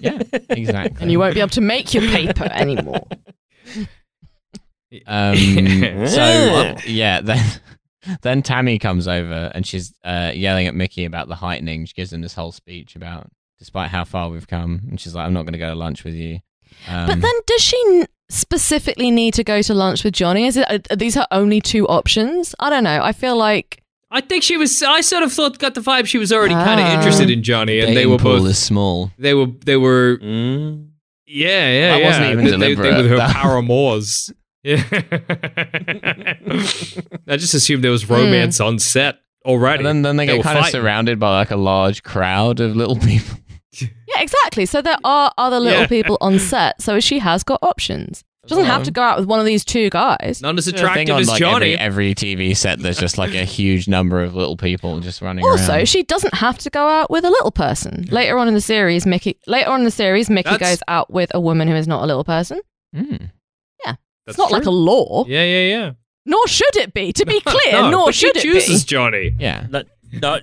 yeah, exactly. and you won't be able to make your paper anymore. Um, so uh, yeah, then [laughs] then Tammy comes over and she's uh, yelling at Mickey about the heightening. She gives him this whole speech about despite how far we've come, and she's like, "I'm not going to go to lunch with you." Um, But then, does she n- specifically need to go to lunch with Johnny? Is it are these her only two options? I don't know. I feel like I think she was. I sort of thought, got the vibe she was already kind of Ah. interested in Johnny, and they dating were pool both. is small. they were. They were. Mm. Yeah, yeah, That yeah. wasn't even they, they- They, deliberate. were her That- [laughs] paramours. Yeah. I just assumed there was romance on set already. Hmm. And then, then they, They were get kind of fighting. surrounded by like a large crowd of little [laughs] people. yeah, exactly. So there are other little Yeah. people [laughs] on set, so she has got options. She doesn't Um, have to go out with one of these two guys. Not as Thing attractive on, as like, Johnny. Every, every TV set, there's just like a huge number of little people just running Also, around. she doesn't have to go out with a little person. Later on in the series, Mickey later on in the series, Mickey That's- goes out with a woman who is not a little person. Mm. That's it's not true. like a law, Yeah, yeah, yeah. nor should it be. To be clear, [laughs] No, nor but she should it chooses be. Johnny. Yeah, No,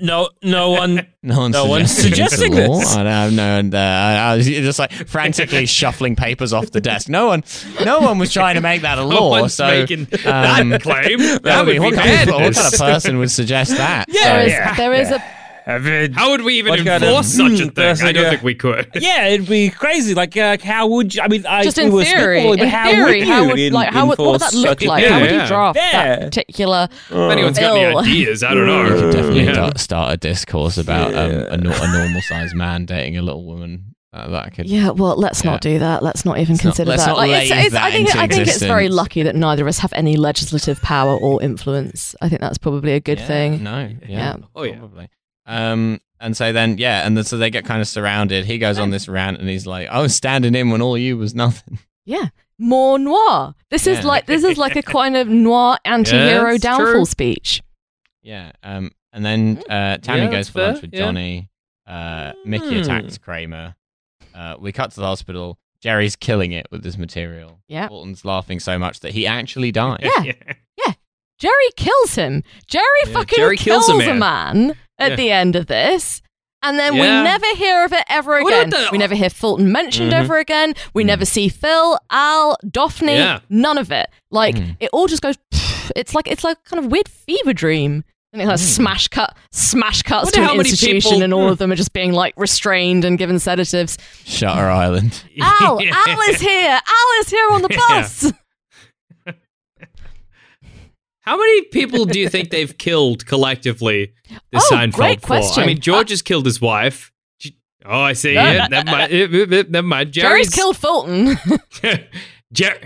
no, no one. no one's No one's suggesting, suggesting it's a law. this. I don't know. And uh, I, I was just [laughs] like frantically shuffling papers off the desk. No one, no one was trying to make that [laughs] a No law. one's so making um, that claim. That, [laughs] I would mean, be [laughs] what, kind of, what kind of madness. person would suggest that? There is So- there is [laughs] heaven. How would we even What kind of- enforce such a Mm, thing? I don't yeah. think we could. [laughs] yeah, it'd be crazy. Like, uh, how would you? I mean, I Just we in were theory, spitballing, but in how theory, would how you would like how would, what would enforce that look such a like? thing? how would Yeah. you draft that Yeah. particular? If anyone's got any Ill. ideas, I Oh. [laughs] don't You could know. definitely Yeah. da- start a discourse about um, Yeah. a, nor a normal sized man dating a little woman. Uh, that could. Yeah, well, let's not do that. Let's not even Let's not- consider let's that. not Like, lay I that think into I think it's very existence. lucky that neither of us have any legislative power or influence. I think that's probably a good Yeah, thing. No. Yeah. Yeah. Oh, yeah. Probably. Um, and so then, yeah, and then, so they get kind of surrounded. He goes on this rant, and he's like, "I was standing in when all you was nothing." Yeah, more noir. This is Yeah. like this is like a kind of noir anti-hero it's downfall true. speech. Yeah. Um, and then uh, Tammy Yeah, that's goes for lunch fair, with yeah. Johnny. Uh, Mickey Hmm. attacks Kramer. Uh, we cut to the hospital. Jerry's killing it with his material. Yeah. Bolton's laughing so much that he actually dies. Yeah. Jerry kills him. Jerry Yeah, fucking Jerry kills, kills a a, man. at Yeah. the end of this. And then Yeah. we never hear of it ever What about again. the- We never hear Fulton mentioned Mm-hmm. Mhm. ever again. We Mm. never see Phil, Al, Daphne. Yeah. None of it. Like Mm. it all just goes. pff, It's like it's like a kind of weird fever dream. And it like smash cut, smash cuts Mm. Wonder to how an many institution, people- Hmm. and all of them are just being like restrained and given [laughs] sedatives. [laughs] Shutter Island. Al, Al is here. Al is here on the [laughs] Yeah. bus. How many people do you think they've killed collectively this Oh, Seinfeld great for? I question. Uh, mean, George has killed his wife. G- Oh, I see. No. Yeah, never mind. Eh, eh, eh, Never mind. [laughs] Jerry's Jerry's, killed Fulton. [laughs] Jer-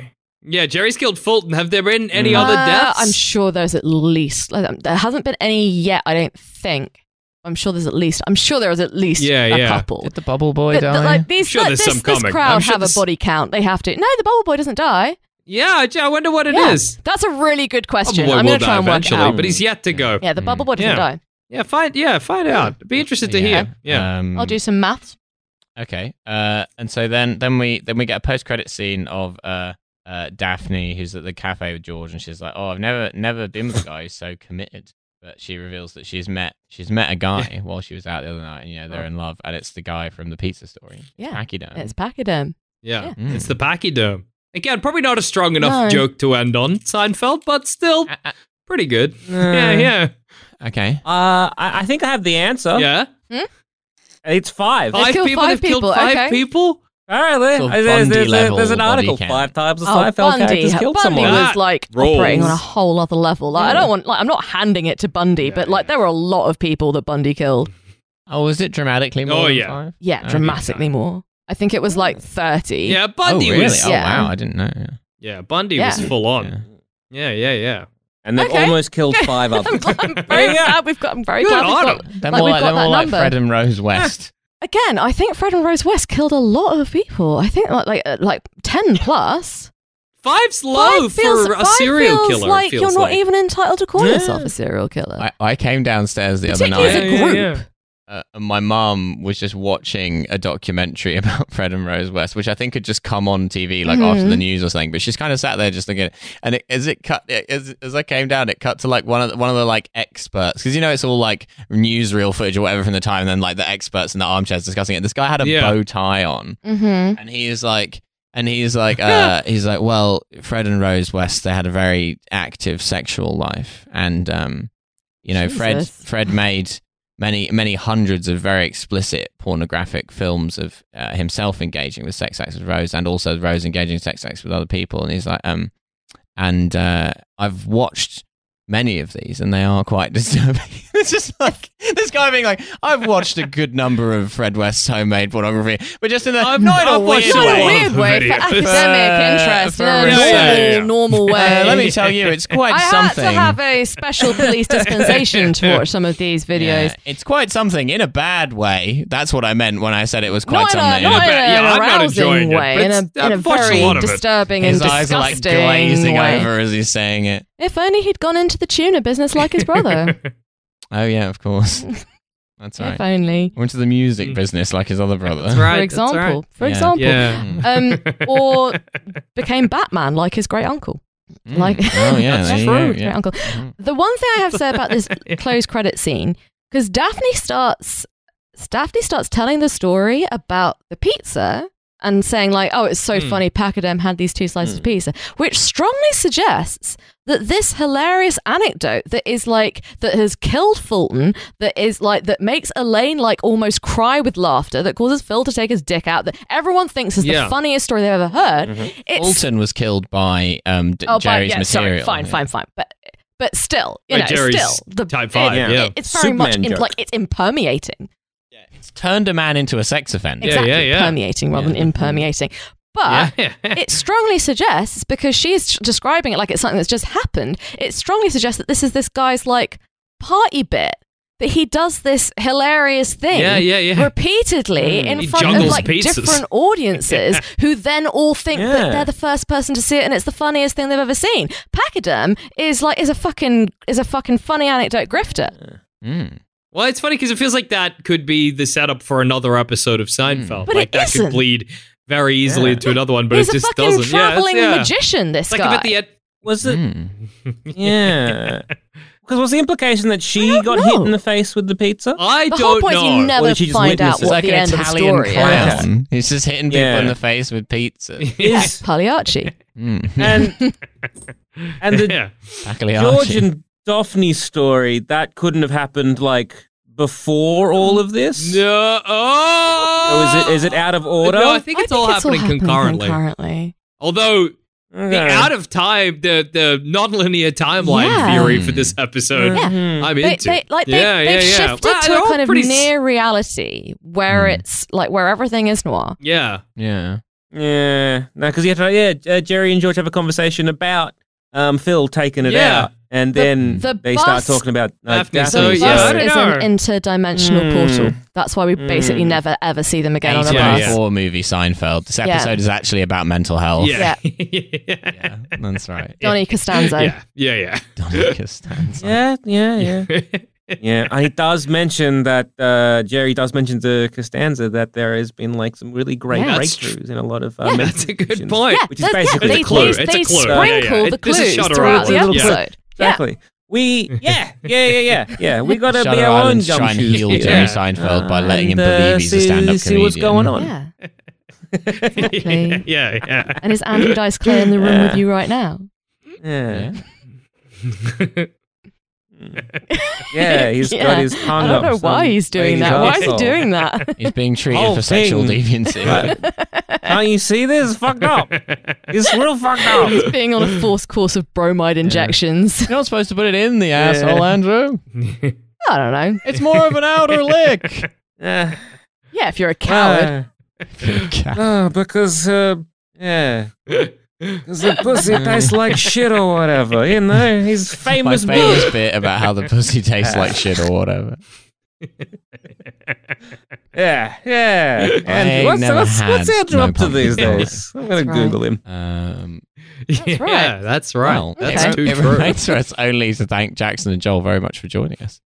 yeah, Jerry's killed Fulton. Have there been any other Uh, deaths? I'm sure there's at least like, um, there hasn't been any yet. I don't think. I'm sure there's at least. I'm sure there is at least Yeah, a yeah. couple. Did the bubble boy But, die? like these, sure like, there's this, some this coming. I'm crowd sure have there's- a body count. They have to. No, the bubble boy doesn't die. Yeah, I I wonder what it Yeah. is. That's a really good question. Probably I'm will going to die try and work it eventually, out. but he's yet to go. Yeah, yeah, the bubble boy doesn't Yeah. die. find yeah, find out. Be interested to hear. Yeah. Uh, Um, I'll do some maths. Okay. Uh, and so then, then we then we get a post credit scene of uh, uh, Daphne, who's at the cafe with George, and she's like, "Oh, I've never never been with a guy who's so committed." But she reveals that she's met she's met a guy while she was out the other night, and you know they're in love, and it's the guy from the pizza story. Yeah. Pachyderm. It's pachyderm. yeah, yeah. It's the pachyderm. Again, probably not a strong enough No. joke to end on Seinfeld, but still Ah, ah, pretty good. yeah, yeah, okay. Uh, I, I think I have the answer. yeah. It's five. They Five killed people five have killed people, five okay. people. All right, there- Sort of there's, there's, Bundy there's- level there's an body article. count. Five times the Oh, Seinfeld Bundy, characters killed Bundy someone. Ah, was like rolls. operating on a whole other level. Like I Yeah. don't want. Like I'm not handing it to Bundy, Yeah, but like yeah. there were a lot of people that Bundy killed. Oh, was it dramatically more? Oh, than yeah. Five? Yeah, Okay. dramatically more. I think it was like 30. Yeah, Bundy oh, really? was. Oh, Yeah. wow! I didn't know. Yeah. Yeah, Bundy Yeah. was full on. Yeah. Yeah, yeah, yeah. and they've Okay. almost [laughs] killed five I'm, others. glad- I'm [laughs] very Yeah. glad we've got. I'm very Good glad we've on got. 'em. They're Like, more we've like, got they're that more like number. Fred and Rose West. Again, I think Fred and Rose West killed a lot of people. I think like like, uh, like ten plus. Five's low Five for feels- a five serial feels killer. it Like feels you're not like. even entitled to call Yeah. yourself a serial killer. I, I came downstairs the other Particularly night. as a Oh, Yeah, yeah, group. yeah. uh, and my mum was just watching a documentary [laughs] about Fred and Rose West, which I think had just come on TV like after the news or something. But she's kind of sat there just looking, at it. and it, as it cut, it, as, as I came down, it cut to like one of the, one of the like experts because you know it's all like newsreel footage or whatever from the time, and then like the experts in the armchairs discussing it. This guy had a Yeah. bow tie on, mm-hmm. and he is like and [laughs] he's like uh he's like well fred and rose west they had a very active sexual life and um you know fred Jesus. fred made many many hundreds of very explicit pornographic films of uh, himself engaging with sex acts with rose and also rose engaging in sex acts with other people and he's like um and uh i've watched many of these and they are quite [laughs] disturbing it's just like this guy being like i've watched a good number of fred west's homemade pornography but just in a I've- not in a I've watched weird all Not of in a way weird the [laughs] way for videos. academic Uh, interest. for In a research. normal, Yeah, yeah, yeah. [laughs] normal way. Uh, let me tell you, it's quite [laughs] I had something. to have a special police [laughs] dispensation to watch some of these videos. Yeah, it's quite something in a bad way. That's what I meant when I said it was quite not in something. a, not in Yeah, a- I'm not an arousing enjoying it, but way, in it's- a, in a I've watched a very lot of it. disturbing His and eyes are like disgusting glazing way. over as he's saying it. If only he'd gone into the tuna business like his brother. Oh yeah, [laughs] of course. That's right. if only, Went to the music Mm. business like his [laughs] other That's brother. right. for that's example, right. for Yeah. example, [laughs] Yeah. Mm. um, or became Batman like his great uncle. Mm. like- [laughs] oh yeah, That's there you true. go, Great yeah. uncle. Mm. The one thing I have to say about this Yeah. close credit scene, because Daphne starts, Daphne starts telling the story about the pizza. and saying like, "Oh, it's Hmm. so funny. Pachyderm had these two slices of pizza," which strongly suggests that this hilarious anecdote that is like that has killed Fulton, that is like that makes Elaine like almost cry with laughter, that causes Phil to take his dick out, that everyone thinks is Yeah. the funniest story they've ever heard. Mm-hmm. It's Fulton was killed by um, D- oh, Jerry's but, yeah, material. Sorry, fine, fine, fine, but. But still, you By know, Jerry's still the type five, it- yeah. it- it's very much Superman in, joke. like it's impermeating. It's turned a man into a sex offender. Yeah. exactly permeating rather than impermeating. But Yeah. [laughs] it strongly suggests because she's describing it like it's something that's just happened. It strongly suggests that this is this guy's like party bit that he does this hilarious thing. Yeah, yeah, yeah. Mm. Repeatedly in He front of juggles like pizzas. [laughs] different audiences who then all think Yeah. that they're the first person to see it and it's the funniest thing they've ever seen. Pachyderm is like is a fucking is a fucking funny anecdote grifter. Mm. Well, it's funny because it feels like that could be the setup for another episode of Seinfeld. But like it that could isn't. bleed very easily into another one, but He's a it just fucking doesn't. Yeah, it's- traveling yeah. magician this It's like guy. if at the end, Was it? Mm. [laughs] Yeah. Because was the implication that she got hit know. in the face with the pizza? I The whole don't point know. is you [laughs] never did she just find witness? out It's It's what like the an end of the Italian story is. clown. He's just hitting people Yeah. in the face with pizza. Is Pagliacci. [laughs] Mm. and and the Um, [laughs] yeah. George Pagliacci. and Daphne story that couldn't have happened like before all of this. No. Or is Oh. it is it out of order? No, I think it's all happening concurrently. concurrently. Although the Okay. out of time, the the non-linear timeline Yeah. theory for this episode, Yeah. Mm-hmm. I'm They, into. they, like they, yeah, they've yeah, yeah. shifted Well, they're to all a kind of pretty s- Mm. near reality where it's like where everything is noir. Yeah. Yeah. Yeah, no, because you have to. Yeah, uh, Jerry and George have a conversation about um, Phil taking it Yeah. out, and then the they bus- start talking about like, Daphne, Daphne. so, the yeah, Hmm. I bus don't is know. an interdimensional Mm. portal. That's why we basically Mm. never ever see them again on a Yeah, bus. 1984 movie Seinfeld. This Yeah. episode is actually about mental health. Yeah. [laughs] Yeah. Yeah, [laughs] that's right. Donny Costanzo. Yeah. Yeah. Dominic Costanzo. Yeah, yeah, yeah. Yeah. yeah, and he does mention that uh, Jerry does mention to Costanza that there has been like some really great Yeah. That's breakthroughs in a lot of. Uh, Yeah. [laughs] That's medical a good conditions. point. Yeah, Which is they- yeah, basically they, It's a clue, they- it's a they clue. sprinkle Yeah, yeah, yeah. the It- this is clues Shutter throughout the Island. episode. Yeah. Yeah. Exactly. We yeah yeah yeah yeah yeah. We got to Shutter be our own Island's trying to gumshoes. heal here. Jerry Seinfeld by Uh, letting him and, uh, believe he's a see- stand-up see what's comedian. going on. Yeah. [laughs] Exactly. yeah. Yeah. And is [laughs] Andy Dice Clay in the room with you right now? Yeah. Yeah, yeah. He's Yeah. got his tongue I don't know up why some he's doing lady's that. Why is he arsehole. [laughs] doing [laughs] that? [laughs] He's being treated Whole for sexual thing. [laughs] deviancy. [laughs] Can't you see this? Fucked up. It's real fucked [laughs] up. He's being on a forced course of bromide injections. [laughs] You're not supposed to put it in the asshole, Andrew. I don't know. It's more of [laughs] an outer lick. Yeah. Yeah, if you're a coward. Uh, uh, because uh, yeah, because the pussy tastes like shit or whatever. You know, he's My famous. famous bit about how the [laughs] pussy tastes like shit or whatever. Yeah, yeah. ain't And what's never what's, had what's Andrew no up to pumpkin these pie. days? I'm gonna That's right. Google him. Um, [laughs] That's right. Yeah, that's right. well, that's okay. it, too it true. remains for us only to thank Jackson and Joel very much for joining us.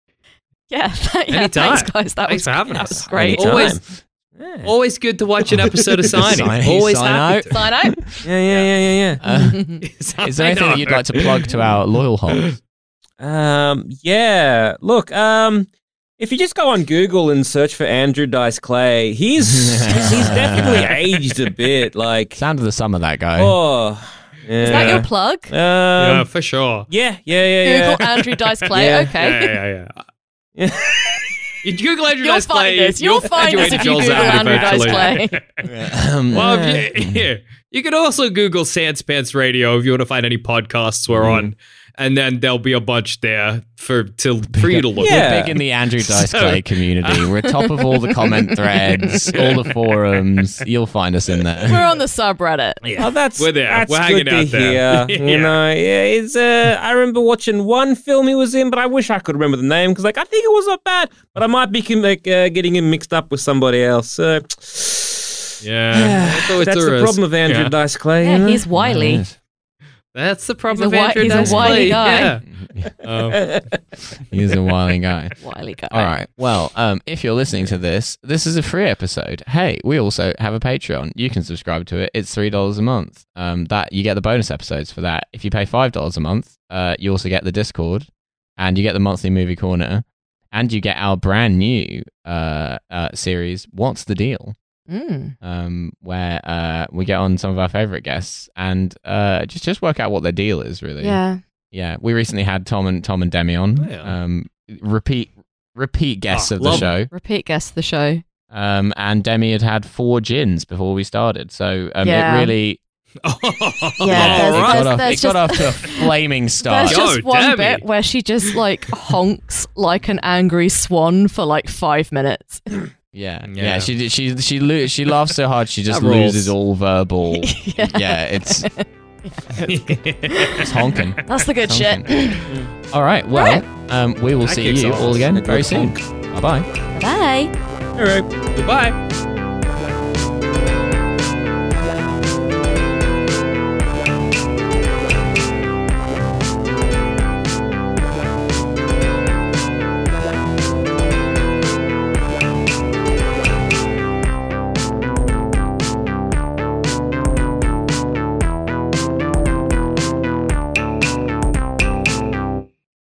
Yeah, [laughs] th- yeah Anytime. thanks, guys. That Thanks was for having that us. was great. Anytime. Always- Yeah. Always good to watch an episode of [laughs] Sign- Signing. Always sign happy [laughs] out. I [laughs] know. yeah, yeah, yeah, yeah, Uh, to. is there anything that you'd like to plug [laughs] to our loyal homes? yeah. Um, yeah. Look, um, if you just go on Google and search for Andrew Dice Clay, he's he's definitely aged a bit. Like, Sound of the summer, that guy. oh, Is that yeah. your plug? Yeah, Um, for sure. yeah, yeah, yeah, yeah. Google Andrew Dice Clay. Yeah. Okay. Yeah, yeah, yeah. Yeah. [laughs] You Google Andrew You'll Dice Clay. find this. You'll find this graduated if you Joel's Google out Andrew eventually. Dice [laughs] Clay. [laughs] Um, Well, if Mm. you, [laughs] here, you can also Google Sans Pants Radio if you want to find any podcasts we're Mm. on, and then there'll be a bunch there for to for you to look. Yeah. We're big in the Andrew [laughs] Dice So- Clay community. We're top of all the [laughs] comment threads, all the forums. You'll find us in there. We're on the subreddit. Yeah. Oh, that's We're there. That's We're hanging good out to there. [laughs] hear. Yeah. You know, yeah, it's. Uh, I remember watching one film he was in, but I wish I could remember the name because, like, I think it was not bad, but I might be like, uh, getting him mixed up with somebody else. So, Yeah, So it's [sighs] that's a the risk. problem of Andrew Yeah. Dice Clay. you Yeah, know? he's wily. Yes. That's the He's a problem with wi- Andrew he's a Dice wily Clay. guy. Yeah. Um, [laughs] He's a wily guy. Wily guy. All right. Well, um, if you're listening to this, this is a free episode. Hey, we also have a Patreon. You can subscribe to it. It's three dollars a month. Um, that you get the bonus episodes for that. If you pay five dollars a month, uh, you also get the Discord, and you get the monthly movie corner, and you get our brand new uh, uh series. What's the deal? Mm. um, where uh, we get on some of our favorite guests and uh, just just work out what their deal is. Really, Yeah. yeah. We recently had Tom and Tom and Demi on. Oh, yeah. Um, repeat repeat guests Ah, of the love- show. Repeat guest of the show. Um, and Demi had had four gins before we started, so um, Yeah. it really [laughs] Yeah, All there's- right. got, off, there's it got off just- [laughs] to a flaming start. There's just Yo, one Demi. bit where she just [laughs] like honks like an angry swan for like five minutes. Yeah. Yeah, yeah. she did- she she lo- she laughs so hard she just That rules. loses [laughs] all verbal. yeah. it's [laughs] [laughs] it's honking. That's the good Honking. shit. all right, well, um, we will That see kicks you off. all again Good very soon. Bye bye. Bye. Goodbye.